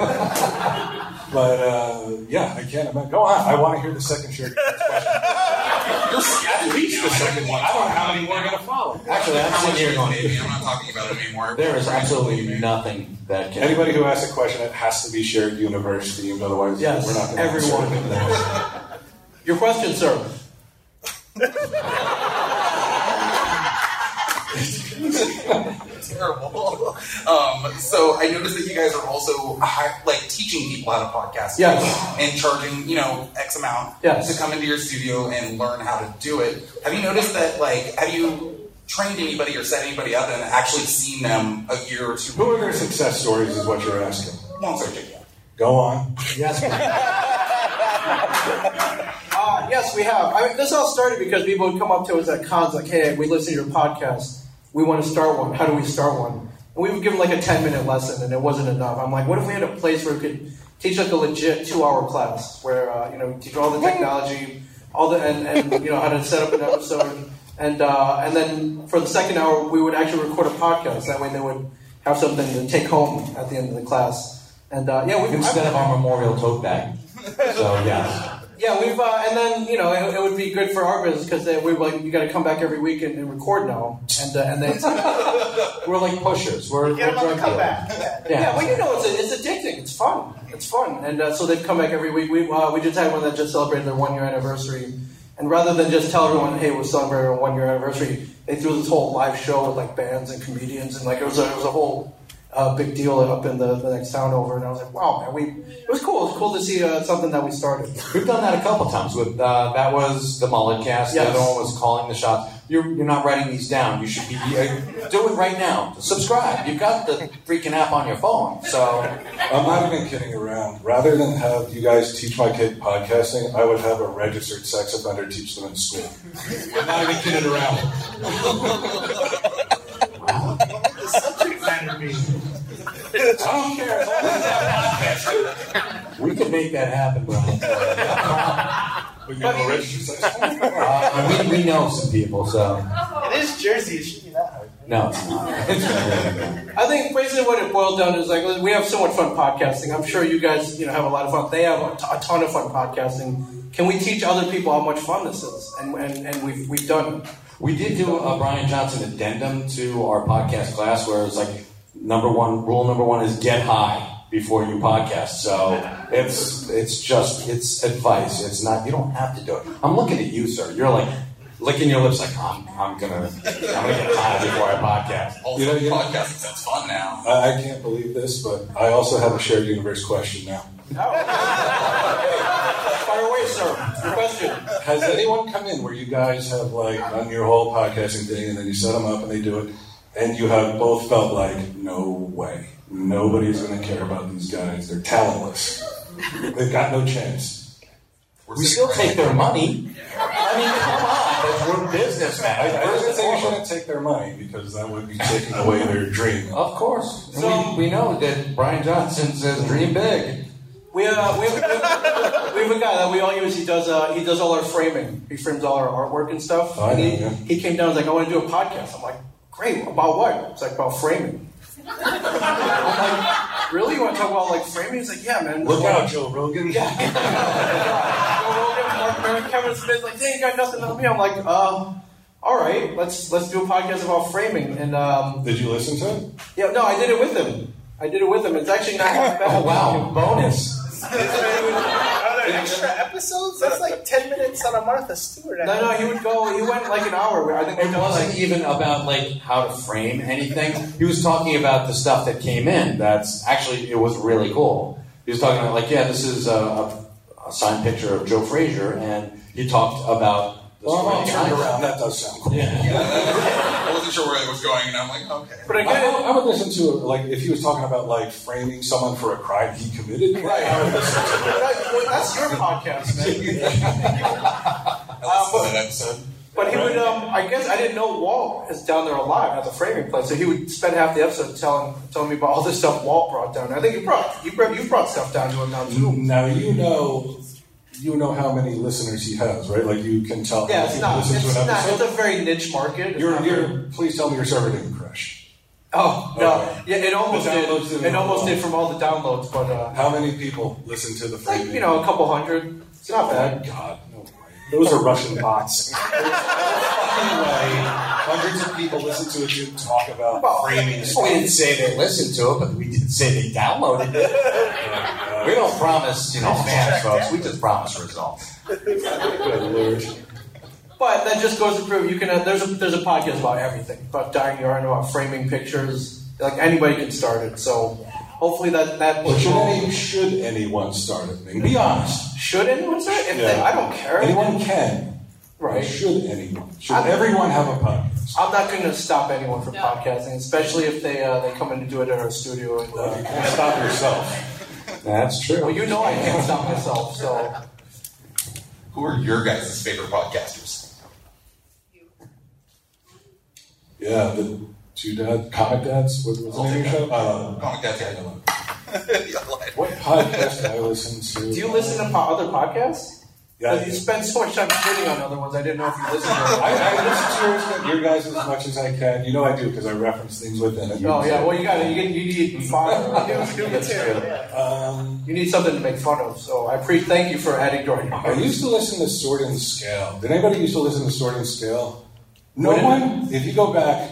but uh, yeah, I can't imagine. Go on. I want to hear the second shared universe question. At least the second one. I don't know how many more are going to follow. Actually, I'm How sitting much here are going, gonna be? "Amy, I'm not talking about it anymore. There is absolutely nothing that can. Anybody who asks a question, it has to be shared universe themed, otherwise Yes, we're not going everyone. Your question, sir. terrible. Um, so I noticed that you guys are also hi- like teaching people how to podcast. Yes. And charging, you know, X amount Yes. to come into your studio and learn how to do it. Have you noticed that, like, have you trained anybody or set anybody up and actually seen them a year or two? Who are their success stories is what you're asking. Long searching. Go on. Yes. uh, yes, we have. I mean, this all started because people would come up to us at cons like, "Hey, we listen to your podcast. We want to start one. How do we start one?" And we would give them like a ten minute lesson, and it wasn't enough. I'm like, "What if we had a place where we could teach like a legit two hour class where uh, you know we teach all the technology, all the and, and you know how to set up an episode, and uh, and then for the second hour we would actually record a podcast. That way they would have something to take home at the end of the class. And uh, yeah, we Instead of our memorial tote bag. So, yes. yeah, we've uh, and then you know it, it would be good for our business because we like you got to come back every week and, and record now, and uh, and then we're like pushers. We're, yeah, we're drug dealers. yeah. well you know it's it's addicting. It's fun. It's fun, and uh, so they've come back every week. We uh, we just had one that just celebrated their one year anniversary, and rather than just tell everyone, hey, we're celebrating our one year anniversary, they threw this whole live show with like bands and comedians, and like it was a, it was a whole. Uh, big deal up in the, the next town over, and I was like, "Wow, man, we it was cool. It was cool to see uh, something that we started." We've done that a couple times. With uh, that was the mullet cast. Yes. The other one was calling the shots. You're, you're not writing these down. You should be uh, do it right now. Subscribe. You've got the freaking app on your phone. So I'm not even kidding around. Rather than have you guys teach my kid podcasting, I would have a registered sex offender teach them in school. I'm not even kidding around. The subject matter being. I don't care. we could make that happen, We Uh, Brian. can have a registered sex offender. Uh, we, we know some people. So It is Jersey. It should be that hard. no, it's not. I think basically what it boiled down to is like we have so much fun podcasting. I'm sure you guys you know have a lot of fun. They have a t- a ton of fun podcasting. Can we teach other people how much fun this is? And and, and we've we've done. it. We did do a Brian Johnson addendum to our podcast class where it's like number one rule number one is get high before you podcast. So it's it's just it's advice. It's not you don't have to do it. I'm looking at you, sir. You're like licking your lips like I'm I'm gonna I'm gonna get high before I podcast. Also, podcasting sounds fun now. I, I can't believe this, but I also have a shared universe question now. Fire away, sir. Your question. Has anyone come in where you guys have like done your whole podcasting thing and then you set them up and they do it, and you have both felt like, no way, nobody's going to care about these guys. They're talentless. They've got no chance. We still take their money. I mean, come on, that's- we're business I, I man. didn't say you shouldn't take their money because that would be taking away their dream. Of course. And we, we know that Brian Johnson says dream big. We uh we have, we have, we have a guy that we all use. He does uh he does all our framing. He frames all our artwork and stuff. Oh, I and know, he, yeah. he came down and was like, I want to do a podcast. I'm like, great. About what? It's like about framing. I'm like, really? You want to talk about like framing? He's like, yeah, man. Look Like, out, Joe Rogan. Mark Maron, Kevin Smith, like, they ain't got nothing on me. I'm like, uh, all right, let's let's do a podcast about framing. And um, Did you listen to it? yeah, no, I did it with him. I did it with him. It's actually not that bad. Oh wow, bonus. Are there extra episodes? That's like 10 minutes on a Martha Stewart. No, no, he would go. He went like an hour. I think we It wasn't even about like how to frame anything. He was talking about the stuff that came in. That's actually it was really cool. He was talking about like yeah, this is a, a, a signed picture of Joe Frazier, and he talked about. the Well, I'm all surrounding turned eyes. around. That does sound cool. I wasn't sure where it was going, and I'm like, oh. okay. But I, again, I- I would listen to it, like if he was talking about like framing someone for a crime he committed. Right. I would listen to it. that- that's your podcast, man. Uh, I listened to that episode. But But he would, um, I guess I didn't know Walt is down there alive at the framing place, so he would spend half the episode telling telling me about all this stuff Walt brought down. I think you brought you brought, you brought stuff down to him now too. Now you know, you know how many listeners he has, right? Like you can tell. how Yeah, it's people not. listen to It's an not. episode. It's a very niche market. It's You're, not very- you're, please tell me your server didn't crash. Oh no! Okay. Yeah, it almost The did. downloads didn't It go almost well. did from all the downloads, but uh, How many people listen to the like framing? you know, a couple hundred. It's not bad. God, no way. Those are Russian bots. anyway, hundreds of people listen to it you talk about framing stuff. We didn't say they listened to it, but we did say they downloaded Oh, it. we don't promise, you know, fans, folks. We just promise results. Good lord. But that just goes to prove you can. Uh, there's a there's a podcast about everything about dying yarn, about framing pictures. Like anybody can start it. So hopefully that that But should, any, should anyone start a thing? Be honest. Should anyone start? If they, Yeah. I don't care. Anyone can. Right. Should anyone? Should I'm- everyone have a podcast? I'm not going to stop anyone from podcasting, especially if they uh, they come in to do it at our studio and uh, stop yourself. That's true. Well, you know I can't stop myself, so. Who are your guys' favorite podcasters? Yeah, the two dad comic dads. What was the name of your show? Uh, Comic Dads, yeah, I know. what podcast did I listen to? Do you listen to po- other podcasts? Yeah, I 'Cause you do. spend so much time shitting on other ones. I didn't know if you listened to them. I, I listen to yours, your guys as much as I can. You know I do because I reference things within it. Oh yeah, well you got you, get- you need fodder. That's true. Um, You need something to make fun of. So I pre thank you for adding to I our. used to listen to Sword and Scale. Did anybody used to listen to Sword and Scale? No When- one. If you go back,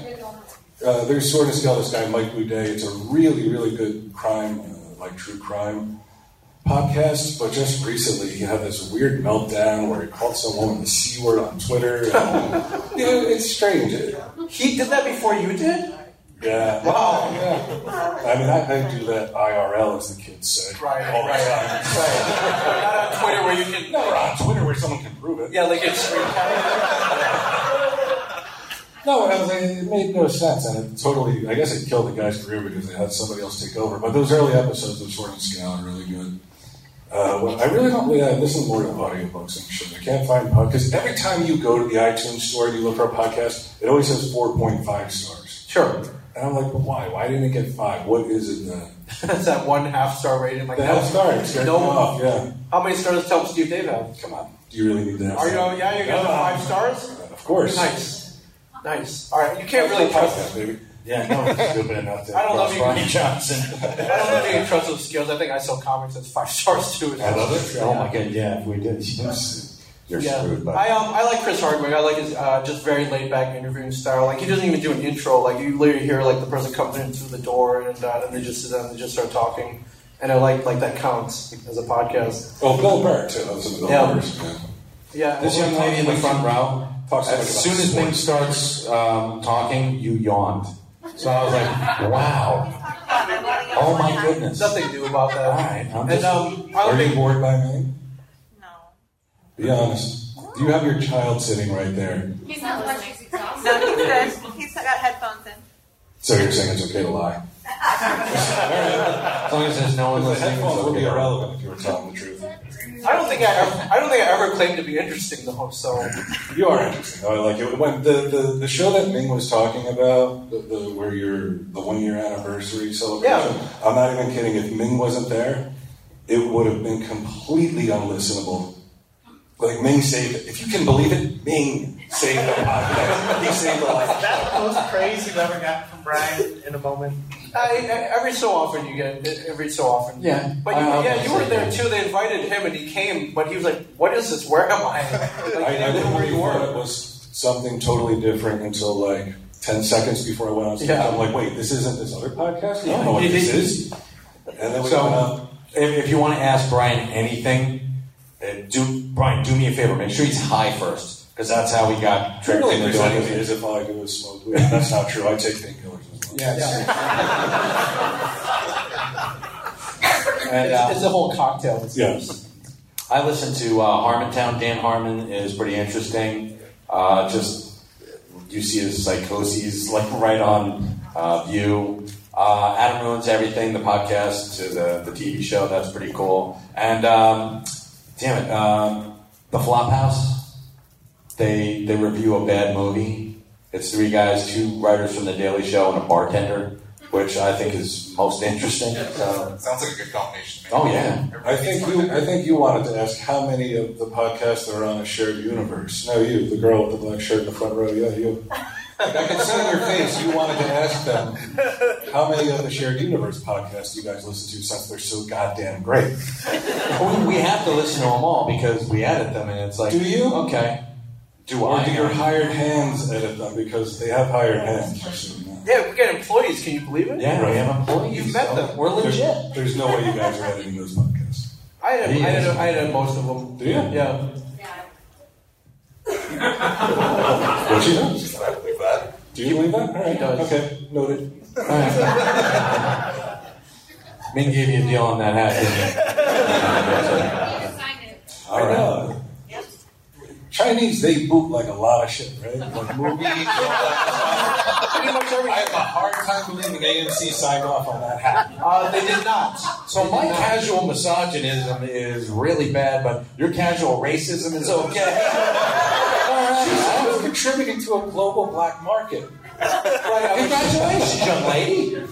uh, there's Sword and Scale. This guy Mike Boudet. It's a really, really good crime, uh, like true crime podcast. But just recently, he had this weird meltdown where he called someone the c word on Twitter. And, you know, it's strange. It- He did that before you did. yeah. Wow. Yeah. I mean, I, I do that IRL, as the kids say. Right, All the right, time. right. Not on Twitter where you can. No, on Twitter where someone can prove it. Yeah, like it's. No, I was like, it made no sense, and it totally. I guess it killed the guy's career because they had somebody else take over. But those early episodes of Sword and Scale are really good. Uh, well, I really don't. Yeah, I listen more to audiobooks. I'm sure I can't find podcasts. Every time you go to the iTunes store and you look for a podcast, it always says 4.5 stars. Sure. And I'm like, but why? Why didn't it get five? What is it then? That's that one half star Oh, rating. Like The half star. It scared me off. No. Yeah. How many stars tell Steve Dave have? Come on. Do you really need that? Are you? Yeah, you're getting five stars. Of course. Nice. Nice. All right. You can't really trust. that, baby. Yeah, no, it's stupid enough to I don't love cross you. Ronnie Johnson. I don't know if you can trust those skills. I think I sell comics as five stars too. I love it. Oh my god, yeah, if we did, you're Yeah. screwed. But I um I like Chris Hardwick. I like his uh, just very laid back interviewing style. Like he doesn't even do an intro. Like you literally hear like the person comes in through the door and uh, and they just sit down and they just start talking. And I like like that counts as a podcast. Oh, Bill Burr too. Those are the Yeah. Burrs, man. Yeah. this young lady in the front row, Talks about as soon as Ming starts um, talking, you yawned. So I was like, wow. Oh my goodness. Nothing new about that. All right, I'm and just- um, I Are don't you think bored by me? No. Be honest. Do you have your child sitting right there? He's not listening. No, he's good. He's got headphones in. So you're saying it's okay to lie? As long as there's no one The listening, headphones would be it's okay. irrelevant if you were telling the truth. I don't think I ever, I don't think I ever claimed to be interesting though. So You are interesting. though. I like it. When the, the, the show that Ming was talking about, the, the where your the one year anniversary celebration. Yeah. I'm not even kidding. If Ming wasn't there, it would have been completely unlistenable. Like Ming saved it. If you can believe it, Ming saved the podcast. he saved the life. That's the most praise you've ever gotten from Brian in a moment. I, I, every so often you get every so often. Yeah. But you, I- I yeah, you were obviously there do. too. They invited him and he came, but he was like, "What is this? Where am I?" Like, I, he I didn't know didn't where really you thought it were. was something totally different until like ten seconds before I went on stage. Yeah. I'm like, wait, this isn't this other podcast. I don't know what this is. And then we So- went up. If, if you want to ask Brian anything, uh, do Brian do me a favor. Make sure he's high first, because that's how we got tricked Really into presenting doing me it. as if all I do is smoke weed. That's not true. I take painkillers as well. And, It's, it's uh, a whole cocktail. It's Yes. I listened to uh, Harmontown. Dan Harmon is pretty interesting. Uh, just you see his psychoses like right on uh, view. Uh, Adam ruins everything. The podcast to the the TV show. That's pretty cool. And um, damn it, um, the Flophouse. they they review a bad movie. It's three guys, two writers from The Daily Show, and a bartender, which I think is most interesting. So, Sounds like a good combination. oh yeah, I think you. I think you wanted to ask how many of the podcasts that are on a shared universe. No, you, the girl with the black shirt in the front row. Yeah, you. Like, I can see in your face you wanted to ask them how many of the shared universe podcasts you guys listen to since they're so goddamn great. we, we have to listen to them all because we edit them, and it's like, Do you? Okay. Do or I? do your hired hands edit them because they have hired hands? Yeah, we got employees. Can you believe it? Yeah, we have employees. You've met them. We're There's, legit. there's no way you guys are editing those podcasts. I had, Yeah. I had, I had most of them. Do you? Yeah. What she does? I believe that. Do you believe that? All right. Okay. Noted. Min gave you a deal on that hat. Didn't he? All I right. know. Chinese, they boot like a lot of shit, right? Like movies. all that stuff. I have a hard time believing AMC signed off on that hat. Uh, they did not. So my casual misogynism is really bad, but your casual racism is okay. All right. I was contributing to a global black market. Congratulations, young lady. You're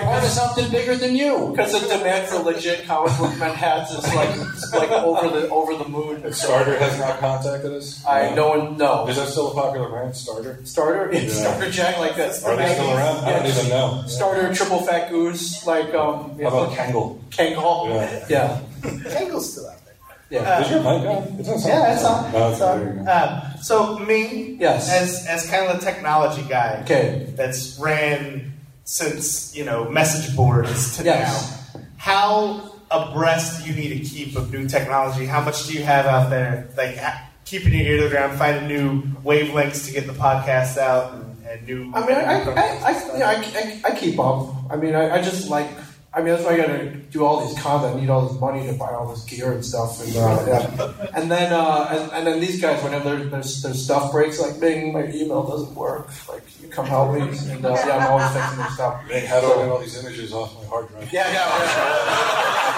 part of something bigger than you. Because the demand for legit comic book men hats is like it's like over the over the moon. Starter has not contacted us. I no one no Is that still a popular brand, Starter? starter yeah. starter jack like that. Are they still around? I don't Yeah. even know. Starter triple fat goose like um How about Kangle? Kangol. Yeah. Yeah. Tangle's still out there. Yeah. Is your mic on? It's on. Yeah, it's on. Oh, It's there you on. go. Uh, so me, Yes. as as kind of a technology guy, Okay. that's ran since you know message boards to Yes. now. How abreast you need to keep of new technology? How much do you have out there? Like ha- keeping your ear to the ground, finding new wavelengths to get the podcasts out, and, and new. I mean, I, I, I, I, yeah, I, I, I keep up. I mean, I, I just like. I mean, that's why I gotta do all these cons. I need all this money to buy all this gear and stuff. And, uh, yeah. and then, uh, and, and then these guys, whenever their, their, their stuff breaks, like, Bing, my email doesn't work. Like, you come help me. And uh, yeah, I'm always fixing their stuff. Hey, how do I get all these images off my hard drive? Yeah,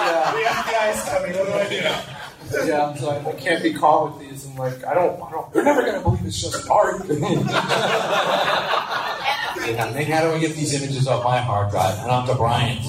yeah, we have guys coming. What do I do? yeah, yeah. I'm like, I can't be caught with these. And like, I don't, I don't. You're never gonna believe it's just art. I mean, how do I get these images off my hard drive and onto Brian's?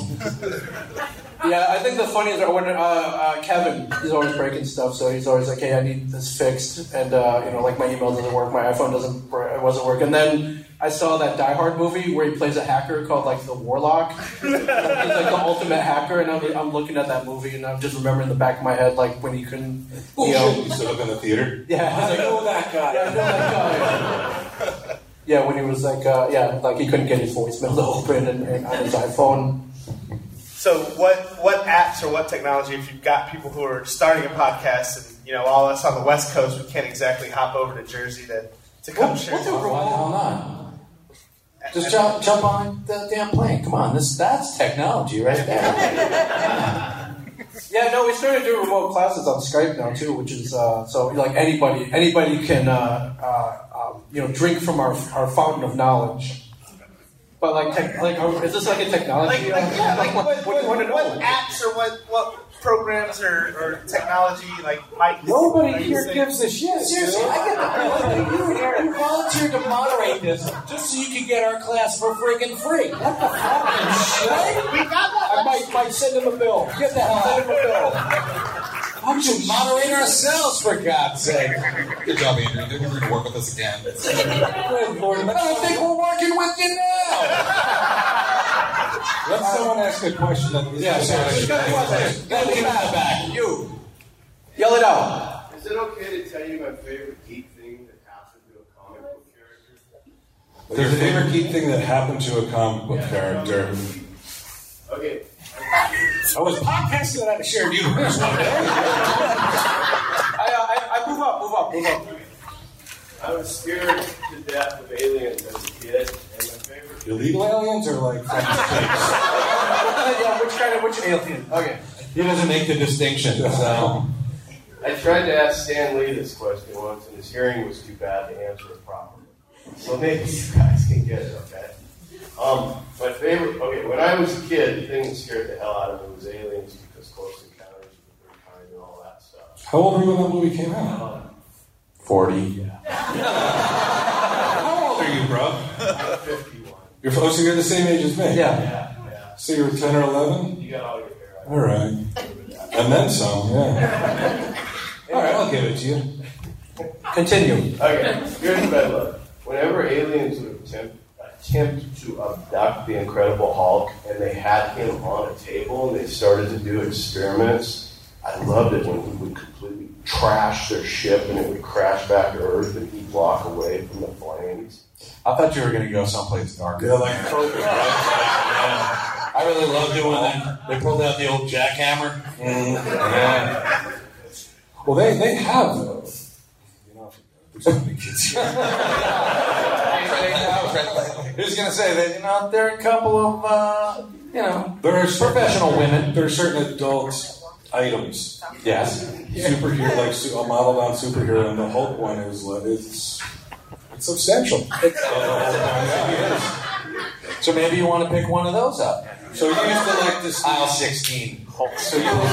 Yeah, I think the funniest are when uh, uh, Kevin is always breaking stuff, so he's always like, "Hey, I need this fixed," and uh, you know, like my email doesn't work, my iPhone doesn't, br- it wasn't working. And then I saw that Die Hard movie where he plays a hacker called like the Warlock. he's like the ultimate hacker, and I'm, I'm looking at that movie, and I'm just remembering in the back of my head like when he couldn't, you know, Oh, You stood up in the theater. yeah, he's I like, know that yeah, guy. I know that guy. Yeah, when he was like, uh, yeah, like he couldn't get his voicemail to open and, and on his iPhone. So what what apps or what technology if you've got people who are starting a podcast and you know all us on the West Coast we can't exactly hop over to Jersey to, to come share. Why the hell not? Just jump, jump on the damn plane. Come on, this that's technology right there. Yeah, no, we started doing remote classes on Skype now too, which is uh, so like anybody anybody can uh, uh, um, you know drink from our, our fountain of knowledge. But like, tech, like, are- is this like a like, technology? like, yeah, like what, what, do you want to know? what apps or what what programs or, or technology like might Nobody are you here saying- gives a shit. Seriously, I get the feeling that you, you volunteered to moderate this just so you could get our class for friggin' free. What the fuck? We got I might, might send him a bill. Get the hell out of here. Why don't you moderate ourselves, for God's sake? Good job, Andrew. They're never going to work with us again. Good Lord, I don't think we're working with you now. Let someone ask a question. That Yeah, seriously. Now get out of back. You. Yell it out. Is it okay to tell you my favorite geek thing that happened to a comic book character? Their favorite geek thing that happened to a comic book character. Okay, I was podcasting out of shared universe one day. I, I, I move up, move up, move up. I was scared to death of aliens as a kid, and my favorite Illegal aliens are like from space. yeah, which kind of which alien? Okay. He doesn't make the distinction, so. I tried to ask Stan Lee this question once, and his hearing was too bad to answer it properly. So maybe you guys can get it, okay? Um, my favorite, okay, when I was a kid, the thing that scared the hell out of me was aliens because Close Encounters of the Third Kind and all that stuff. How old were you when that movie came out? 40. How old are you, bro? I'm 51. You're, oh, so you're the same age as me? Yeah. So you were 10 or 11? You got all your hair All right. And then some, yeah. All right, I'll give it to you. Continue. Okay, here's what I love. Whenever aliens would attempt, attempt to abduct the Incredible Hulk and they had him on a table and they started to do experiments, I loved it when he would completely trash their ship and it would crash back to Earth and he'd walk away from the flames. I thought you were going to go someplace darker. Yeah, like Kroger, right? Yeah. I really loved it when they, they pulled out the old jackhammer. Yeah. Mm-hmm. Well, they, they have those. You know, there's so many kids here. Who's going to say that? You know, there are a couple of, uh, you know, there's professional women. There are certain adult items. Yes. Superhero, like su- a model on superhero, and the Hulk one is uh, it's it's substantial. So maybe you want to pick one of those up. So you used to like this aisle 16. Hulk. So you were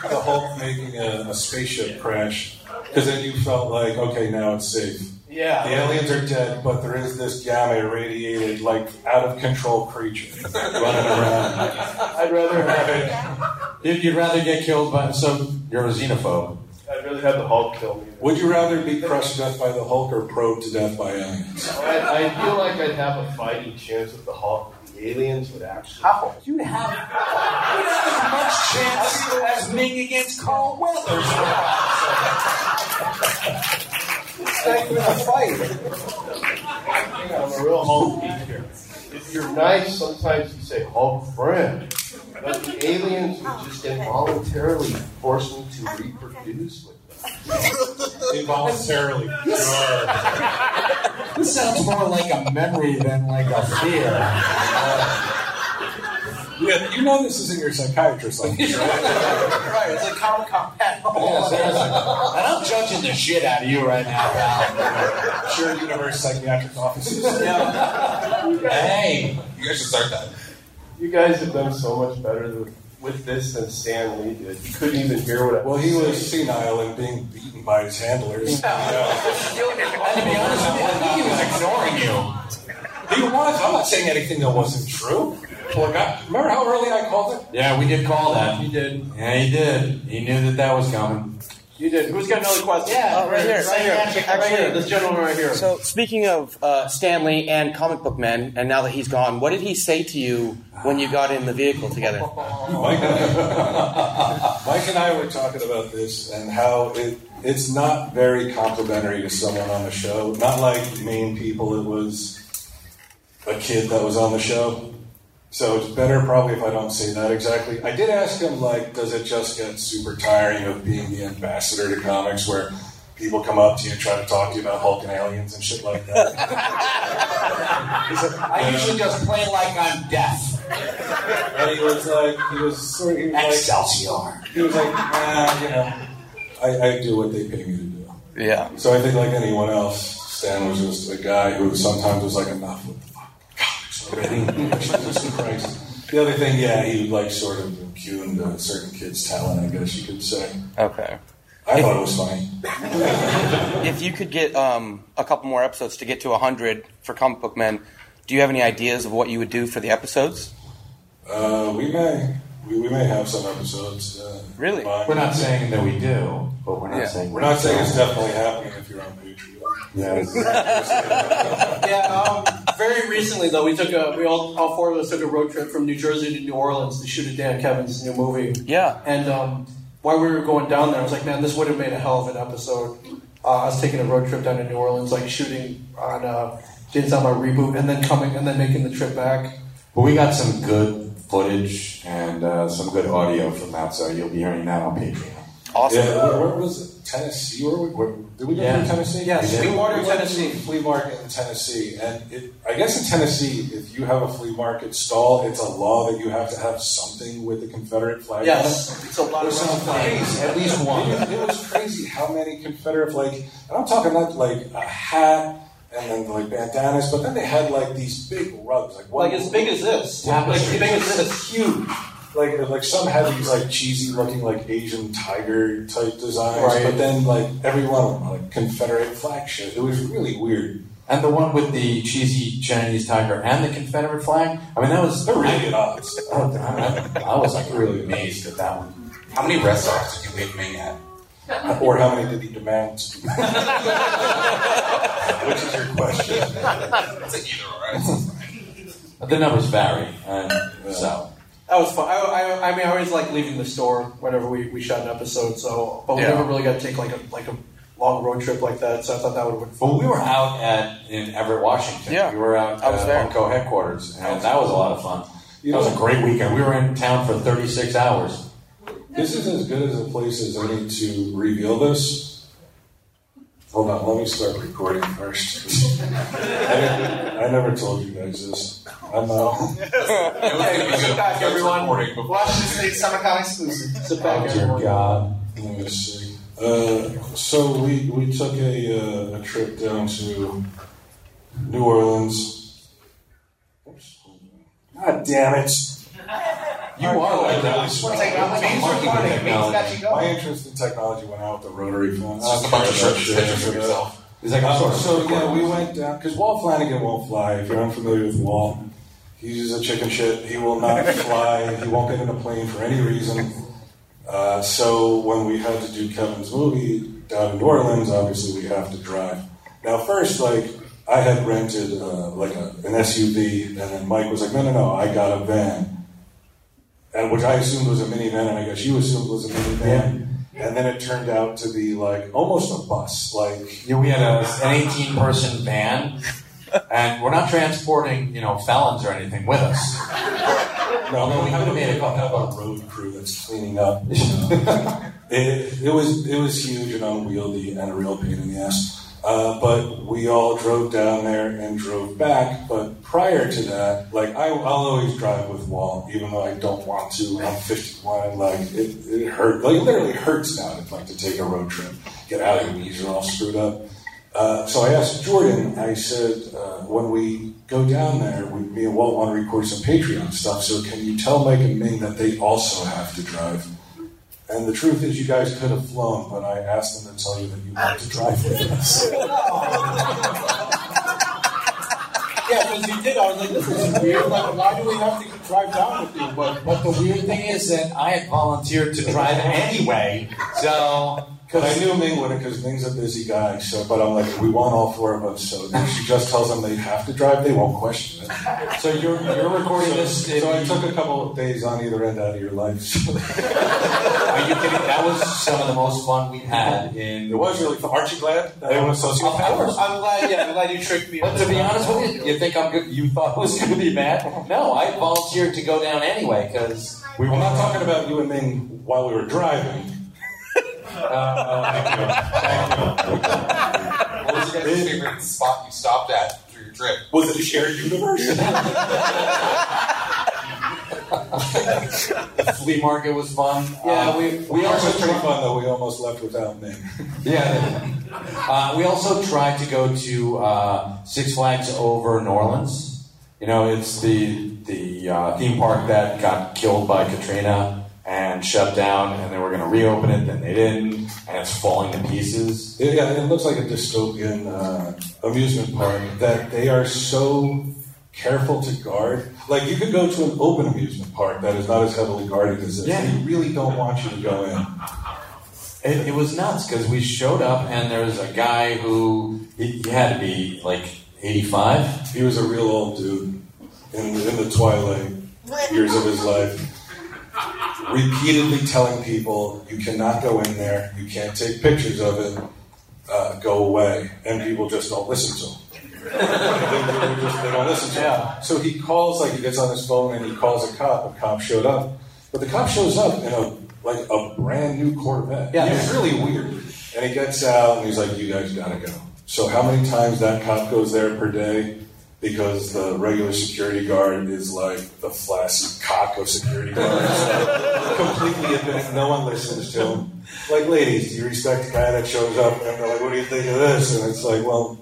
for the Hulk making a, a spaceship crash because then you felt like, okay, now it's safe. Yeah. The aliens are dead, but there is this gamma irradiated, like out of control creature running around. I'd rather have it. You'd you'd rather get killed by some. You're a xenophobe. I'd rather have the Hulk kill me. Would you rather be crushed to death by the Hulk or probed to death by aliens? I, I feel like I'd have a fighting chance with the Hulk. The aliens would actually. How? You'd have, you'd have as much chance as Ming against Carl Weathers. Thank you for the fight. I'm a real Hulk geek here. If you're nice, sometimes you say Hulk friend. But the aliens would just involuntarily force me to reproduce with them. Involuntarily. This sounds more like a memory than like a fear. Yeah, you know this isn't your psychiatrist like this, right? Right, it's like Comic Con panel. and I'm judging the shit out of you right now, pal. Sure, Universe Psychiatric Offices. Hey, You guys should start that. You guys have done so much better th- with this than Stan Lee did. You couldn't even hear what I Well, he was senile and being beaten by his handlers. And to be honest with you, I think he was ignoring you. He was. I'm not saying anything that wasn't true. Poor guy. Remember how early I called it? Yeah, we did call that. You did. Yeah, he did. He knew that that was coming. You did. Who's got another question? Yeah, Oh, right here, right here, Right here. This gentleman right here. So, speaking of uh, Stanley and comic book men, and now that he's gone, what did he say to you when you got in the vehicle together? Mike and, I, Mike and I were talking about this and how it it's not very complimentary to someone on the show. Not like main people. It was a kid that was on the show. So it's better probably if I don't say that exactly. I did ask him like, does it just get super tiring of being the ambassador to comics where people come up to you and try to talk to you about Hulk and aliens and shit like that? I usually just play like I'm deaf. And he was like, he was sort of, he was like, Excelsior. he was like, ah, you know, I, I do what they pay me to do. Yeah. So I think, like anyone else, Stan was just a guy who sometimes was like, enough with the fucking comics already. Jesus Christ. The other thing, yeah, he like sort of impugned a certain kid's talent, I guess you could say. Okay. I thought it was funny. If you could get um, a couple more episodes to get to 100 for comic book men, do you have any ideas of what you would do for the episodes? Uh, we may, we, we may have some episodes. Uh, Really? mine. We're not saying that we do, but we're not Yeah. saying We're not saying it's definitely happening if you're on Patreon. Yeah. Um, very recently, though, we took a we all all four of us took a road trip from New Jersey to New Orleans to shoot a Dan Kevin's new movie. Yeah. And um, while we were going down there, I was like, man, this would have made a hell of an episode. Uh, I was taking a road trip down to New Orleans, like shooting on uh, James on my reboot, and then coming and then making the trip back. But we got some good footage and uh, some good audio from that, so you'll be hearing that on Patreon. Awesome. Yeah, where, where was it? Tennessee? Where, where, did we go Yeah. to Tennessee? Yes, We flea did. market, We went to Tennessee. a Flea market in Tennessee, and it, I guess in Tennessee, if you have a flea market stall, it's a law that you have to have something with the Confederate flag. on Yes, it's a lot it of was fun. crazy. At least one. It, was- it was crazy how many Confederate like, and I'm talking not like a hat and then like bandanas, but then they had like these big rugs, like one Like as big as this, Yeah. like as big as this, huge. like like some had these like cheesy looking like Asian tiger type designs, Right. but then like every one of them like Confederate flag shit. It was really weird. And the one with the cheesy Chinese tiger and the Confederate flag. I mean, that was They're really good odds. I, I- I was like really amazed at that one. How many restaurants did you leave me at? Or how many did he demand? to be- Which is your question? It's like either or. Right? The numbers vary, and so That was fun. I, I, I mean, I always like leaving the store whenever we, we shot an episode. So, but we Yeah. never really got to take like a like a long road trip like that. So I thought that would have been fun. Well, we were out at in Everett, Washington. Yeah, we were out I was at there. Bunko headquarters, and that was a lot of fun. You that was know- a great weekend. We were in town for 36 hours. This is as good as a place as any to reveal this. Hold on, let me start recording first. I, I never told you guys this. I'm uh, out. Hey, sit back, everyone. Watch this thing, SummerCon exclusive. Sit back, Oh, dear everyone. God. Let me see. Uh, so we, we took a, uh, a trip down to New Orleans. God damn it. You are like that. I swear to God, I'm a monkey with technology. My interest in technology went out with the rotary phone. It's just a bunch of shirts that you for yourself. He's like, oh, so yeah, we went down because Wall Flanagan won't fly. If you're unfamiliar with Wall, he's a chicken shit. He will not fly. he won't get in a plane for any reason. Uh, so when we had to do Kevin's movie down in New Orleans, obviously we have to drive. Now, first, like I had rented uh, like a, an SUV, and then Mike was like, no, no, no, I got a van, and which I assumed was a minivan, and I guess you assumed was a minivan. And then it turned out to be like almost a bus. Like Yeah, we had a, an 18 person van, and we're not transporting, you know, felons or anything with us. No, Although we we have haven't made made a a couple. about a road crew that's cleaning up. it, it was it was huge and unwieldy and a real pain in the ass. Uh, but we all drove down there and drove back. But prior to that, like I, I'll always drive with Wall, even though I don't want to. I'm 51. Like it, it hurt. Like it literally hurts now. to like to take a road trip, get out of your knees are all screwed up. Uh, so I asked Jordan, I said, uh, when we go down there, we, me and Walt want to record some Patreon stuff, so can you tell Mike and Ming that they also have to drive? And the truth is, you guys could have flown, but I asked them to tell you that you want to drive with us. Yeah, because you did. I was like, this is weird. Like, why do we have to drive down with you? But But the weird thing is that I had volunteered to drive anyway, so. Because I knew Ming would, because Ming's a busy guy. So, but I'm like, we want all four of us. So if she just tells them they have to drive, they won't question it. So you're you're recording this. So, I took a couple of days on either end out of your life. Are you kidding? That was some of the most fun we had in. It was really fun. Aren't you glad that I was a sociopath? I'm glad. Yeah, I'm glad you tricked me. But to be honest with you, you think I'm good? You thought I was going to be mad? No, I volunteered to go down anyway because We were not talking about you and Ming while we were driving. What was your guys' favorite spot you stopped at through your trip? Was it a shared universe? the flea market was fun. Yeah, Um, we we also pretty fun though. We almost left without Ming. Yeah. Uh, we also tried to go to uh, Six Flags over New Orleans. You know, it's the the uh, theme park that got killed by Katrina and shut down, and they were going to reopen it, then they didn't, and it's falling to pieces. It- yeah, it looks like a dystopian uh, amusement park that they are so careful to guard. Like you could go to an open amusement park that is not as heavily guarded as this. Yeah. They really don't want you to go in. It, it was nuts because we showed up, and there was a guy who he, he had to be like eighty five. He was a real old dude in, in the twilight years of his life, repeatedly telling people, "You cannot go in there. You can't take pictures of it. Uh, go away." And people just don't listen to him. they, they- they just, they don't listen to him. So he calls, like he gets on his phone and he calls a cop. A cop showed up, but the cop shows up in a like a brand new Corvette. Yeah. it's really weird. And he gets out and he's like, "You guys gotta go." So how many times that cop goes there per day? Because the regular security guard is like the flaccid cock of security guards, completely impotent. No one listens to him. Like, ladies, do you respect a guy that shows up and they're like, "What do you think of this?" And it's like, well,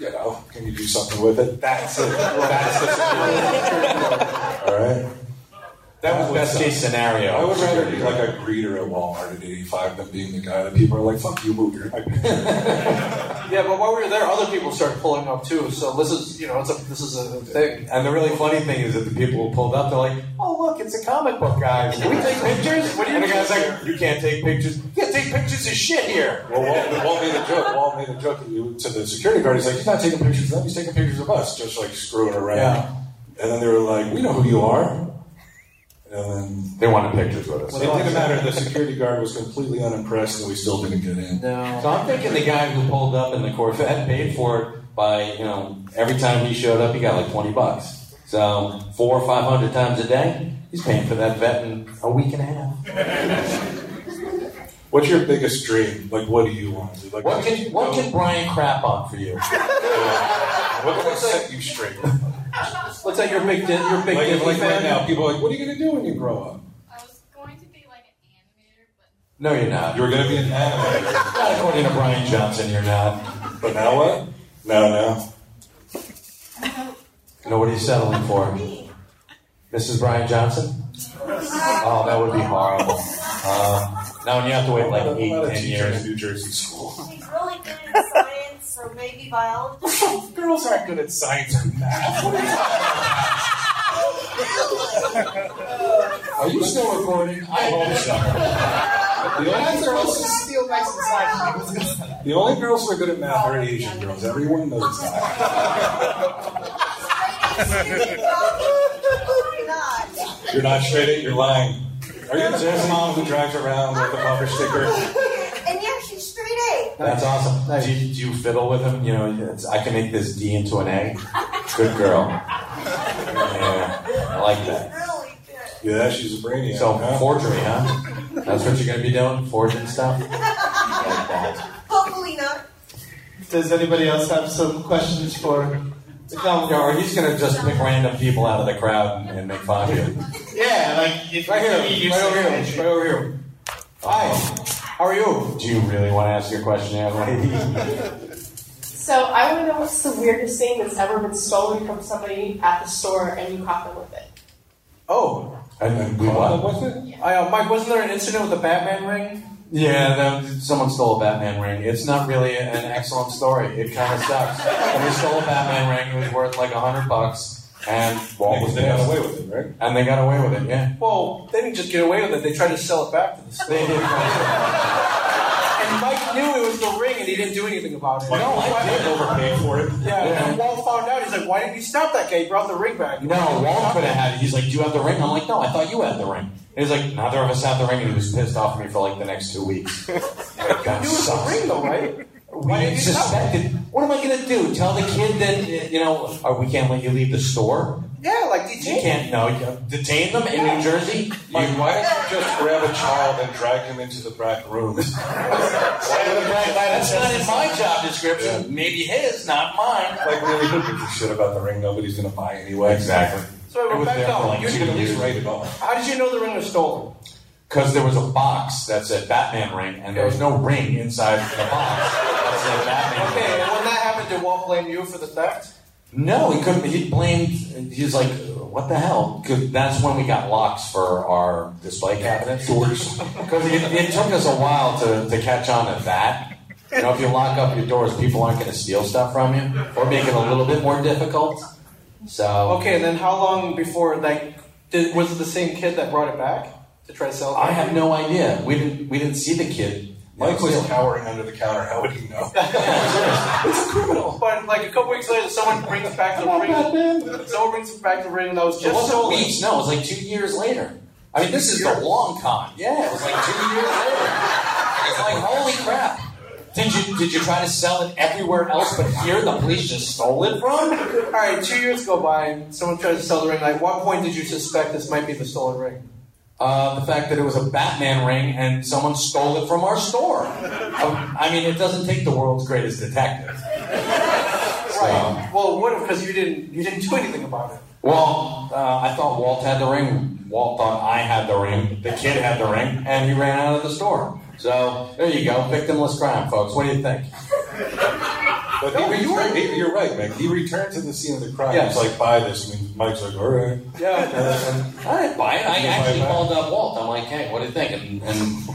you know, can you do something with it? That's it. That's the security guard. All right. That was best case scenario. I would rather be like a greeter at Walmart at 85 than being the guy that people are like, fuck you, boo. You're my Yeah, but while we were there, other people started pulling up too. So this is, you know, it's a, this is a thing. And the really funny thing is that the people who pulled up, they're like, "Oh, look, it's a comic book guy. Can we take pictures?" What do you and the guy's like, "You can't take pictures. You can't take pictures of shit here." Well, Walt, Walt made a joke. Walt made a joke at you- to the security guard. He's like, he's not taking pictures of them. He's taking pictures of us, just like screwing around. Yeah. And then they were like, we know who you are. And then They wanted pictures with us. Well, it didn't matter. The security guard was completely unimpressed, and we still didn't get in. No. So I'm thinking the guy who pulled up in the Corvette paid for it by you know every time he showed up, he got like 20 bucks. So four or five hundred times a day, he's paying for that vet in a week and a half. What's your biggest dream? Like, what do you want to do? Like, What can what can Brian crap on for you? what can set you straight? What's that? Your big, di- your big Like, Disney like right fan? now, people are like, what are you going to do when you grow up? No, you're not. You were going to be an animator. not according to Brian Johnson. You're not. But now what? No, no. You know what he's settling for? Mrs. Brian Johnson. Oh, that would be horrible. Uh, now you have to wait like I'm not a eight, ten teacher in years. New Jersey school. He's really good at science, so maybe biology. Girls aren't good at science or math. Are you still recording? I hope so. The only girls steal my society. The only girls who are good at math are Asian girls. Everyone knows that. You're not straight it, you're lying. Are you the jazz mom who drives around with a bumper sticker? and yeah, she's straight A. That's awesome. Do, you, do you fiddle with him? You know, it's, I can make this D into an A. Good girl. Yeah, I like that. Yeah, she's a brainiac. So huh? forgery, huh? That's what you're going to be doing, forging stuff. Like that. Hopefully not. Does anybody else have some questions for? No, no, or he's going to just pick random people out of the crowd and, and make fun of you. Yeah, like if Right here, you- right over here, right over here. Hi, how are you? Do you really want to ask your question, young lady? So I want to know what's the weirdest thing that's ever been stolen from somebody at the store and you caught them with it. Oh, And then we what? I, uh, Mike, wasn't there an incident with the Batman ring? Yeah, that, someone stole a Batman ring. It's not really an excellent story. It kind of sucks. And they stole a Batman ring. It was worth like a hundred bucks, and Walt was They got pissed. away with it, right? And they got away with it. Yeah. Well, they didn't just get away with it. They tried to sell it back to the state. and Mike knew it was the ring, and he didn't do anything about it. Mike, no, Mike did overpay for it. Yeah, Yeah. and Walt found out. He's like, "Why didn't you stop that guy? He brought the ring back." No, Walt could have had it. He's like, "Do you have the ring?" I'm like, "No, I thought you had the ring." He's like, "Neither of us have the ring," and he was pissed off at me for like the next two weeks. Like, God, You was the sucks. ring, though, right? We suspected. What am I going to do? Tell the kid that you know? Oh, we can't let you leave the store. Yeah, like You can't. No, you detain them in New Jersey. Mike, why don't you just grab a child and drag him into the back room? That's not in my job description. Maybe his, not mine. Like, really, who gives a shit about the ring? Nobody's going to buy anyway. Exactly. So It was Rebecca, there for like you two can at least years. Right at all. How did you know the ring was stolen? Because there was a box that said Batman ring, and there was no ring inside the box that said Batman Okay, ring. and when that happened, did Walt blame you for the theft? No, he couldn't. He blamed. He was like, "What the hell?" Because that's when we got locks for our display cabinets. Doors. Because it, it took us a while to, to catch on to that. You know, if you lock up your doors, people aren't going to steal stuff from you, or make it a little bit more difficult. So Okay, and then how long before like did, was it the same kid that brought it back to try to sell? it? I have no idea. We didn't. We didn't see the kid. Mike was Steal. cowering under the counter. How would he know? it's a criminal. But like a couple weeks later, someone brings back the ring. Someone brings back the ring that was It just wasn't stolen. weeks. No, it was like two years later. I mean, this is the long con. Yeah, it was like two years later. It's like holy crap. Did you did you try to sell it everywhere else but here? The police just stole it from. All right, two years go by, and someone tries to sell the ring. Like, what point did you suspect this might be the stolen ring? Uh, the fact that it was a Batman ring and someone stole it from our store. Um, I mean, it doesn't take the world's greatest detective. Right. Well, it would have because you didn't you didn't do anything about it. Well, uh, I thought Walt had the ring. Walt thought I had the ring. The kid had the ring, and he ran out of the store. So there you go, victimless crime, folks. What do you think? But he returned- he- you're right, Mike. He returned to the scene of the crime. Yes. He's like, buy this. And Mike's like, all right. Yeah. And then- I didn't buy it. I You didn't buy actually it? called up Walt. I'm like, hey, what do you think? And, and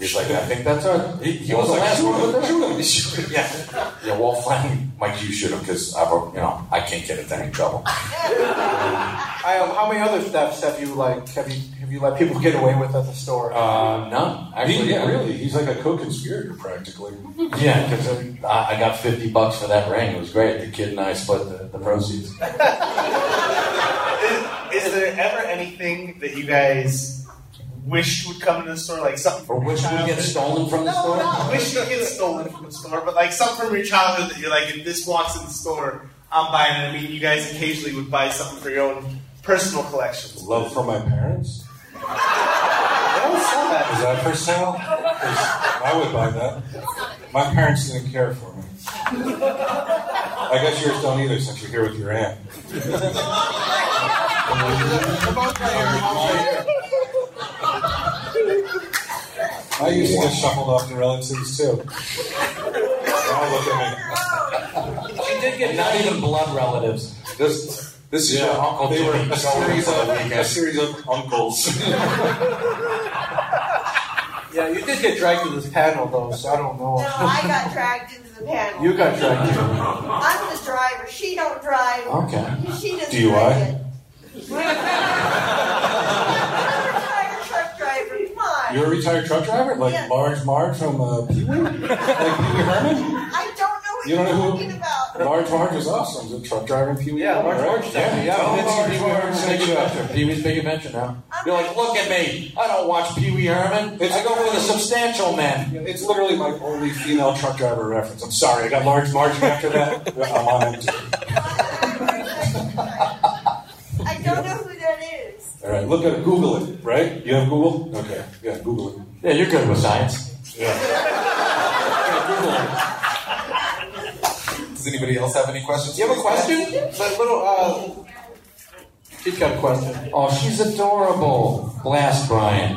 he's like, I think that's our. He, he was the last one with the Shoot him. Yeah. Yeah, Walt Flanagan. Mike, you shoot him because I, wrote- you know, I can't get into any trouble. I, um, how many other thefts have you like? Have you have you let people get away with at the store? Uh, none. Actually, He- yeah, Really, he's like a co-conspirator practically. Yeah, because I, I got 50 bucks for that ring. It was great. The kid and I split the, the proceeds. Is, is there ever anything that you guys wished would come to the store, like something or wish would get stolen from the no, store? No, wish would get stolen from the store, but like something from your childhood that you're like, if this walks in the store, I'm buying it. I mean, you guys occasionally would buy something for your own personal collections. Love from my parents. I don't sell that. Is that for sale? 'Cause I would buy that. My parents didn't care for me. I guess yours don't either, since you're here with your aunt. I used to get shuffled off to relatives too. Now look at She did get not even blood relatives. This this is Yeah, your uncle they were doing a series of- a series of uncles. Yeah, you did get dragged to this panel though, so I don't know. No, I got dragged into the panel. You got dragged. I'm the driver. She don't drive. Okay. She doesn't DUI? Truck driver, come on. You're a retired truck driver, like Yeah. Large Marge from uh, Pee Wee, like Pee Wee Herman. I don't know what You don't you're know talking about. Large Marge was awesome. The truck driver in Pee Wee. Yeah, Herman, right? Large Marge. Yeah, Tell yeah. him Large Pee Wee Marge Herman's is Big a good Adventure. actor. Pee Wee's Big Adventure now. You're like, look at me. I don't watch Pee Wee Herman. It's- I go for the substantial man. It's literally my only female truck driver reference. I'm sorry, I got Large Marge after that. I'm on it. I don't know who that is. All right, look at it. Google it. Right? You have Google? Okay. Yeah, Google it. Yeah, you're good with science. Does anybody else have any questions? You have a question? That little uh, she's got a question. Oh, she's adorable. Blast Brian.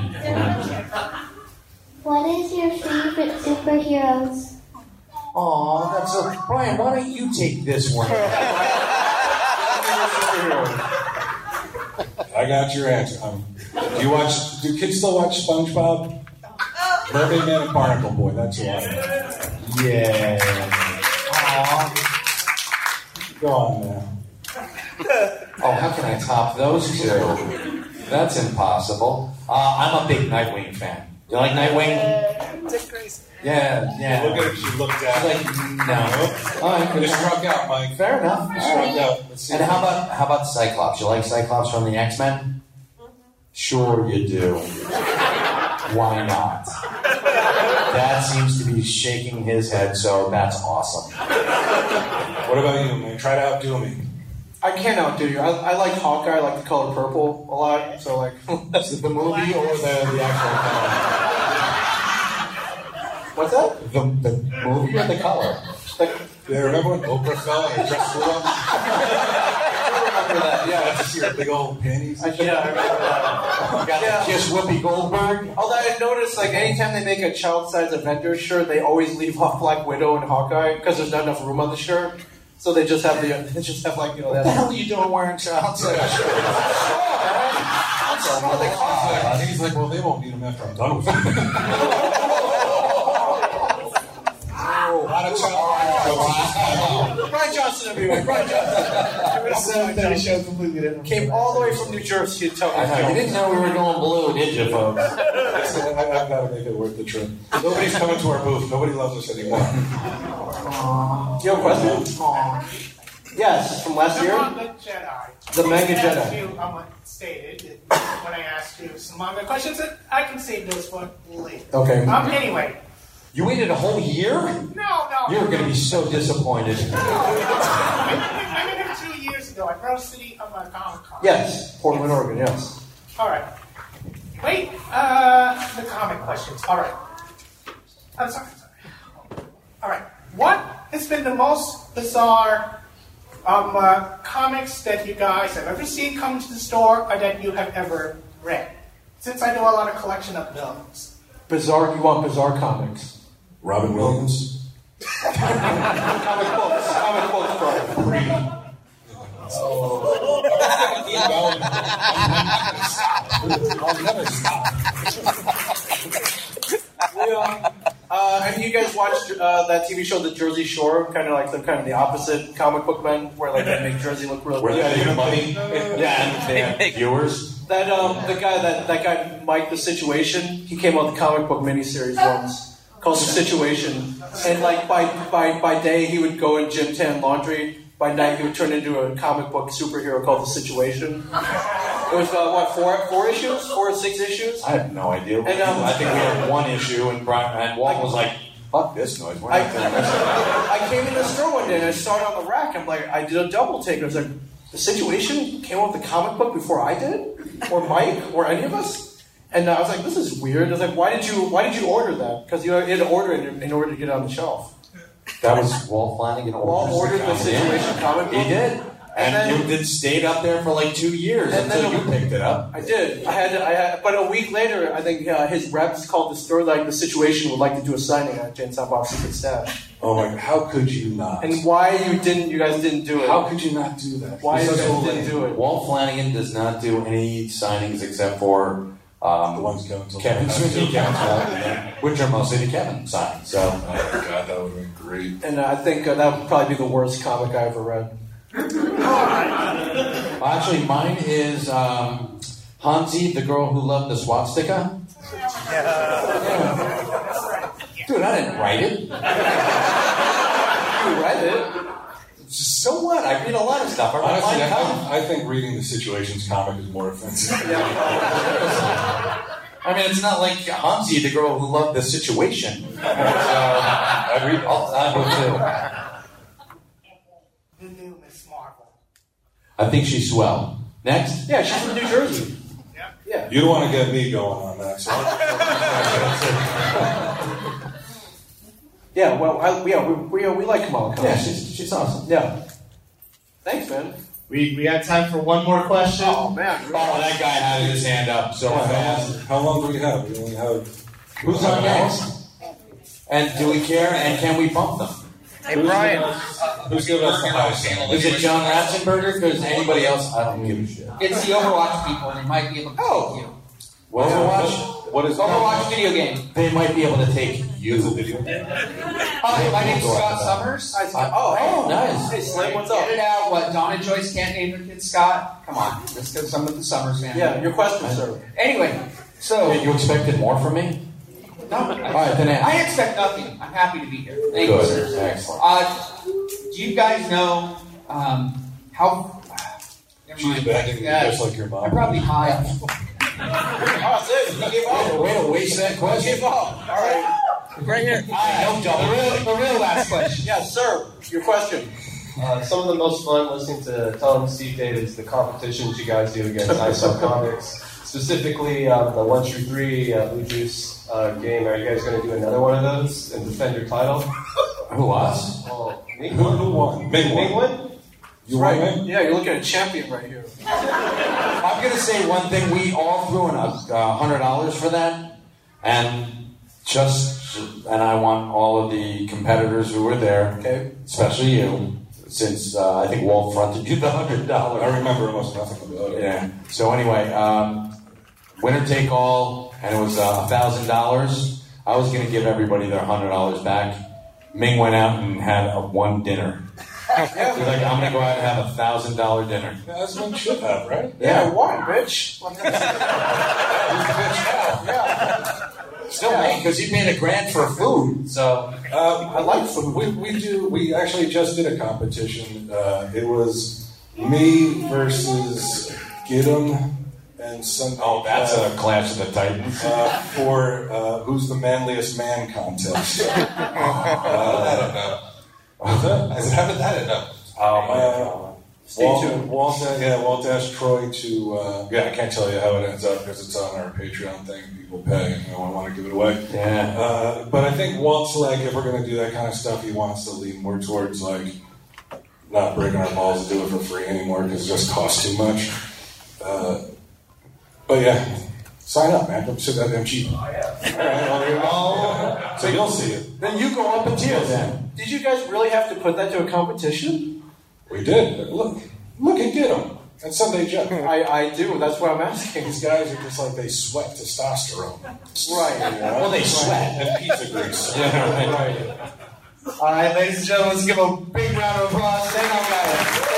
What is your favorite superheroes? Aw, that's so. Brian, why don't you take this one? I got your answer. Um, do you watch? Do kids still watch SpongeBob? Mermaid Man and Barnacle Boy. That's who I am. Yeah. Go on now. Oh, how can I top those two? That's impossible. Uh, I'm a big Nightwing fan. You like Nightwing? Dick Grayson. Yeah, yeah. Look at her. She looked at. Like, no. All right, You struck out, Mike. Fair enough. You All struck right. out. Let's see. And how about how about Cyclops? You like Cyclops from the X Men? Sure, you do. Why not? That seems to be shaking his head, so that's awesome. What about you, man? Try to outdo me. I can't outdo you. I, I like Hawkeye. I like the color purple a lot. So like, is it the movie or the, the actual? What's that? The, the movie or the color? Yeah, remember when Oprah fell and her dress flew up? Remember that? Yeah, I just see her big old panties. Yeah, I remember that. Got to kiss Whoopi Goldberg. Although I noticed, like, anytime they make a child-sized Avengers shirt, they always leave off Black Widow and Hawkeye because there's not enough room on the shirt. So they just have the, they just have like, you know, that. What the hell are you doing wearing child-sized shirts? That's what they call it. And he's like, well, they won't need them after I'm done with them. Oh, not a child. Brian Johnson, everyone. Brian Johnson. This is a very show completely different. Came all the way from New Jersey to tell me. I know, you didn't know we were going blue, did you, folks? I, I've got to make it worth the trip. Nobody's coming to our booth. Nobody loves us anymore. Do you have a question? Yes, from last year. The Manga Jedi. The Manga I asked Jedi. You, I'm like, stated it when I asked you some manga questions, and I can save those for later. Okay. Um, anyway, You waited a whole year? no, no. You're going to be so disappointed. I met him two years ago at Rose City of uh, Comic Con. Yes, Portland, Oregon. Yes. All right. Wait, uh, the comic questions. All right. I'm sorry. I'm sorry. All right. What has been the most bizarre um, uh, comics that you guys have ever seen come to the store or that you have ever read? Since I do a lot of collection of those. Bizarre. You want bizarre comics? Robin Williams. comic books, comic books from Creed. I'll never stop. yeah. Uh, have you guys watched uh, that TV show, The Jersey Shore? Kind of like the kind of the opposite comic book men, where like they make Jersey look really Where they good. make money. yeah, They have viewers. That um, the guy that that guy Mike the Situation, he came out with a comic book miniseries once called The Situation, and like by by by day he would go and gym tan laundry. By night he would turn into a comic book superhero called The Situation. It was uh, what four four issues, four or six issues. I have no idea. And, um, I think we had one issue, and Brian and Walt was like, "Fuck this noise." We're not doing this. I came in the store one day and I saw it on the rack. I'm like, I did a double take. I was like, the situation came out with the comic book before I did, or Mike, or any of us. And I was like, this is weird. I was like, why did you why did you order that? Because you had to order it in- in order to get it on the shelf. That was Walt Flanagan. Walt ordered the situation comic book. He did, and, then- it, it stayed up there for like two years And until then- you picked it up. I did. I had. I had. But a week later, I think uh, his reps called the store like the situation would like to do a signing at Jane Bob's Secret Stash. Oh my! How could you not? And why you didn't? You guys didn't do it. How could you not do that? Why you It's guys such a- didn't do it? Walt Flanagan does not do any signings except for um, the ones Kevin Kevin's City Council, which are mostly the Kevin signed. So, oh god, that would have been great. And I think uh, that would probably be the worst comic I ever read. Actually, mine is um, Hansi, the girl who loved the swastika. Yeah. Dude, I didn't write it. you read it. So what? I read a lot of stuff. I read Honestly, Mein Kampf. I, I think reading the Situations comic is more offensive. I mean, it's not like Hansi, the girl who loved the situation. So, I read all the time, too. The new Miss Marvel. I think she's swell. Next. Yeah, she's from New Jersey. You don't want to get me going on that. So Yeah, well, I, yeah, we, we, uh, we like Kamala Khan. Yeah, she's, she's awesome. Yeah. Thanks, man. We, we got time for one more question. Oh, man. Oh, that guy had his hand up so fast. How long do we have? We only have. Who's on next? And do we care? And can we bump them? Hey, Brian. Who's giving us the highest? Is it John Ratzenberger? Because anybody else, I don't give a shit. It's the Overwatch people. They might be able to oh. you. What Overwatch? What is Overwatch video game. They might be able to take you. Video Hi, my name's Scott Summers. oh, hey. nice. Hey, Slim, what's Get it out. What, Donna Joyce can't name her kid Scott? Come on. Let's go some of the Summers family. Yeah, your question, sir. Anyway, so. You expected more from me? No, All right, then ask. I expect nothing. I'm happy to be here. Thank you, Good. sir. Excellent. Uh, do you guys know um, how? Never She's mind. backing me Yeah. just like your mom. I'm probably high. Oh, Way to waste that question. Right here. no double. The real, the real last question. yes, sir. Your question. Uh, some of the most fun listening to Tom and Steve Dave is the competitions you guys do against ISO Comics. Specifically, um, the 1 through 3 uh, Blue Juice uh, game. Are you guys going to do another one of those and defend your title? Who, us? Well, Ming Who, who won? Ming won. Ming won? You right. want me? Yeah, you're looking at a champion right here. I'm gonna say one thing. We all threw in a uh, hundred dollars for that, and just and I want all of the competitors who were there, especially you, since uh, I think Walt fronted you the hundred dollars. I remember almost nothing about it. Yeah. So anyway, um, winner take all, and it was uh, a thousand dollars. I was gonna give everybody their hundred dollars back. Ming went out and had a one dinner. He's like, I'm gonna go out and have a thousand dollar dinner. Yeah, that's what you should have, right? Yeah. I won, bitch. Still made because he made a grant for food. So Um, I like food. We, we do. We actually just did a competition. Uh, it was me versus Gidim and some. Oh, that's a Clash of the Titans uh, for uh, who's the manliest man contest. Uh, I said, how did that end up? Oh my god. Uh, Stay tuned. Walt, yeah, Walt asked Troy to. Uh, yeah, I can't tell you how it ends up because it's on our Patreon thing. People pay, and I don't want to give it away. Yeah. Uh, but I think Walt's like, if we're going to do that kind of stuff, he wants to lean more towards like not breaking our balls to do it for free anymore because it just costs too much. Uh, but yeah, sign up, man. Come sit that damn cheap. All right, well, there you go. so you'll see it. Then you go up a tier then. Did you guys really have to put that to a competition? We did. But look, look at get them. That's Sunday Jeff. I, I do. That's what I'm asking. These guys are just like they sweat testosterone. Right. Well, they sweat. and pizza grease. Yeah, right. All right, ladies and gentlemen, let's give a big round of applause. Thank you guys.